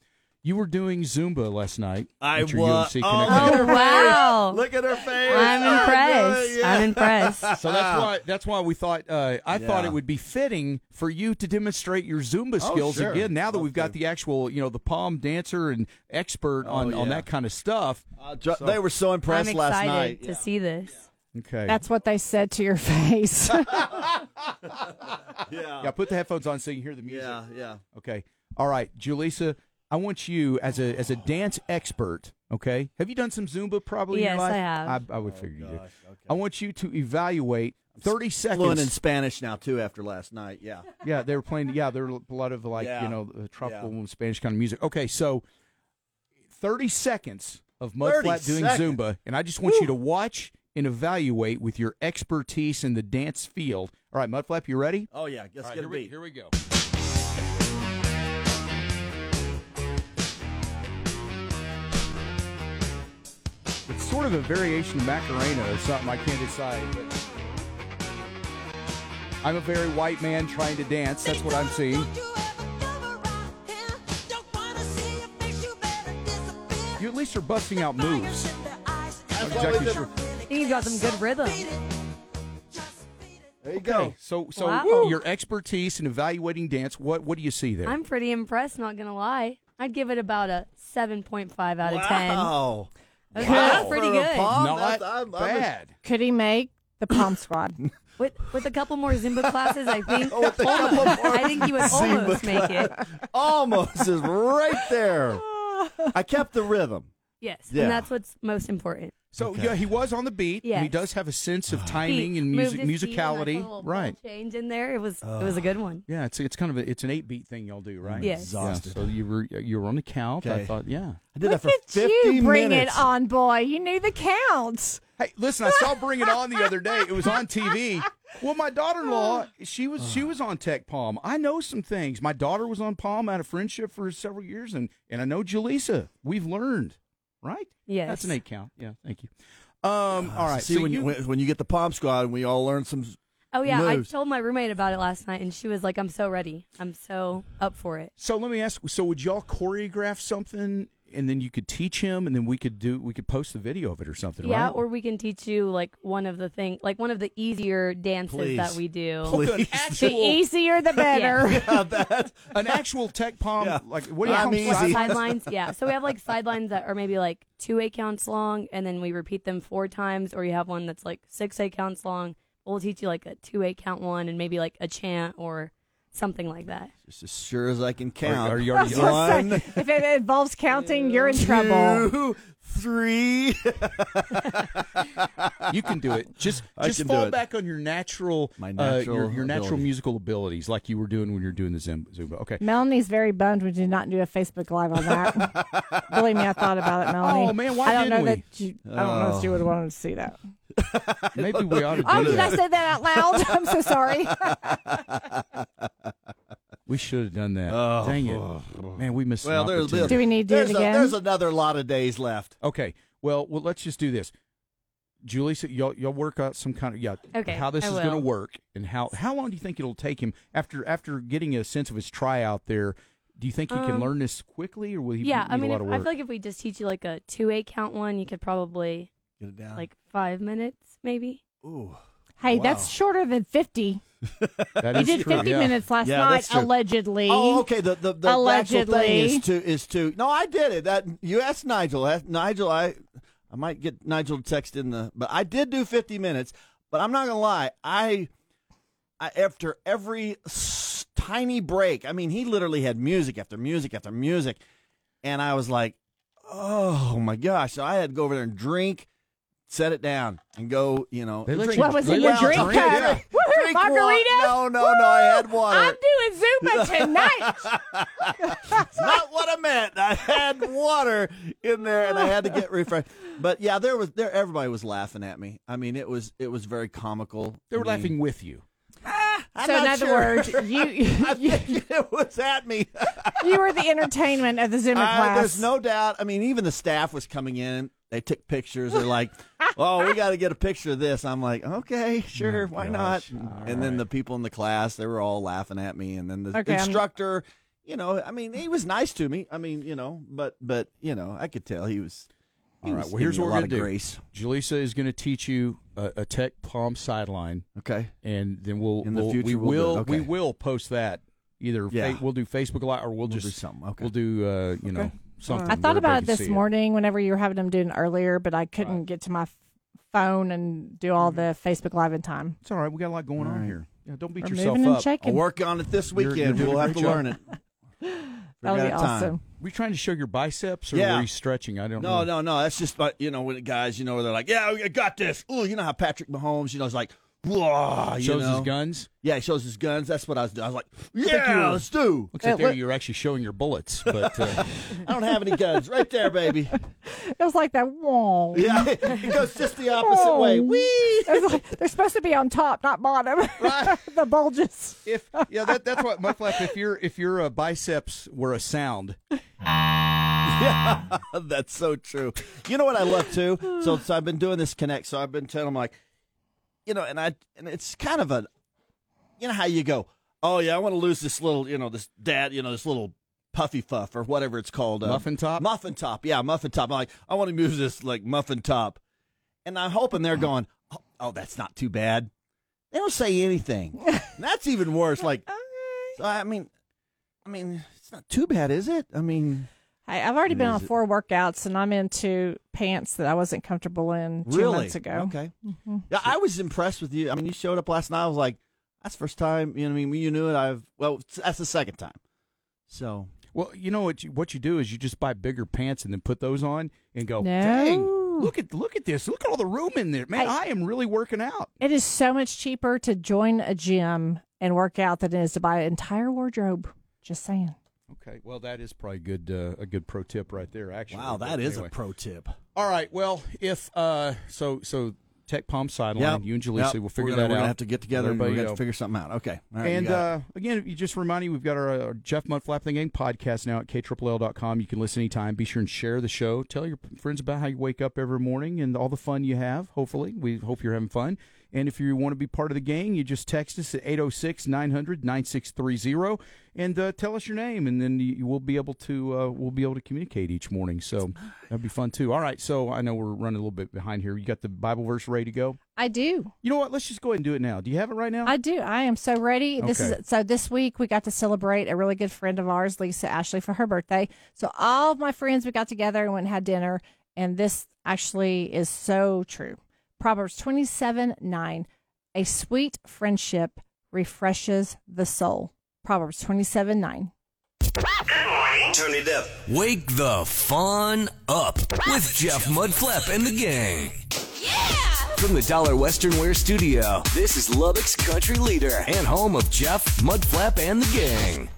E: you were doing Zumba last night.
D: I
E: at your
D: wa-
E: UFC
D: oh, look at her
E: Connect.
D: face.
B: wow.
D: Look at her face.
B: I'm
D: Oh,
B: impressed.
D: good, yeah.
B: I'm impressed.
E: So that's why that's why we thought uh, I thought
D: Ah. Yeah.
E: it would be fitting for you to demonstrate your Zumba
D: Oh,
E: skills
D: sure.
E: again. Now that we've got the actual you know the palm dancer and expert on, on
D: Oh, yeah.
E: that kind of stuff.
D: dr- Uh, they were so
B: I'm excited to see this.
E: Okay,
H: That's what they said to your face.
E: yeah. Put the headphones on so you can hear the music.
D: Yeah, yeah.
E: Okay. All right, Julissa, I want you as a as a dance expert. Okay, have you done some Zumba probably? in
B: Yes,
E: your life?
B: I have.
E: I, I
D: Oh,
E: would figure you did. I want you to evaluate thirty seconds.
D: Fluent in Spanish now too after last night. Yeah.
E: Yeah, they were playing. Yeah, there were a lot of like
D: Yeah.
E: you know uh, tropical
D: Yeah.
E: Spanish kind of music. Okay, so thirty seconds of Mudflat
D: 30
E: doing
D: seconds.
E: Zumba, and I just want you to watch and evaluate with your expertise in the dance field. All right, Mudflap, you ready?
D: Oh yeah. Let's
E: right,
D: get a
E: here we-
D: beat.
E: here we go. It's sort of a variation of Macarena or something. I can't decide. But I'm a very white man trying to dance. That's what I'm seeing. You at least are busting out moves. Not exactly sure.
B: He's got some good rhythm.
D: There you
E: Okay, so so
B: Wow.
E: your expertise in evaluating dance, what what do you see there?
B: I'm pretty impressed, not going to lie. I'd give it about a 7.5 out of 10.
D: Wow.
B: That's
H: Wow.
B: pretty
H: For a
B: good.
H: palm,
E: Not that's- I'm- I'm a- bad.
H: Could he make the Palm Squad?
B: With, with a couple more Zumba classes, I think
D: with a couple
B: almost-
D: more
B: I think you would
D: Zumba
B: almost make it.
D: Almost is right there. I kept the rhythm.
B: Yes,
E: Yeah.
B: and that's what's most important.
E: so yeah, he was on the beat. and He
B: Yes.
E: does have a sense
D: Uh-huh.
E: of timing
B: He
E: and
B: moved
E: music
B: his feet and, like, a
E: musicality,
B: little ball
E: right?
B: Change in there. It was it was a good one.
E: Yeah, it's it's kind of a, it's an eight beat thing y'all do, right?
B: I'm Yes.
E: Yeah,
D: exhausted.
E: so you were you were on the count. I
D: Okay.
E: thought, yeah.
D: I did that for
H: Look at
D: 50
H: you bring
D: minutes.
H: it on, boy. You knew the counts.
E: Hey, listen, I saw Bring It On the other day. It was on TV. Well, my daughter-in-law, she was
D: Uh.
E: she was on Tech Palm. I know some things. My daughter was on Palm out of friendship for several years, and and I know Jaleesa. We've learned, right?
B: Yes.
E: that's an eight count. Yeah, thank you. Um, all right.
D: Uh, See
E: so
D: when you
E: you-
D: when, when you get the palm squad, we all learn some.
B: Oh yeah,
D: moves.
B: I told my roommate about it last night, and she was like, "I'm so ready. I'm so up for it."
E: so let me ask. So would y'all choreograph something, and then you could teach him, and then we could do we could post the video of it or something,
B: Yeah,
E: right?
B: or we can teach you like one of the thing, like one of the easier dances
E: Please.
B: that we do.
E: Please.
H: The easier, the better.
E: an actual Tech Palm, like what do you
B: yeah,
E: call them?
B: like sidelines. Yeah, so we have like sidelines that are maybe like two eight counts long, and then we repeat them four times, or you have one that's like six eight counts long. We'll teach you like a two eight count one, and maybe like a chant or something like that.
D: Just as sure as I can count.
E: are you already-
H: I was
D: one,
H: gonna say, if it involves counting, you're in trouble.
D: two, three?
E: you can do it. Just
D: I
E: just
D: can do
E: fall
D: it.
E: back on your natural,
D: My
E: uh, your,
D: natural
E: your natural
D: ability.
E: musical abilities, like you were doing when you were doing the Zim- Zumba. Okay.
H: Melanie's very bummed we did not do a Facebook Live on that. Believe me, I thought about it, Melanie.
E: Oh, man, why
H: I don't
E: didn't
H: know
E: we?
H: that you, I don't know
E: Oh.
H: if she would have wanted to see that.
E: Maybe we ought to do
H: Oh, did I
E: that.
H: say that out loud? I'm so sorry.
E: we should have done that.
D: Oh.
E: Dang it, man, we missed. an
D: Well, there's
E: opportunity.
H: Do we need to do
D: there's
H: it
D: a-
H: again?
D: There's another lot of days left.
E: Okay. Well, well, let's just do this. Julie, so y'all, y'all work out some kind of yeah.
B: Okay,
E: How this
B: I
E: is going to
B: will.
E: work, and how how long do you think it'll take him after after getting a sense of his tryout there? Do you think he can
B: Um,
E: learn this quickly, or will he
B: yeah,
E: need
B: I mean,
E: a
B: if,
E: lot of
B: I
E: work?
B: feel like if we just teach you like a two eight count one, you could probably
D: Get it down.
B: like five minutes maybe.
D: Ooh.
H: Hey,
D: Wow.
H: that's shorter than 50.
E: That
H: You
E: is
H: did
E: true,
H: 50
E: yeah.
H: minutes last
D: Yeah,
H: night,
D: that's true.
H: allegedly.
D: Oh, okay. The the, the actual
H: Allegedly.
D: thing is to is to. No, I did it. That you asked Nigel. Ask- Nigel, I I might get Nigel to text in the, but I did do fifty minutes. But I'm not gonna lie. I I after every s- tiny break. I mean, he literally had music after music after music, and I was like, oh my gosh. So I had to go over there and drink. Set it down and go, you know.
E: They let
D: drink-
E: you-
H: What was
E: they
H: in your
E: let you
H: drink cup?
D: Yeah.
H: Woohoo,
D: Drink wa-
H: margaritas?
D: No, no, no. I had water.
H: I'm doing Zumba tonight.
D: not what I meant. I had water in there and I had to get refreshed. But yeah, there was there everybody was laughing at me. I mean, it was it was very comical.
E: They were
D: I mean,
E: laughing with you.
D: I'm
B: so in
D: not
B: other
D: sure.
B: words, you
D: I think it was at me.
B: you were the entertainment of the Zumba
D: Uh,
B: class.
D: There's no doubt. I mean, even the staff was coming in. They took pictures. They're like, "Oh, we got to get a picture of this." I'm like, "Okay,
E: Oh,
D: sure, why not?" and then the people in the class, they were all laughing at me. And then the
B: Okay, I'm-
D: instructor, you know, I mean, he was nice to me. I mean, you know, but but you know, I could tell he was. he
E: All right.
D: was
E: Well, here's
D: giving me
E: what we're
D: a lot
E: going
D: of
E: to do.
D: grace.
E: Jaleesa is going to teach you a, a tech palm sideline.
D: Okay.
E: And then we'll
D: In the
E: we'll- we
D: future, we'll do
E: will
D: it. Okay.
E: we will post that either fa-
D: Yeah.
E: we'll do Facebook Live or we'll,
D: We'll
E: just
D: do something. Okay.
E: We'll do uh, you know
D: Okay.
E: something.
B: I thought
E: where
B: about it
E: they can
B: this
E: see
B: morning whenever you were having them doing it earlier, but I couldn't get to my f- phone and do
D: Mm-hmm.
B: all the Facebook Live in time.
E: It's all right. We got a lot going on here. Yeah, don't beat
B: We're
E: yourself
B: moving and
E: up.
B: shaking.
D: I'll work on it this
E: You're-
D: weekend.
E: you're doing
D: we'll
E: a
D: have to
E: great
D: learn
E: job.
D: it.
B: That'll
D: Forgot
B: be
D: a time.
B: awesome.
E: Were you trying to show your biceps or
D: Yeah.
E: were you stretching? I don't know.
D: No, no, no. That's just, but you know, when guys, you know, they're like, "Yeah, I got this." Oh, you know how Patrick Mahomes, you know, is like, "Whoa," you
E: Shows his
D: know?
E: guns?
D: Yeah, he shows his guns. That's what I was doing. I was like,
E: I think you
D: "Yeah,
E: were-
D: let's do."
E: Looks like there you're actually showing your bullets, but uh,
D: I don't have any guns, right there, baby.
B: It was like that. Whoa.
D: Yeah, it goes just the opposite
E: Oh.
B: Whoa.
D: way. Whee!
B: It was like, they're supposed to be on top, not bottom. the bulges.
E: If yeah, that, that's what Mufflap. If your if your uh, biceps were a sound,
D: yeah, that's so true. You know what I love too? So, so I've been doing this connect. So I've been telling them like, you know, and I and it's kind of a, you know how you go, oh yeah, I want to lose this little, you know, this dad, you know, this little puffy fuff or whatever it's called, uh,
E: Muffin
D: top, muffin top, yeah, muffin top. I'm like, I want to lose this like muffin top, and I'm hoping they're going, oh, oh that's not too bad. They don't say anything. And that's even worse. Like, so I mean, I mean, it's not too bad, is it? I mean.
B: Hey, I've already
D: It
B: been
D: is-
B: on four workouts, and I'm into pants that I wasn't comfortable in two
D: really?
B: months ago.
D: Okay. Yeah, I was impressed with you. I mean, you showed up last night. I was like, that's the first time. You know, what I mean, you knew it. I've well, that's the second time. So
E: well, you know what you, what you do is you just buy bigger pants and then put those on and go.
B: No.
E: Dang, look at look at this. Look at all the room in there, man. I, am really working out.
B: It is so much cheaper to join a gym and work out than it is to buy an entire wardrobe. Just saying.
E: Okay, well, that is probably good uh, a good pro tip right there. Actually,
D: wow, that
E: But
D: is
E: anyway.
D: a pro tip.
E: All right. Well, if uh, so so Tech Palm
D: Yep,
E: sideline, you and Jaleesa
D: yep.
E: will
D: We're
E: figure
D: gonna-
E: that
D: We're
E: out.
D: gonna have to get together. and
E: Everybody,
D: we're gonna
E: uh,
D: have to figure something out. Okay. All right, you
E: and
D: got it.
E: uh, again, you just remind you, we've got our, uh, Jeff Mudflap the Gang podcast now at ktrill.com. You can listen anytime. Be sure and share the show. Tell your friends about how you wake up every morning and all the fun you have, hopefully. We hope you're having fun. And if you want to be part of the gang, you just text us at 806 900 9630 and uh, tell us your name, and then you, we'll be able to uh, we'll be able to communicate each morning. So that'd be fun too. All right, so I know we're running a little bit behind here. You got the Bible verse ready to go.
B: I do.
E: You know what? Let's just go ahead and do it now. Do you have it right now?
B: I do. I am so ready. This
E: Okay.
B: is so. This week we got to celebrate a really good friend of ours, Lisa Ashley, for her birthday. So all of my friends we got together and went and had dinner. And this actually is so true. Proverbs twenty-seven nine, a sweet friendship refreshes the soul. Proverbs twenty-seven nine.
R: Turn it up.
C: Wake the fun up with Jeff Mudflap and the gang.
R: From the Dollar Western Wear Studio, this is Lubbock's country leader and home of Jeff Mudflap and the gang.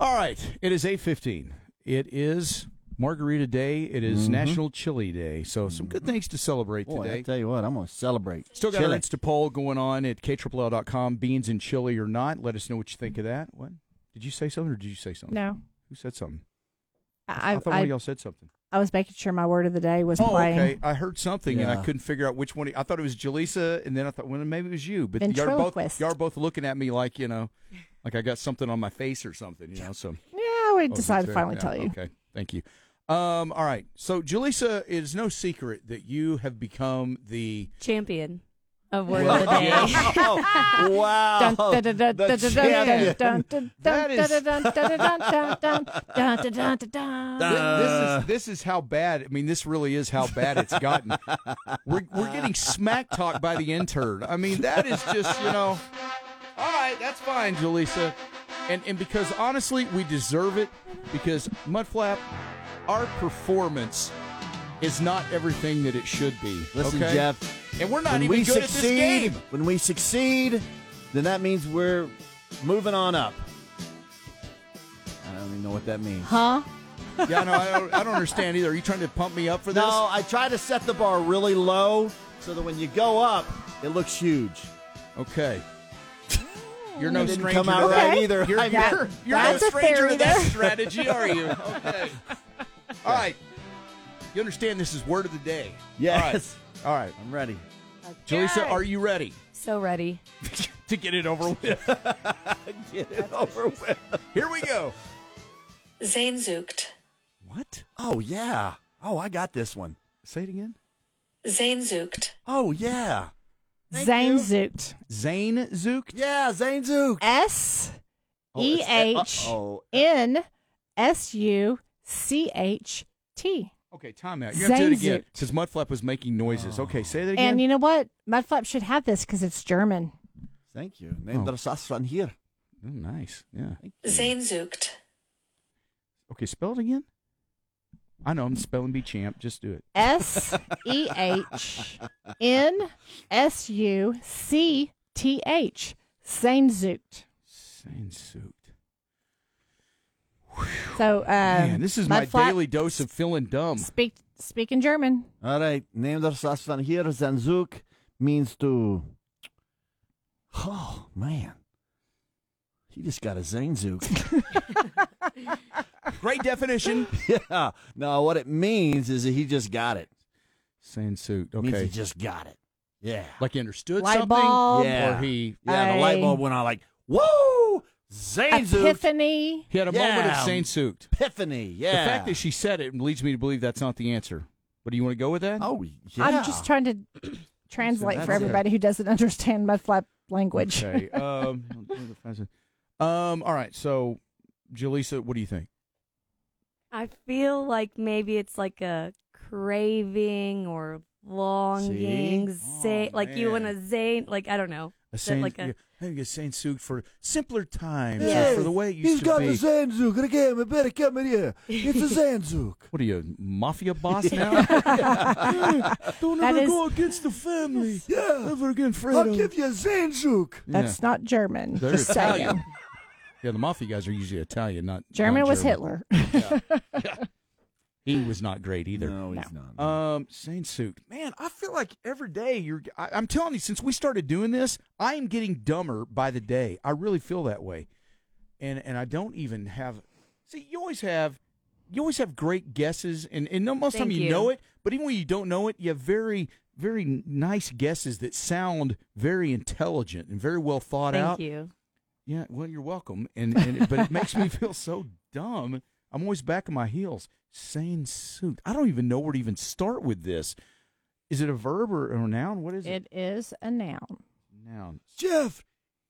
E: All right, it is 8:15. It is Margarita Day. It is
D: Mhm.
E: National Chili Day. So some good things to celebrate
D: Boy, I
E: today.
D: tell you what, I'm gonna celebrate.
E: Still got
D: Chili.
E: our Insta poll going on at ktrl.com. Beans and chili or not? Let us know what you think of that. What did you say something or did you say something?
B: No.
E: Who said something?
B: I,
E: thought
B: I,
E: one
B: I,
E: of y'all said something.
B: was making sure my word of the day was
E: oh,
B: playing.
E: okay. I heard something and I
D: Yeah.
E: couldn't figure out which one. I thought it was Jaleesa, and then I thought, well, maybe it was you. But y'all are both
B: Ventriloquist.
E: y'all are both looking at me like you know, like I got something on my face or something. You know, so.
B: Yeah, we
E: Oh,
B: decided to
E: that's
B: finally
E: right.
B: tell
E: Yeah,
B: you.
E: Okay, thank you. Um, all right. So, Jaleesa, it is no secret that you have become the
H: Champion of word of the day.
D: Oh, wow. The champion.
E: this
D: Uh.
E: is this is how bad. I mean, this really is how bad it's gotten. we're we're getting smack talk by the intern. I mean, that is just you know. All right, that's fine, Jaleesa, and and because honestly, we deserve it because Mudflap, our performance is not everything that it should be.
D: Listen,
E: okay?
D: Jeff.
E: and we're not
D: when
E: even
D: we
E: good at this
D: succeed,
E: game.
D: When we succeed, then that means we're moving on up. I don't even know what that means.
B: Huh?
E: yeah, no, I don't, I don't understand either. Are you trying to pump me up for this?
D: No, I try to set the bar really low so that when you go up, it looks huge.
E: Okay. You're no
D: It didn't
E: stranger
D: come out
E: to that.
D: right either.
E: You're,
D: I mean-
E: you're- you're no
D: That's a
E: stranger
D: theory
E: to that
D: there.
E: strategy, are you? Okay. All right. You understand this is word of the day.
D: Yes.
E: All right.
D: I'm ready.
E: Jaleesa, are you ready
H: So ready.
E: to get it over with?
D: Get it over with.
E: Here we go.
S: Sehnsucht.
D: What? Oh yeah. Oh, I got this one.
E: Say it again.
S: Sehnsucht.
D: Oh yeah.
B: Zanezoot.
E: Zane Zook?
D: Yeah, Zane Zook. Oh,
B: S E H N S U C H T.
E: Okay, time out. You have to do it again
B: Zanezoot.
E: because Mudflap was making noises.
D: Oh.
E: Okay, say that again.
B: And you know what? Mudflap should have this because it's German.
D: Thank you. Name das das von hier.
E: Oh, nice. Yeah.
S: Sehnsucht.
E: Okay, spell it again. I know I'm spelling bee champ. Just do it.
B: S E H N S U C T H. Zanezoot.
E: Zanezoot.
B: So, um,
E: Man, this is my
B: Mudflap,
E: daily dose of feeling dumb.
B: Speak, speak in German.
D: All right. Name das das von hier. Zane Zook means to. Oh man. He just got a Zane Zook.
E: Great definition.
D: yeah. No, what it means is that he just got it.
E: Zanezoot.
D: Means
E: Okay.
D: he just got it. Yeah.
E: Like he understood
B: Light
E: something.
B: bulb.
D: Yeah.
E: Or he.
D: Yeah, the light bulb went on like, whoa, Zanezook.
B: Epiphany.
E: He had a moment of
D: Yeah.
E: Zanezoot.
D: Epiphany. Yeah.
E: The fact that she said it leads me to believe that's not the answer. But do you want to go with that?
D: Oh,
B: I'm just trying to translate
E: that's
B: for everybody
E: it.
B: who doesn't understand Mudflap language.
E: Okay. Um, um, all right. So, Jaleesa, what do you think?
H: I feel like maybe it's like a craving or longing. Say, like you want to zane. Like I don't know.
E: Oh, A
H: Is it
E: Zane,
H: like a-
E: yeah, maybe a Zane Zook for simpler times or
D: Yes.
E: for the way it used
D: He's
E: to
D: got
E: be.
D: the Zanzook again. We better come in here. It's a Zanzook.
E: what are you, mafia boss now? Don't
B: That
E: ever
B: is-
E: go against the family.
D: Yeah.
E: Never again,
D: I'll
E: Fredo.
D: give you a Zanzook.
B: That's
E: Yeah.
B: not German.
E: They're
B: just saying.
E: Italian. Yeah, the mafia guys are usually Italian, not
B: German
E: not
B: was Hitler.
E: He was not great either.
D: No, he's not.
E: Um, Saint Suit, man, I feel like every day you're. I, I'm telling you, since we started doing this, I am getting dumber by the day. I really feel that way, and and I don't even have. See, you always have, you always have great guesses, and and no- most of the time
H: Thank
E: you,
H: you.
E: know it, but even when you don't know it, you have very very nice guesses that sound very intelligent and very well thought
H: Thank
E: out.
H: you.
E: Yeah, well, you're welcome, and, and but it makes me feel so dumb. I'm always back on my heels. Sane suit. I don't even know where to even start with this. Is it a verb or, or a noun? What is it?
B: It is a noun.
E: Noun.
D: Jeff,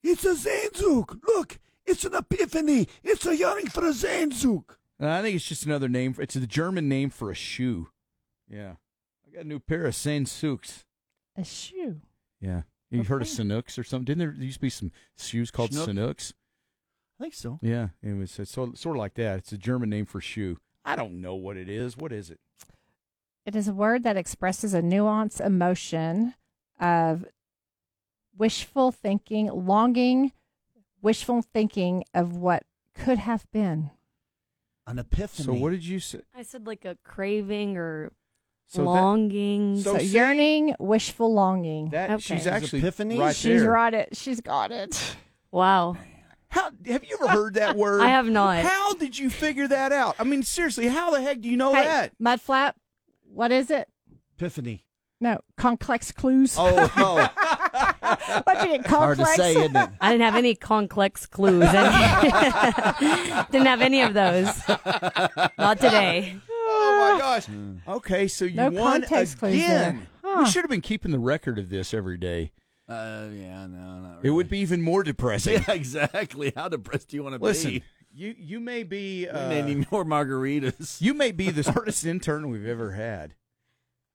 D: it's a Zanzook. Look, it's an epiphany. It's a yearning for a Zanzook.
E: Uh, I think it's just another name. For, it's the German name for a shoe. Yeah, I got a new pair of Sane suits.
B: A shoe.
E: Yeah, you have heard of Sanooks or something? Didn't there, there used to be some shoes called
D: Schnook?
E: Sanooks?
D: I think so.
E: Yeah, it was it's sort sort of like that. It's a German name for shoe. I don't know what it is. What is it?
B: It is a word that expresses a nuanced emotion of wishful thinking, longing, wishful thinking of what could have been.
D: An epiphany.
E: So what did you say?
H: I said like a craving or
E: So that-
H: longing.
B: So, yearning, wishful longing.
E: That
H: Okay.
E: she's
H: Is
E: actually
D: epiphany?
E: right
B: she's
E: there.
B: right. It. She's got it.
H: wow.
E: How have you ever heard that word?
H: I have not.
E: How did you figure that out? I mean, seriously, how the heck do you know
B: hey,
E: that?
B: Mudflap, what is it?
D: Epiphany.
B: No, complex clues.
D: Oh, oh.
B: what you get
D: hard
B: complex?
D: to say, isn't it?
H: I didn't have any complex clues. I didn't have any of those. Not today.
E: Oh my gosh. Okay, so you
B: No
E: won
B: context clues
E: again.
B: there. Huh.
E: We should have been keeping the record of this every day.
D: Uh, yeah, no, not
E: It would be even more depressing.
D: Yeah, exactly. How depressed do you want to
E: Listen,
D: be?
E: you you may be
D: We
E: uh,
D: may need more margaritas.
E: you may be the smartest intern we've ever had.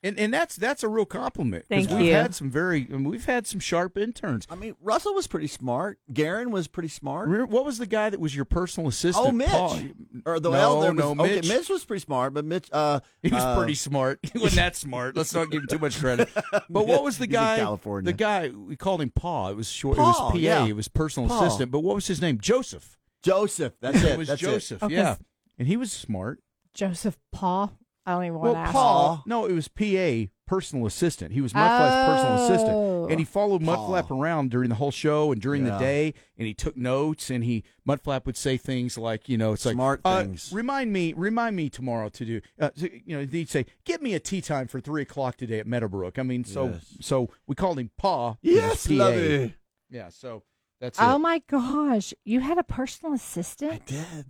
E: And and that's that's a real compliment. 'cause
H: Thank
E: we've
H: you.
E: had some very I mean, we've had some sharp interns.
D: I mean, Russell was pretty smart. Garen was pretty smart.
E: Remember- What was the guy that was your personal assistant?
D: Oh, Mitch,
E: Paul-
D: or the
E: no,
D: well, there was,
E: no,
D: okay,
E: Mitch.
D: Mitch was pretty smart, but Mitch, uh,
E: He was
D: uh,
E: pretty smart. He wasn't that smart. Let's not give him too much credit. But what was the
D: He's in
E: guy?
D: California.
E: The guy we called him Pa. It was short. it
D: Pa,
E: was PA.
D: yeah.
E: It was personal
D: Pa.
E: assistant. But what was his name? Joseph.
D: Joseph. That's it.
E: was
D: That's
E: Joseph.
B: Okay.
E: Yeah, and he was smart.
B: Joseph Paul. I don't even
E: Well,
B: want to ask.
D: Oh.
E: Paul. No, it was PA. personal assistant. He was Mudflap's personal
H: Oh.
E: assistant, and he followed
H: Paul.
E: Mudflap around during the whole show and during
D: Yeah.
E: the day, and he took notes. And he Mudflap would say things like, you know, it's
D: Smart
E: like, uh,
D: things.
E: remind me, remind me tomorrow to do. Uh, so, you know, he'd say, "Get me a tea time for three o'clock today at Meadowbrook." I mean, so
D: Yes.
E: so we called him Pa.
D: Yes,
E: you know, PA.
D: lovey.
E: Yeah, so that's
H: Oh
E: it.
H: my gosh, you had a personal assistant? I
D: did.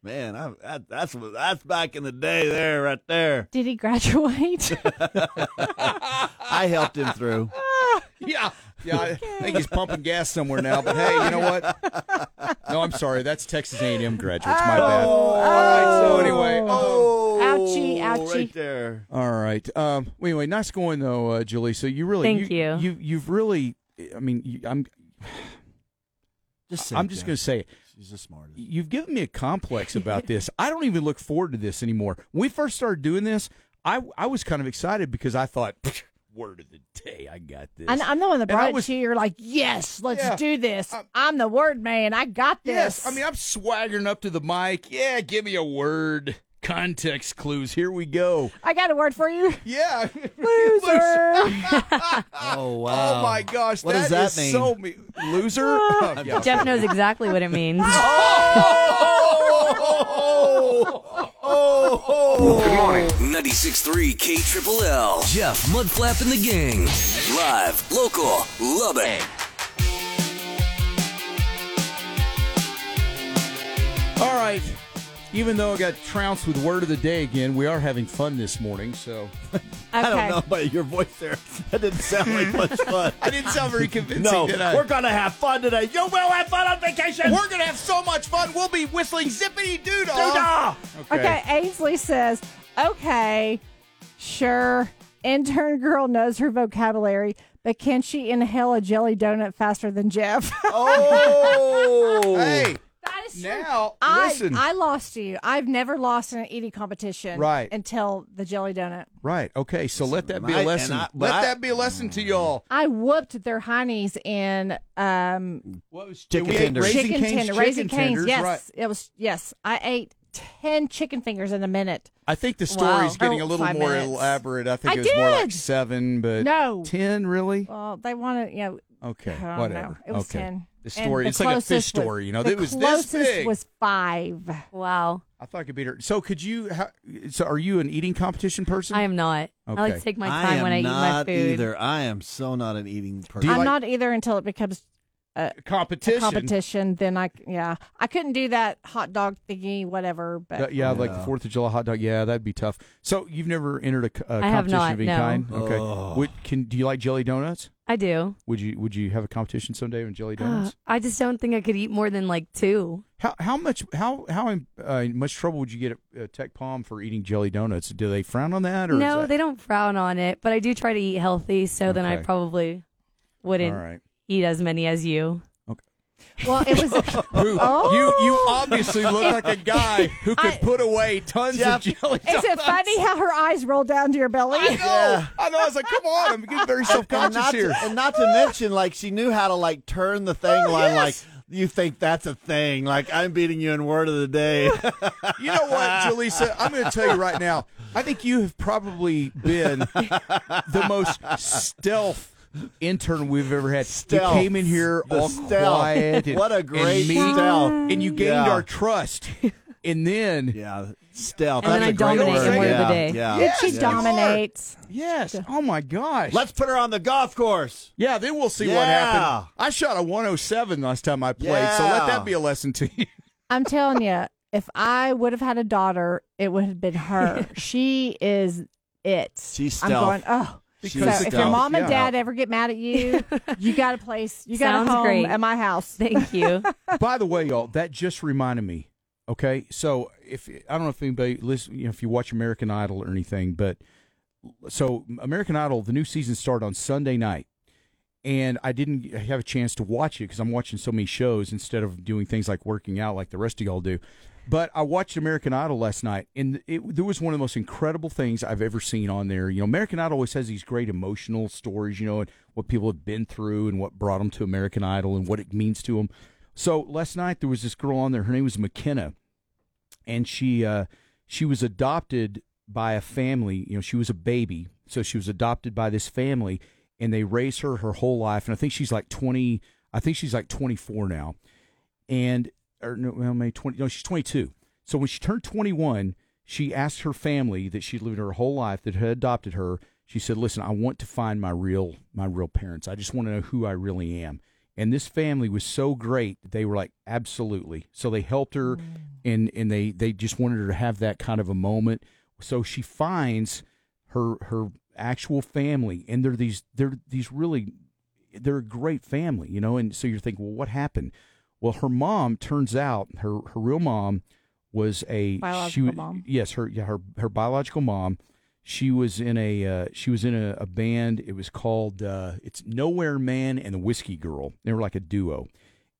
D: Man, I, I, that's what- that's back in the day there, right there.
H: Did he graduate?
D: I helped him through.
E: yeah, yeah. I think he's pumping gas somewhere now. But hey, you know what? No, I'm sorry. That's Texas A&M graduates. My bad. All right. So anyway, um,
D: Oh,
H: ouchie, ouchie.
D: right there.
E: all right. Um. well, anyway, nice going though, uh, Julie. So you really,
B: Thank
E: you,
B: you.
E: you, you've really. I mean, you, I'm.
D: Just say
E: I'm
D: it,
E: just
D: Jeff.
E: going to say it.
D: She's the smartest.
E: You've given me a complex about this. I don't even look forward to this anymore. When we first started doing this, I I was kind of excited because I thought, word of the day, I got this.
H: I'm, I'm the one that
E: And I
H: brought
E: was-
H: it to you. You're like, yes, let's
E: Yeah, Um,
H: do this. I'm the word man. I got this.
E: Yes, I mean I'm swaggering up to the mic. Yeah, give me a word. Context clues. Here we go.
H: I got a word for you.
E: Yeah.
H: Loser.
D: Oh
E: Oh my gosh,
B: What does that
E: is
B: mean?
E: so me- loser. Oh, yeah.
B: Jeff knows exactly what it means.
E: Oh,
P: Good morning. 96.3 K Triple L. Jeff Mudflap and the gang. Live, local, Lubbock.
E: All right. Even though I got trounced with word of the day again, we are having fun this morning. So
D: I don't know by your voice there. That didn't sound like much fun.
E: I didn't sound very convincing,
D: No,
E: did I?
D: we're gonna have fun today. You will have fun on vacation.
E: We're gonna have so much fun. We'll be whistling zippity doo
D: Doodah!
H: Okay. Ainsley says, okay, sure. Intern girl knows her vocabulary, but can she inhale a jelly donut faster than Jeff?
D: Oh.
E: Hey.
H: That is true.
E: Now,
H: I,
E: listen.
H: I lost to you. I've never lost in an eating competition
E: Right.
H: until the jelly donut.
E: Right. Okay. So let that be
D: I-
E: a
D: and
E: lesson.
D: I- but
E: let
D: I-
E: that be a lesson to y'all.
H: I whooped their heinies in um,
E: What was
D: Chicken
E: we ate
D: tenders.
E: Raising
H: chicken
E: Cane's
H: tender,
E: chicken
H: raisin canes.
E: tenders,
H: yes,
E: right.
H: it was. Yes, I ate ten chicken fingers in a minute.
E: I think the story's
H: Wow.
E: getting
H: Oh,
E: a little
H: five
E: more
H: minutes.
E: elaborate. I think
H: I
E: it was more like
H: did.
E: seven, but
H: No.
E: ten really.
H: Well, they want to, you know.
E: Okay,
H: I don't
E: whatever.
H: know. It was
E: Okay.
H: ten.
E: The
H: And
E: story- it's like a fish
H: closest was-
E: story, you know,
H: The
E: it was this
H: closest
E: big.
H: was five.
B: Wow.
E: I thought I could beat her. So could you? How, so are you an eating competition person?
B: I am not. I like
E: Okay.
B: to take my
D: I
B: time
D: am
B: when I eat my
D: not
B: food.
D: either. I am so not an eating person.
H: I'm not either until it becomes a
E: competition.
H: a competition, then I c- yeah, I couldn't do that hot dog thingy, whatever. But
E: Uh, yeah, like the Fourth of July hot dog. Yeah, that'd be tough. So you've never entered a, co- a
B: I
E: competition
B: have not,
E: of any
B: no.
E: kind. Okay.
D: Ugh.
E: Would, can do you like jelly donuts?
B: I do. Uh,
E: Would you Would you have a competition someday on jelly donuts?
B: I just don't think I could eat more than like two.
E: How how much how how uh, much trouble would you get at uh, Tech Palm for eating jelly donuts? Do they frown on that? Or is
B: No,
E: that-
B: they don't frown on it, but I do try to eat healthy, so then I
E: Okay.
B: probably wouldn't
E: All right.
B: eat as many as you.
H: well, it was.
E: Who-
H: oh,
E: You you obviously look like a guy who could put away tons
D: Jeff,
E: of jelly
H: is
E: donuts.
H: it funny how her eyes roll down to your belly?
E: I know. I know. I was like, come on, I'm getting very self
D: and
E: conscious
D: not,
E: here. Oh,
D: to, and not to mention, like she knew how to like turn the thing line.
E: yes.
D: Like you think that's a thing? Like I'm beating you in word of the day.
E: You know what, Jaleesa? I'm going to tell you right now. I think you have probably been the most stealth intern we've ever had.
D: Stealth.
E: You came in here
D: The
E: all
D: stealth.
E: quiet. And,
D: What a
E: and
D: great
E: meek,
D: stealth.
E: And you gained
D: Yeah.
E: our trust. And then,
D: yeah, stealth.
B: And then
D: that's
B: I
D: a great
B: dominate
D: word.
B: in word of
D: yeah.
B: the day.
D: Yeah.
H: Did she
D: Yes.
H: dominates?
E: yes. Oh my gosh.
D: Let's put her on the golf course.
E: yeah, then we'll see
D: Yeah.
E: what happened. I shot a 107 last time I played, so
D: Yeah.
E: let that be a lesson to you.
H: I'm telling you, if I would have had a daughter, it would have been her. she is it.
D: She's
H: I'm
D: stealth.
H: going. Oh.
D: She's
H: so if your
D: stealth,
H: mom and
D: yeah.
H: dad ever get mad at you, you got a place. You got
B: Sounds
H: a home
B: great.
H: at my house.
B: Thank you.
E: By the way, y'all, that just reminded me. Okay, so if I don't know if anybody listen, you know, if you watch American Idol or anything, but so American Idol, the new season started on Sunday night, and I didn't have a chance to watch it because I'm watching so many shows instead of doing things like working out like the rest of y'all do. But I watched American Idol last night, and it, there was one of the most incredible things I've ever seen on there. You know, American Idol always has these great emotional stories, you know, and what people have been through and what brought them to American Idol and what it means to them. So last night there was this girl on there. Her name was McKenna, and she uh, she was adopted by a family. You know, she was a baby, so she was adopted by this family, and they raised her her whole life. And I think she's like twenty. I think she's like twenty four now, and or no, well, maybe twenty. No, she's twenty two. So when she turned twenty one, she asked her family that she lived her whole life that had adopted her. She said, "Listen, I want to find my real my real parents. I just want to know who I really am." And this family was so great that they were like, "Absolutely!" So they helped her, and and they they just wanted her to have that kind of a moment. So she finds her her actual family, and they're these they're these really they're a great family, you know. And so you're thinking, well, what happened? Well, her mom turns out her her real mom was a she,
H: Biological
E: wa-
H: mom?
E: Yes, her yeah, her her biological mom. She was in a uh, she was in a, a band. It was called uh, it's Nowhere Man and the Whiskey Girl. They were like a duo,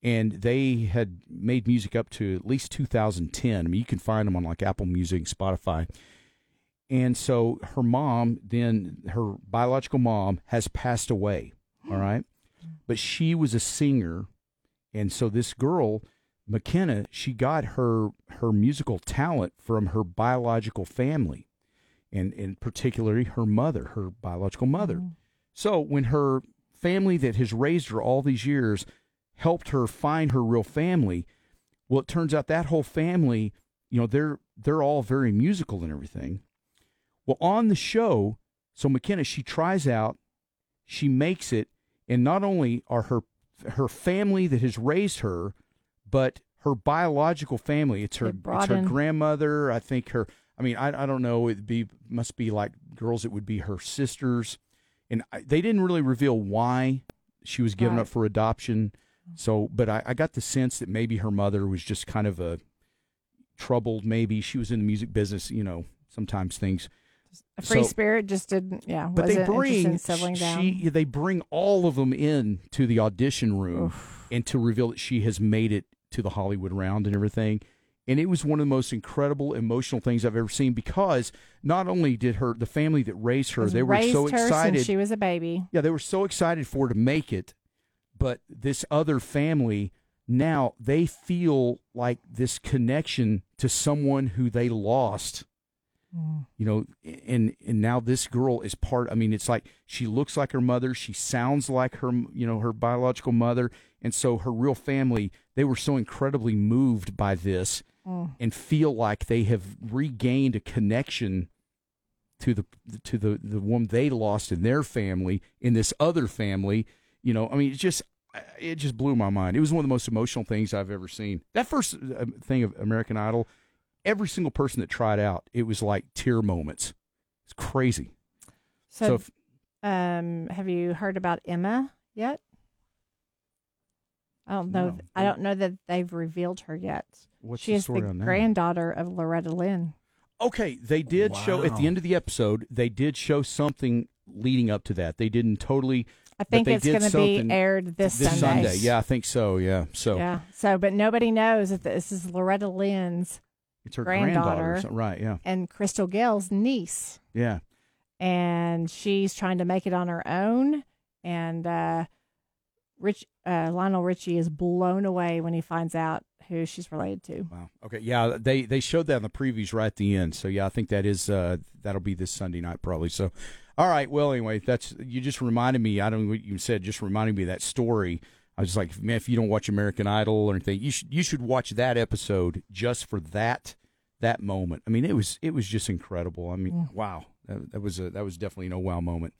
E: and they had made music up to at least 2010. I mean, you can find them on like Apple Music, Spotify. And so her mom, then her biological mom, has passed away. All right. But she was a singer. And so this girl, McKenna, she got her her musical talent from her biological family and, and particularly her mother, her biological mother. So when her family that has raised her all these years helped her find her real family, well, it turns out that whole family, you know, they're they're all very musical and everything. Well, on the show, so McKenna she tries out, she makes it, and not only are her her family that has raised her, but her biological family. It's her it's her
H: broaden.
E: grandmother. I think her. I mean, I I don't know. It'd be must be like girls. It would be her sisters, and I, they didn't really reveal why she was given
H: Right.
E: up for adoption. So, but I, I got the sense that maybe her mother was just kind of a troubled. Maybe she was in the music business. You know, sometimes things.
H: A free
E: So-
H: spirit just didn't. Yeah,
E: but they
H: wasn't interested
E: bring
H: in settling down.
E: she they bring all of them in to the audition room and to reveal that she has made it to the Hollywood round and everything. And it was one of the most incredible emotional things I've ever seen because not only did her the family that raised her,
H: Has
E: they were
H: raised
E: so
H: her
E: excited.
H: Since she was a baby.
E: Yeah, they were so excited for her to make it, but this other family now they feel like this connection to someone who they lost. You know, and and now this girl is part. I mean, it's like she looks like her mother, she sounds like her, you know, her biological mother, and so her real family. They were so incredibly moved by this,
H: Mm.
E: and feel like they have regained a connection to the to the the woman they lost in their family in this other family you know i mean it just it just blew my mind it was one of the most emotional things i've ever seen that first uh, thing of american idol every single person that tried out it was like tear moments it's crazy
H: So,
E: So if-
H: um, have you heard about Emma yet? I don't know.
E: No.
H: I don't know that they've revealed her yet.
E: What's
H: she
E: the
H: is
E: story
H: the
E: on that?
H: granddaughter of Loretta Lynn.
E: okay they did show at the
H: Wow.
E: end of the episode they did show something leading up to that they didn't totally
H: I
E: but
H: think
E: they
H: it's
E: did
H: gonna be
E: something
H: aired this Sunday.
E: sunday yeah i think so yeah so
H: Yeah. So, but nobody knows that this is Loretta Lynn's
E: it's her
H: granddaughter,
E: granddaughter, so- right yeah
H: and Crystal Gale's niece,
E: yeah
H: and she's trying to make it on her own. And uh, Rich uh, Lionel Richie is blown away when he finds out who she's related to.
E: Wow. Okay, yeah, they they showed that in the previews right at the end. So yeah, I think that is uh that'll be this Sunday night probably. So, all right. Well, anyway, that's you just reminded me. I don't know what you said. Just reminded me of that story. I was like, man, if you don't watch American Idol or anything, you should you should watch that episode just for that that moment. I mean, it was it was just incredible. I mean, wow, that, that was a that was definitely an oh wow moment.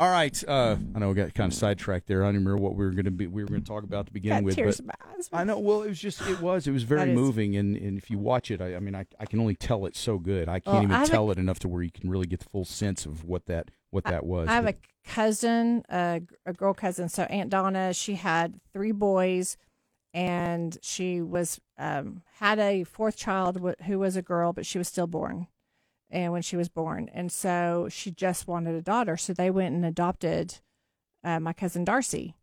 E: All right, uh, I know we got kind of sidetracked there. I don't remember what we were going to be we were going to talk about to begin
H: Got
E: with.
H: tears
E: but-
H: in my eyes.
E: I know. Well, it was just it was it was very
H: That is-
E: moving, and, and if you watch it, I, I mean, I, I can only tell it so good. I can't
H: Well,
E: even
H: I have a-
E: tell it enough to where you can really get the full sense of what that what that was.
H: I have
E: But-
H: a cousin, a, a girl cousin. So Aunt Donna, she had three boys, and she was um, had a fourth child wh- who was a girl, but she was stillborn. And when she was born, and so she just wanted a daughter, so they went and adopted uh, my cousin Darcy.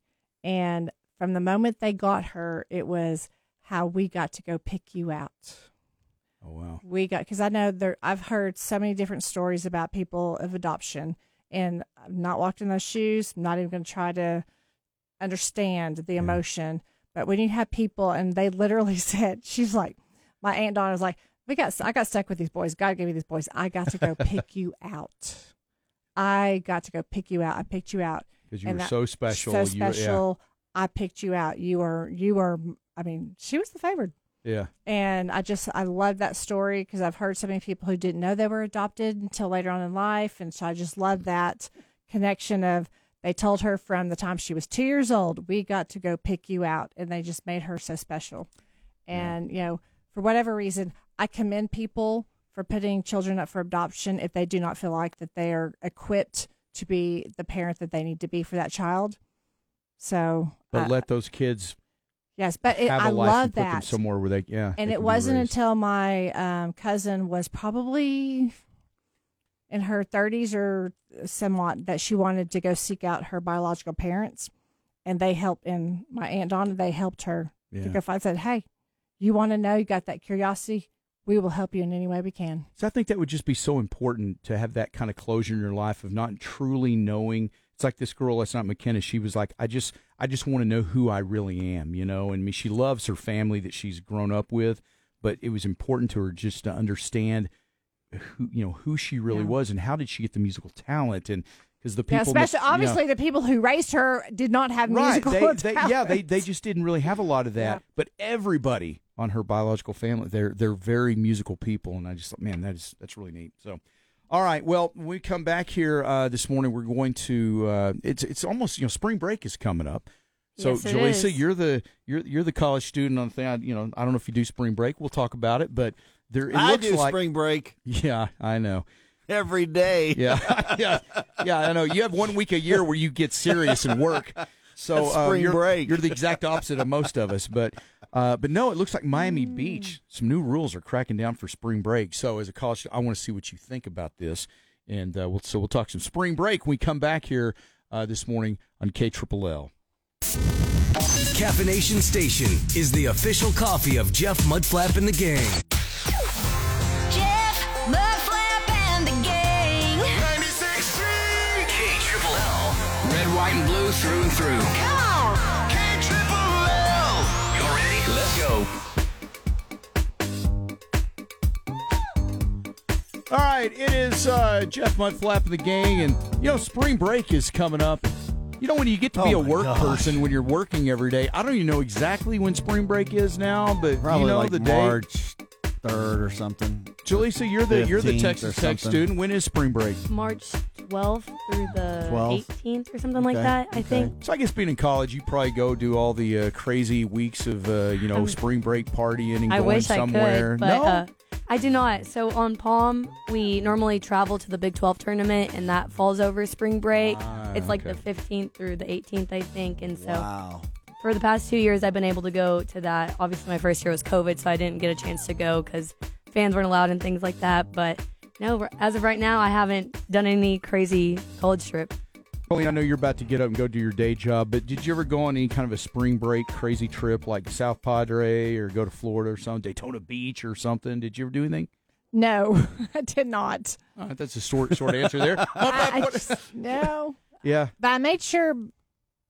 H: And from the moment they got her, it was how we got to go pick you out
E: oh wow.
H: we got because I know there. I've heard so many different stories about people of adoption, and I've not walked in those shoes. I'm not even going to try to understand the emotion. But when you have people, and they literally said, she's like, my aunt Donna's like, We got. I got stuck with these boys. God gave me these boys. I got to go pick you out. I got to go pick you out. I picked you out
E: 'Cause you
H: And
E: were
H: that-
E: so special. You
H: So
E: were- yeah.
H: special. I picked you out. You were. You were. I mean, she was the favored.
E: Yeah.
H: And I just I love that story because I've heard so many people who didn't know they were adopted until later on in life, and so I just love that connection of they told her from the time she was two years old, we got to go pick you out, and they just made her so special. And you know, for whatever reason, I commend people for putting children up for adoption if they do not feel like that they are equipped to be the parent that they need to be for that child. So,
E: But
H: I-
E: let those kids
H: yes, but it,
E: have a
H: I
E: life
H: love
E: and put them
H: that
E: somewhere where they yeah.
H: and
E: they
H: it
E: can be
H: wasn't
E: raised.
H: until my um, cousin was probably in her 30s or somewhat that she wanted to go seek out her biological parents and they helped and my aunt donna they helped her
E: Yeah.
H: to go find said hey you want to know you got that curiosity we will help you in any way we can
E: So I think that would just be so important to have that kind of closure in your life of not truly knowing. It's like this girl, that's not McKenna. She was like, I just, I just want to know who I really am, you know. And I mean, she loves her family that she's grown up with, but it was important to her just to understand who, you know, who she really
H: Yeah.
E: was and how did she get the musical talent and because the people,
H: yeah,
E: that-
H: especially
E: you know-
H: obviously the people who raised her did not have
E: right?
H: musical
E: they, they, yeah, they they just didn't really have a lot of that. But everybody on her biological family, they're they're very musical people, and I just thought, man, that is that's really neat. So, all right, well, when we come back here uh, this morning, we're going to uh, it's it's almost you know spring break is coming up. So,
T: Yes, it
E: Jaleesa,
T: is.
E: you're the you're you're the college student on the thing. I, you know, I don't know if you do spring break. We'll talk about it, but there it
D: I
E: looks
D: do
E: like
D: spring break
E: yeah, I know.
D: every day.
E: Yeah, yeah, yeah. I know you have one week a year where you get serious and work. So
D: That's
E: uh,
D: spring
E: you're,
D: break.
E: you're the exact opposite of most of us. But uh, but no, it looks like Miami Beach. Some new rules are cracking down for spring break. So as a college, student, I want to see what you think about this. And uh, we'll, so we'll talk some spring break when we come back here uh, this morning on K Triple L.
P: Caffeination Station is the official coffee of Jeff Mudflap and the gang.
L: Jeff Mudflap and the gang.
G: 96
P: K Triple L. Red, white, and blue through and through.
G: Come on. K Triple L.
P: You ready? Let's go.
E: All right, it is uh, Jeff Mudflap of the gang, and you know spring break is coming up. You know when you get to be
D: Oh
E: a
D: my
E: work
D: gosh.
E: person when you're working every day. I don't even know exactly when spring break is now, but
D: Probably
E: you know
D: like
E: the day.
D: March third or something.
E: Jaleesa, you're the you're the
D: 15th or
E: Texas Tech
D: something.
E: student. When is spring break?
B: March 12th through the
E: 12th.
B: 18th or something like that. I think.
E: So I guess being in college, you probably go do all the uh, crazy weeks of uh, you know
B: Um,
E: spring break partying and
B: I
E: going
B: wish
E: somewhere.
B: I could, but
E: no,
B: uh, I do not. So on Palm, we normally travel to the Big 12 tournament, and that falls over spring break.
N: Ah,
B: it's like
N: okay.
B: the 15th through the 18th, I think. And so
N: Wow.
B: for the past two years, I've been able to go to that. Obviously, my first year was COVID, so I didn't get a chance to go because fans weren't allowed and things like that. But no, r- as of right now, I haven't done any crazy college trip.
E: Colleen, I know you're about to get up and go do your day job, but did you ever go on any kind of a spring break crazy trip like South Padre or go to Florida or something, Daytona Beach or something? Did you ever do anything?
H: no i did not
E: All right, Uh, that's a short, short answer there.
H: I- I just- no
E: Yeah.
H: but i made sure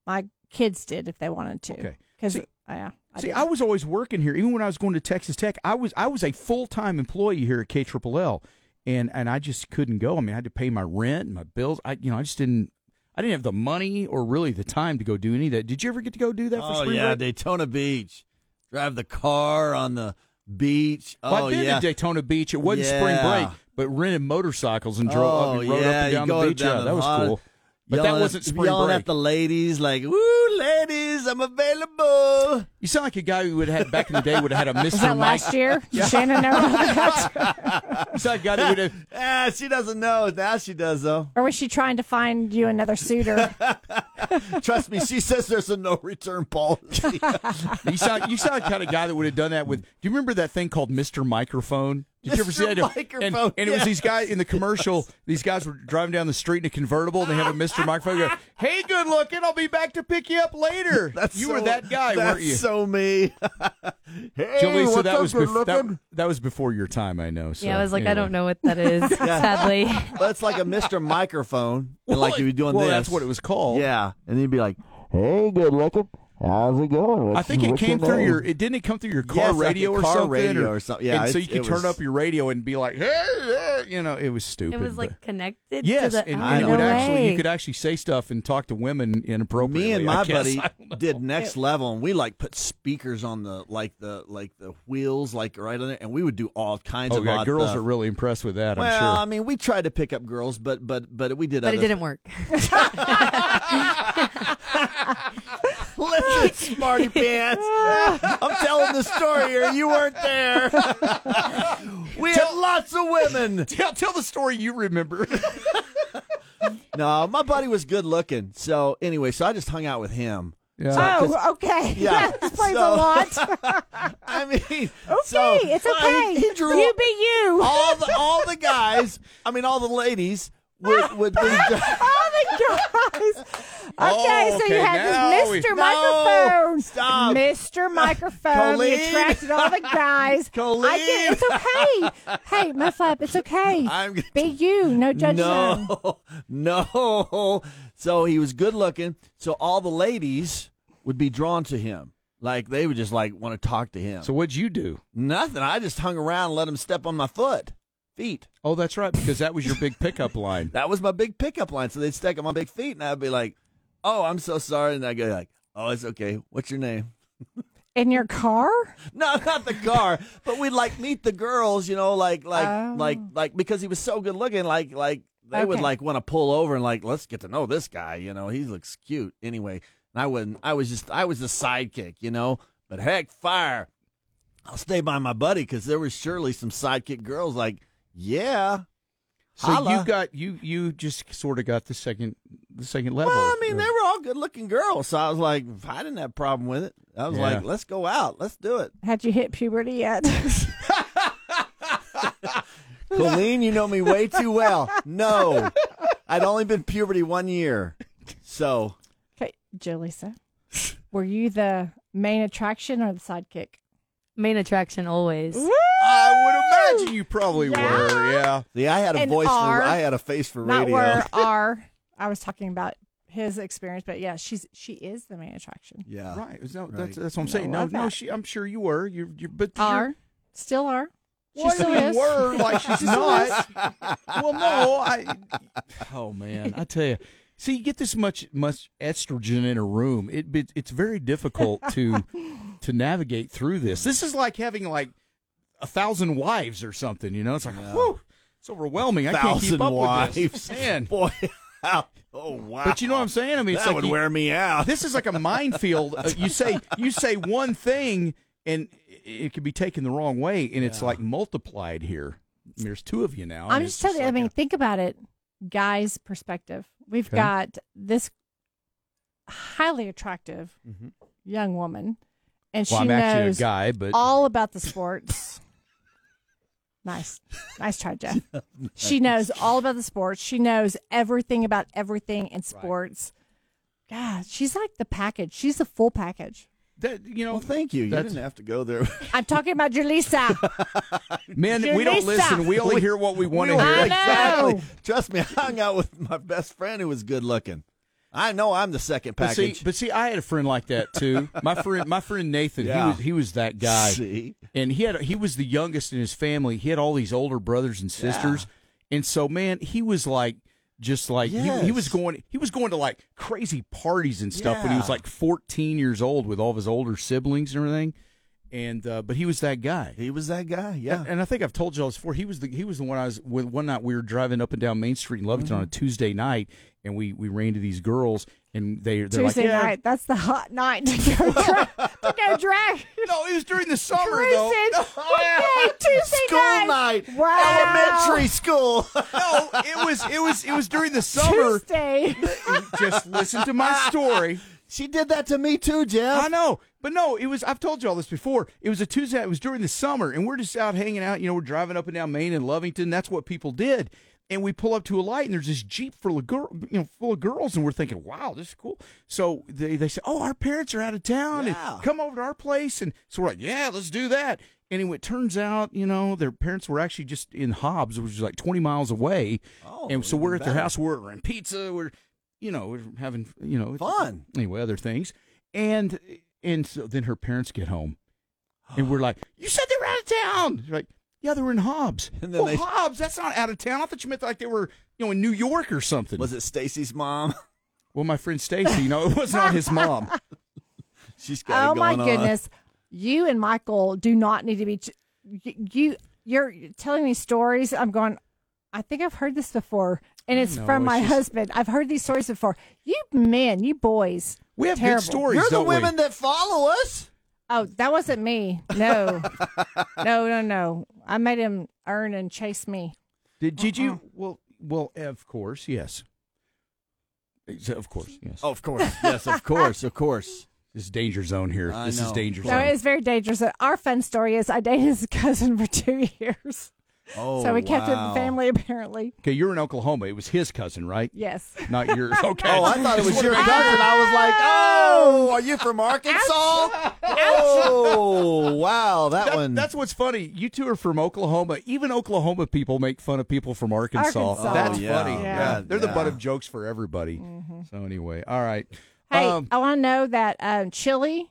H: my kids did if they wanted to okay because yeah I
E: See,
H: did.
E: I was always working here. Even when I was going to Texas Tech, I was I was a full time employee here at K Triple L, and and I just couldn't go. I mean, I had to pay my rent and my bills. I you know I just didn't I didn't have the money or really the time to go do any of that. Did you ever get to go do that? for
D: Oh
E: spring
D: yeah,
E: break?
D: Daytona Beach. Drive the car on the beach.
E: Well,
D: oh
E: I've been
D: yeah,
E: to Daytona Beach. It wasn't spring
D: Yeah. Oh,
E: break, but rented motorcycles and drove up and rode up and
D: you
E: down
D: go
E: the beach.
D: down
E: yeah,
D: to
E: that was
D: Hon-
E: cool. But that
D: yelling at-
E: wasn't spring
D: yelling
E: break.
D: at the ladies like, "Woo, ladies, I'm available."
E: You sound like a guy who would have had back in the day would have had a Mr.
H: was that
E: Mike.
H: last year shannon never
E: You sound like a guy that would have
D: Ah, she doesn't know. Now she does though.
H: or was she trying to find you another suitor
D: Trust me, she says there's a no return policy.
E: you sound you sound the kind of guy that would have done that with. Do you remember that thing called Mister Microphone? Did you ever see that?
D: Mr.
E: And,
D: Microphone,
E: and it was
D: yes.
E: these guys in the commercial. These guys were driving down the street in a convertible. and They have a Mister Microphone. Go, hey, good looking. I'll be back to pick you up later. you were
D: so-
E: that guy,
D: that's
E: weren't you?
D: So me. hey,
E: Jaleesa,
D: what's
E: that
D: up,
E: was
D: good
E: bef- that,
D: looking?
E: that was before your time, I know. So,
B: yeah, I was like, I
E: anyway.
B: don't know what that is, sadly.
D: But it's like a Mr. Microphone. And like you were doing
E: Well,
D: this.
E: that's what it was called.
D: Yeah. And you'd be like, hey, good looking.
T: How's it going?
E: I
T: What's-
E: think it
T: what's
E: came
T: your
E: through
T: name?
E: your. It didn't it come through your car
D: Yes, like
E: radio
D: a
E: or
D: car
E: something,
D: radio or something. Yeah,
E: and so
D: it-
E: you could
D: it
E: turn
D: was-
E: up your radio and be like, hey, hey," you know, it was stupid.
B: It was
E: but-
B: like connected.
E: yes,
B: to the,
E: and,
B: oh,
E: and it
B: no
E: would actually you
B: way.
E: could actually say stuff and talk to women inappropriately.
D: Me and
E: I
D: my
E: guess.
D: buddy did next level, and we like put speakers on the like the like the wheels like right on there, and we would do all kinds
E: Oh
D: of
E: yeah,
D: odd
E: girls
D: stuff.
E: are really impressed with that.
D: well,
E: I'm sure.
D: I mean, we tried to pick up girls, but but but we did.
B: But it
D: other-
B: didn't work.
D: Listen, smarty pants. I'm telling the story here. You weren't there. we had lots of women.
E: Tell, tell the story you remember.
D: no, my buddy was good looking. So anyway, so I just hung out with him. So- 'cause-
H: Oh, okay.
D: Yeah,
H: this plays
D: so-
H: a lot.
D: I mean,
H: Okay, it's okay.
D: he drew
H: You be you.
D: All the all the guys. I mean, all the ladies would would be.
H: oh my gosh. Okay, so you
D: okay,
H: had
D: now
H: this
D: we-
H: Mr.
D: No,
H: Microphone.
D: stop.
H: Mr. Microphone. You
D: Colleen.
H: attracted all the guys. I get it's okay. Hey, Muff Up, it's okay.
D: I'm-
H: Be you. No judgment.
D: No, no. So he was good looking. So all the ladies would be drawn to him. Like they would just like want to talk to him.
E: So what'd you do?
D: Nothing. I just hung around and let him step on my foot, feet.
E: Oh, that's right, because that was your big pickup line.
D: that was my big pickup line. So they'd stick on my big feet, and I'd be like, "Oh, I'm so sorry," and I would go like, "Oh, it's okay. What's your name?"
H: In your car?
D: No, not the car, but we'd like meet the girls, you know, like like like like because he was so good looking, like like they would
P: Okay.
D: like want to pull over and like let's get to know this guy, you know, he looks cute anyway. And I wouldn't, I was just, I was the sidekick, you know. But heck, fire! I'll stay by my buddy because there was surely some sidekick girls like, yeah.
E: So
D: holla.
E: you got you you just sort of got the second the second level.
D: Well, I mean, they were all good looking girls, so I was like, I didn't have a problem with it. I was
E: Yeah.
D: like, let's go out, let's do it.
H: Had you hit puberty yet?
D: Colleen, you know me way too well. No, I'd only been puberty one year, so
H: okay, Jolisa, were you the main attraction or the sidekick?
B: Main attraction always.
E: I would imagine you probably were. Yeah.
D: See, I had a
H: And
D: voice
H: are-
D: for, I had a face for
H: Not
D: radio.
H: where are. I was talking about his experience, but yeah, she's she is the main attraction.
D: Yeah.
E: Right. No,
H: Right.
E: That's that's what I'm
H: I
E: saying. No,
H: love
E: no,
H: that.
E: she. I'm sure you were. You you but you're-
H: Are still are. She
E: Well,
H: still
E: you
H: is.
E: were, like, she's
H: She still
E: not.
H: is.
E: well, no, I. Oh man, I tell you. See, you get this much much estrogen in a room. It, it it's very difficult to to navigate through this. This is like having like a thousand wives or something. You know, it's like whew, it's overwhelming. I can't keep
D: Thousand
E: up with
D: wives,
E: this. Man.
D: boy. Oh wow!
E: But you know what I'm saying? I mean, it's
D: that
E: like
D: would
E: you-
D: wear me out.
E: This is like a minefield. Uh, you say you say one thing, and it- it could be taken the wrong way, and it's like multiplied here. There's two of you now. and
H: I'm
E: it's
H: just telling you. I mean, think about it, guys' perspective. We've
E: Okay.
H: got this highly attractive young woman, and
E: Mm-hmm. Well, I'm
H: she
E: actually a
H: knows
E: guy, but-
H: all about the sports. nice, nice try, Jeff. she knows all about the sports. She knows everything about everything in sports. God, she's like the package. She's the full package.
E: That, you know,
D: well, thank you. You didn't have to go there.
H: I'm talking about Julissa.
E: Men, we don't
H: Julissa.
E: listen. We only hear what we want to
D: don't-
E: hear.
D: Exactly. Trust me, I hung out with my best friend who was good looking. I know I'm the second
E: But see,
D: package.
E: but see, I had a friend like that too. My friend, my friend Nathan,
D: Yeah.
E: he was he was that guy,
D: See?
E: and he had he was the youngest in his family. He had all these older brothers and sisters, and so man, he was like just like he, he was
D: Yes.
E: going he was going to like crazy parties and stuff when he was
D: Yeah.
E: like 14 years old with all of his older siblings and everything. And uh, but he was that guy.
D: He was that guy. Yeah.
E: And, and I think I've told y'all this before. He was the he was the one I was when one night we were driving up and down Main Street in Lubbock on
D: Mm-hmm.
E: a Tuesday night, and we we ran to these girls. And they, they're
H: Tuesday
E: like, yeah,
H: night. That's the hot night to go drag. to go drag.
E: No, it was during the summer
H: Cruising.
E: though. Oh,
H: Okay, Tuesday
D: School
H: night.
D: night.
H: Wow.
D: Elementary school.
E: no, it was it was it was during the summer.
H: Tuesday. Oh
E: Just listen to my story.
D: She did that to me too, Jeff.
E: I know, but no, it was. I've told you all this before. It was a Tuesday. It was during the summer, and we're just out hanging out. You know, we're driving up and down Maine and Lovington. That's what people did. And we pull up to a light, and there's this jeep full of girl, you know, full of girls, and we're thinking, "Wow, this is cool." So they they say, "Oh, our parents are out of town,
D: Yeah.
E: and come over to our place." And so we're like, "Yeah, let's do that." And it turns out, you know, their parents were actually just in Hobbs, which is like 20 miles away.
D: Oh,
E: and so
D: even
E: we're at their
D: better.
E: house. We're ordering pizza. We're, you know, we're having, you know,
D: Fun.
E: Anyway, other things. And and so then her parents get home, and we're like, "You said they were out of town." They're like, "Yeah, they were in Hobbs." And
D: then
E: well,
D: they-
E: Hobbs, that's not out of town. I thought you meant like they were, you know, in New York or something. Was
D: it Stacy's mom?
E: Well, my friend Stacy, you know, it was not his mom.
D: She's
H: Oh my goodness, you and Michael do not need to be. ch- y- You you're telling me stories. I'm going. I think I've heard this before, and it's
E: No,
H: from
E: it's
H: my
E: just-
H: husband. I've heard these stories before. You men, you boys,
E: We have good
H: terrible.
E: stories, You're the don't we? women
D: that follow us.
H: Oh, that wasn't me. No, no, no, no. I made him earn and chase me.
E: Did did you? Well, well, of course, yes. Ex- Of course, yes.
D: Oh, of course, yes, of course, of course.
E: This is danger zone here.
D: I
E: this is
D: know.
E: danger
H: So
E: zone.
H: it's very dangerous. Our fun story is I dated his cousin for two years.
E: Oh,
H: so we kept it in
E: wow.
H: the family apparently.
E: Okay, you're in Oklahoma. It was his cousin, right?
H: Yes.
E: Not yours. Okay.
D: Oh, I thought it was your cousin. I was like, oh, are you from Arkansas? Oh, wow, that, one.
E: That's what's funny. You two are from Oklahoma. Even Oklahoma people make fun of people from Arkansas.
H: Arkansas.
E: That's
H: Oh, yeah.
E: funny.
H: Yeah.
E: They're the
H: Yeah.
E: butt of jokes for everybody. So anyway, all right.
H: Mm-hmm. Hey,
E: Um,
H: I want to know that um, chili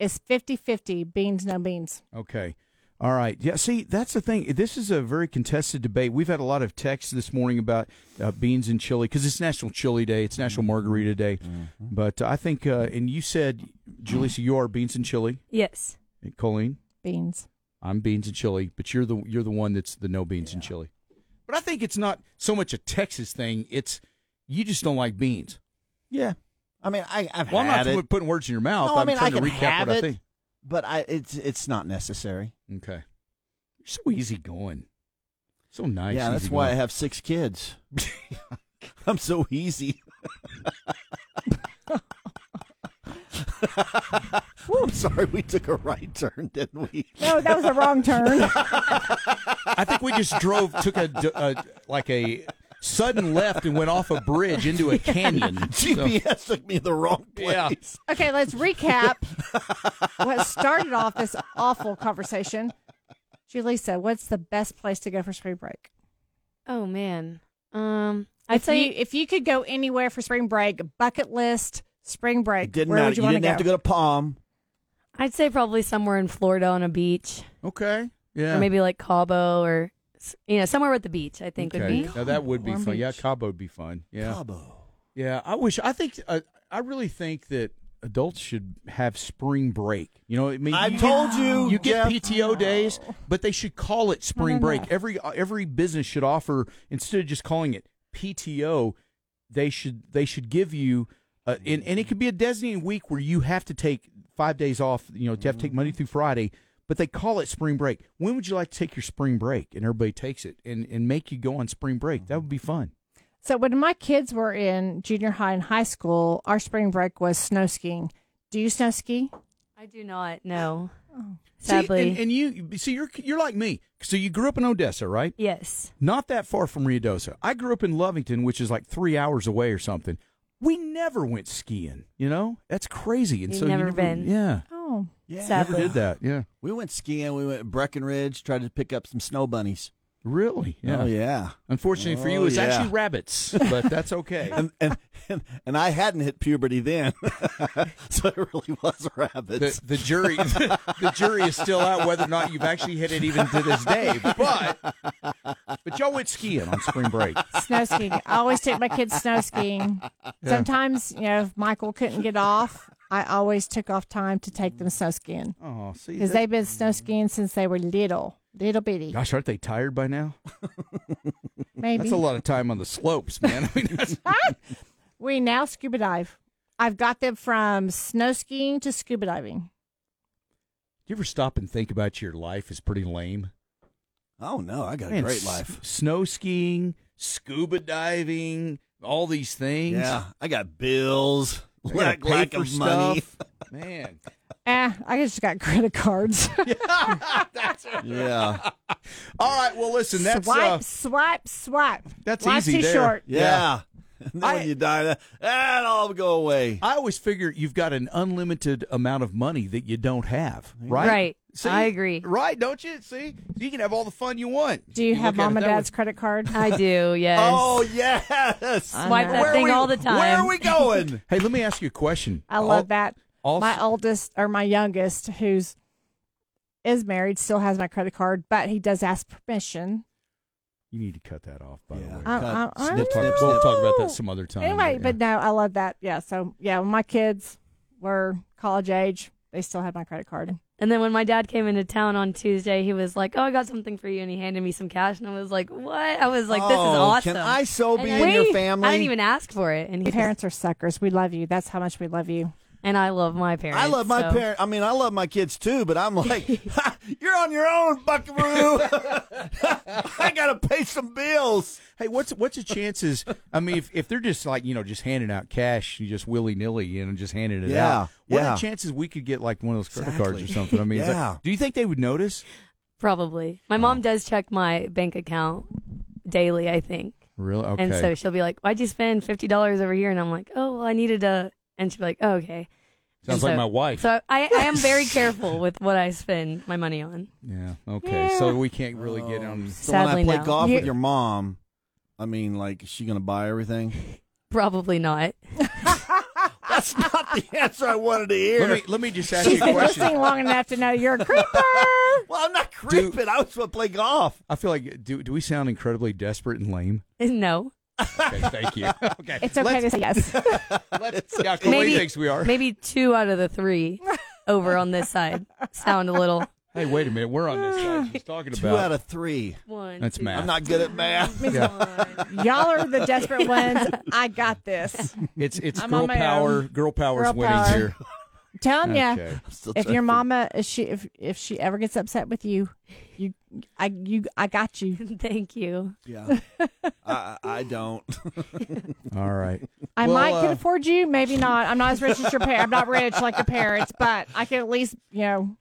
H: is 50-50, beans, no beans.
E: Okay. All right. Yeah. See, that's the thing. This is a very contested debate. We've had a lot of texts this morning about uh, beans and chili because it's National Chili Day. It's National
H: Mm-hmm.
E: Margarita Day. But I think, uh, and you said, Julie, so you are beans and chili.
B: Yes.
E: And Colleen,
H: Beans.
E: I'm beans and chili, but you're the you're the one that's the no beans and chili. But I think it's not so much a Texas thing. It's you just don't like beans.
D: Yeah. I mean, I, I've
E: well, I'm
D: had it.
E: not pu- putting words in your mouth.
D: No, I
E: I'm
D: mean, I
E: trying
D: can
E: to recap
D: have
E: what
D: it,
E: I think.
D: but I, it's it's not necessary.
E: Okay. You're so easy going. So nice.
D: yeah, that's
E: easygoing.
D: why I have six kids. I'm so easy. I'm sorry, we took a right turn, didn't we?
H: No, that was a wrong turn.
E: I think we just drove, took a, d- a- like a sudden left and went off a bridge into a canyon.
D: GPS took me the wrong place.
H: Okay, let's recap what started off this awful conversation. Julie said, what's the best place to go for spring break?
B: Oh man. Um,
H: I'd
B: I'd
H: if
B: say-
H: you, if you could go anywhere for spring break, bucket list, spring break,
D: Didn't
H: where
D: matter.
H: would
D: You,
H: you, want
D: didn't have to go to Palm.
B: I'd say probably somewhere in Florida on a beach.
E: Okay. Yeah.
B: Or maybe like Cabo or s- you know somewhere with the beach. I think
E: Okay.
B: would be.
E: Now that would be
B: Long
E: fun.
B: Beach.
E: Yeah, Cabo would be fun. Yeah.
D: Cabo.
E: Yeah, I wish. I think. Uh, I really think that adults should have spring break. You know, I mean,
D: I
E: you
D: told
E: get,
D: you,
E: you get
D: Jeff.
E: PTO days, but they should call it spring
D: no,
E: break.
D: no.
E: Every uh, every business should offer instead of just calling it PTO. They should they should give you. Uh, and, and it could be a designated week where you have to take five days off. You know, you have to take Monday through Friday, but they call it spring break. When would you like to take your spring break? And everybody takes it and, and make you go on spring break. That would be fun.
H: So when my kids were in junior high and high school, our spring break was snow skiing. Do you snow ski?
B: I do not know.
E: See,
B: Sadly.
E: and, and you see, you're you're like me. So you grew up in Odessa, right?
B: Yes.
E: Not that far from Ruidosa. I grew up in Lovington, which is like three hours away or something. We never went skiing. You know, that's crazy. And
B: You've
E: so
B: never
E: you
B: been.
E: Yeah.
H: Oh,
D: Yeah,
E: Never did that. Yeah.
D: We went skiing. We went to Breckenridge. Tried to pick up some snow bunnies.
E: Really?
D: Oh yeah.
E: Unfortunately for you,
D: Oh,
E: it's
D: yeah.
E: actually rabbits, but that's okay.
D: and, and, and and I hadn't hit puberty then, so it really was rabbits.
E: the, the jury, the, jury is still out whether or not you've actually hit it even to this day. But but y'all went skiing on spring break.
H: Snow skiing. I always took my kids snow skiing. Sometimes, you know, if Michael couldn't get off, I always took off time to take them snow skiing
E: Oh, see,
H: because
E: that-
H: they've been snow skiing since they were little, little bitty.
E: Gosh, aren't they tired by now?
H: Maybe.
E: That's a lot of time on the slopes, man. I mean, that's,
H: We now scuba dive. I've got them from snow skiing to scuba diving.
E: you ever stop and think about your life is pretty lame?
D: Oh no, I got a
E: Man,
D: great
E: s-
D: life.
E: snow skiing, scuba diving, all these things.
D: Yeah, I got bills,
E: I gotta
D: lack,
E: pay
D: lack
E: for
D: of money.
E: stuff. Man.
H: Eh, I just got credit cards.
D: Yeah,
E: All right. Well, listen, that's
H: swipe,
E: uh,
H: swipe, swipe.
E: that's
H: Life's
E: easy
H: too
E: there.
H: short.
D: yeah. And then when you die, that, that'll all go away.
E: I always figure you've got an unlimited amount of money that you don't have, right?
B: Right.
E: See?
B: I agree.
E: Right, don't you? See? You can have all the fun you want.
H: Do you, have
E: look at
H: mom
E: it
H: and
E: that way.
H: dad's credit card?
B: I do. Yes.
D: Oh yes,
B: Swipe that
D: Where
B: thing
D: we-
B: all the
D: Where are
B: time.
D: we going?
E: Hey, let me ask you a question.
H: I
E: All-
H: love that.
E: Also-
H: my oldest or my youngest, who's is married, still has my credit card, but he does ask permission.
E: You need to cut that off, by the way.
H: I- I- I
E: we'll, talk, we'll talk about that some other time.
H: Anyway,
E: yeah.
H: but no, I love that. Yeah. So yeah, when my kids were college age, they still had my credit card.
B: And then when my dad came into town on Tuesday, he was like, "Oh, I got something for you," and he handed me some cash, and I was like, "What?" I was like, "This is
D: Oh,
B: awesome."
D: can I so
B: And
D: be
B: I-
D: in your
B: Wait,
D: family?
B: I didn't even ask for it. And
H: Your parents are suckers. We love you. That's how much we love you.
B: And I love my parents.
D: I love my
B: so-
D: parent. I mean, I love my kids too, but I'm like, ha, you're on your own, Buckaroo. I gotta pay some bills.
E: Hey, what's what's a chances? I mean, if, if they're just like you know just handing out cash, you just willy nilly, you know, just handing it
D: Yeah,
E: out. What are
D: yeah.
E: the chances we could get like one of those credit cards or
D: Exactly.
E: something? I mean, it's like,
D: Yeah.
E: do you think they would notice?
B: Probably. My mom
D: Oh.
B: does check my bank account daily, I think.
E: Really? Okay.
B: And so she'll be like, Why'd you spend fifty dollars over here? And I'm like, Oh well I needed a and she'll be like, Oh, okay.
E: Sounds
B: And
E: like
B: so-
E: my wife.
B: So I, I am very careful with what I spend my money on.
E: Yeah. Okay. So we can't really get on.
D: So when I
B: Sadly,
D: play
B: no.
D: golf with
B: You-
D: your mom, I mean, like, is she gonna buy everything?
B: Probably not.
D: That's not the answer I wanted to hear.
E: Let me let me just ask
H: She's
E: you a
H: been
E: question.
H: listening long enough to know you're a creeper.
D: well, I'm not creeping. I was supposed to play golf.
E: I feel like do do we sound incredibly desperate and lame?
B: No.
E: Okay, thank you. okay.
H: It's okay to say yes.
E: Let's, yeah, Chloe
B: Maybe
E: thinks we are.
B: Maybe two out of the three over on this side sound a little
E: Hey, wait a minute. We're on this side. She's talking
D: Two
E: about
D: out of three.
B: One,
E: That's two, math.
D: I'm not good at math.
H: Y'all are the desperate ones. I got this.
E: It's it's
H: I'm
E: girl
H: on my
E: power.
H: own.
E: Girl power's
H: Girl
E: winning
H: power.
E: here.
H: I'm telling ya,
E: Okay. I'm still
H: if
E: trying
H: your
E: to-
H: mama, if she, if if she ever gets upset with you, you, I, you, I got you.
B: Thank you.
D: Yeah. I, I don't.
E: All right.
H: I
D: Well,
H: might
D: uh,
H: can afford you, maybe not. I'm not as rich as your parents. I'm not rich like your parents, but I can at least, you know,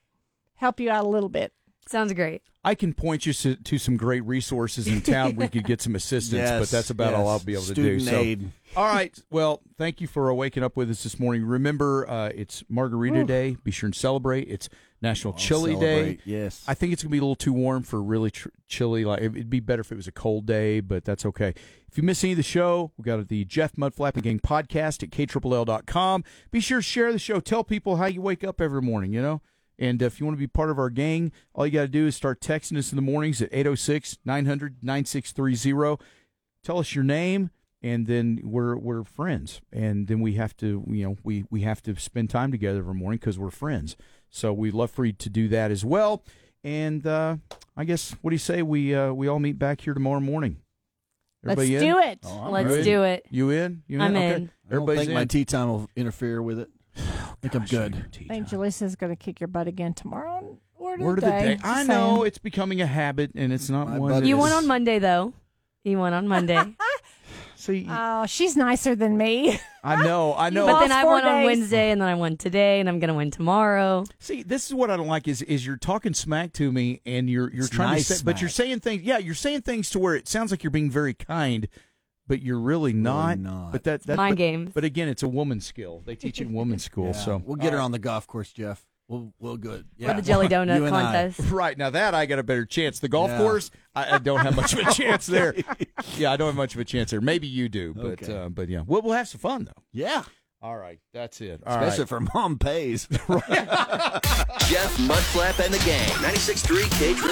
H: help you out a little bit.
B: Sounds great.
E: I can point you to, to some great resources in town where you could get some assistance, but
D: Yes,
E: that's about all
D: yes.
E: I'll be able
D: Student
E: to do.
D: aid.
E: So, all right. Well, thank you for uh, waking up with us this morning. Remember, uh, it's Margarita
D: Whew.
E: Day. Be sure and celebrate. It's National Chili Day.
D: celebrate, yes.
E: I think it's gonna be a little too warm for really tr- chilly. Like it- it'd be better if it was a cold day, but that's okay. If you miss any of the show, we got the Jeff Mudflap and Gang podcast at kll.com. Be sure to share the show. Tell people how you wake up every morning. You know. And if you want to be part of our gang, all you got to do is start texting us in the mornings at 806 900 9630. Tell us your name, and then we're we're friends. And then we have to, you know, we, we have to spend time together every morning because we're friends. So we'd love for you to do that as well. And uh, I guess, what do you say? We uh, we all meet back here tomorrow morning.
B: Let's
E: Everybody in?
B: do it.
E: Oh, I'm
B: Let's
E: in.
B: do it.
E: You in? You in?
B: I'm
E: okay.
B: in.
D: I don't
E: Everybody's
D: think
E: in.
D: my tea time will interfere with it. I think I'm good.
H: I think Jalissa's going to kick your butt again tomorrow. Word,
E: Word
H: of the day. Just
E: I
H: saying.
E: know it's becoming a habit, and it's not one. that
B: You
E: is-
B: won on Monday though. You won on Monday.
H: Oh, she's nicer than me.
E: I know, I know.
B: but then
H: lost
B: I
H: four
B: won on
H: days.
B: Wednesday, and then I won today, and I'm gonna win tomorrow.
E: See, this is what I don't like is is you're talking smack to me and you're you're
D: It's
E: trying
D: nice
E: to say, but you're saying things. Yeah, you're saying things to where it sounds like you're being very kind, but you're really not.
D: not.
E: But that, that
B: Mind
E: but,
B: games.
E: But again, it's a woman's skill. They teach it in women's school.
D: Yeah.
E: So
D: we'll get her on the golf course, Jeff. We'll we'll good. Yeah.
B: the jelly donut
D: You and I.
B: contest.
E: Right now, that I got a better chance. The golf
D: Yeah.
E: course, I, I don't have much of a chance there. Yeah, I don't have much of a chance there. Maybe you do, but
D: Okay.
E: uh, but yeah, we'll, we'll have some fun though.
D: Yeah.
E: All right, that's it. All
D: Especially
E: right.
D: if her mom pays.
O: Jeff Mudflap and the Gang. 96.3 K.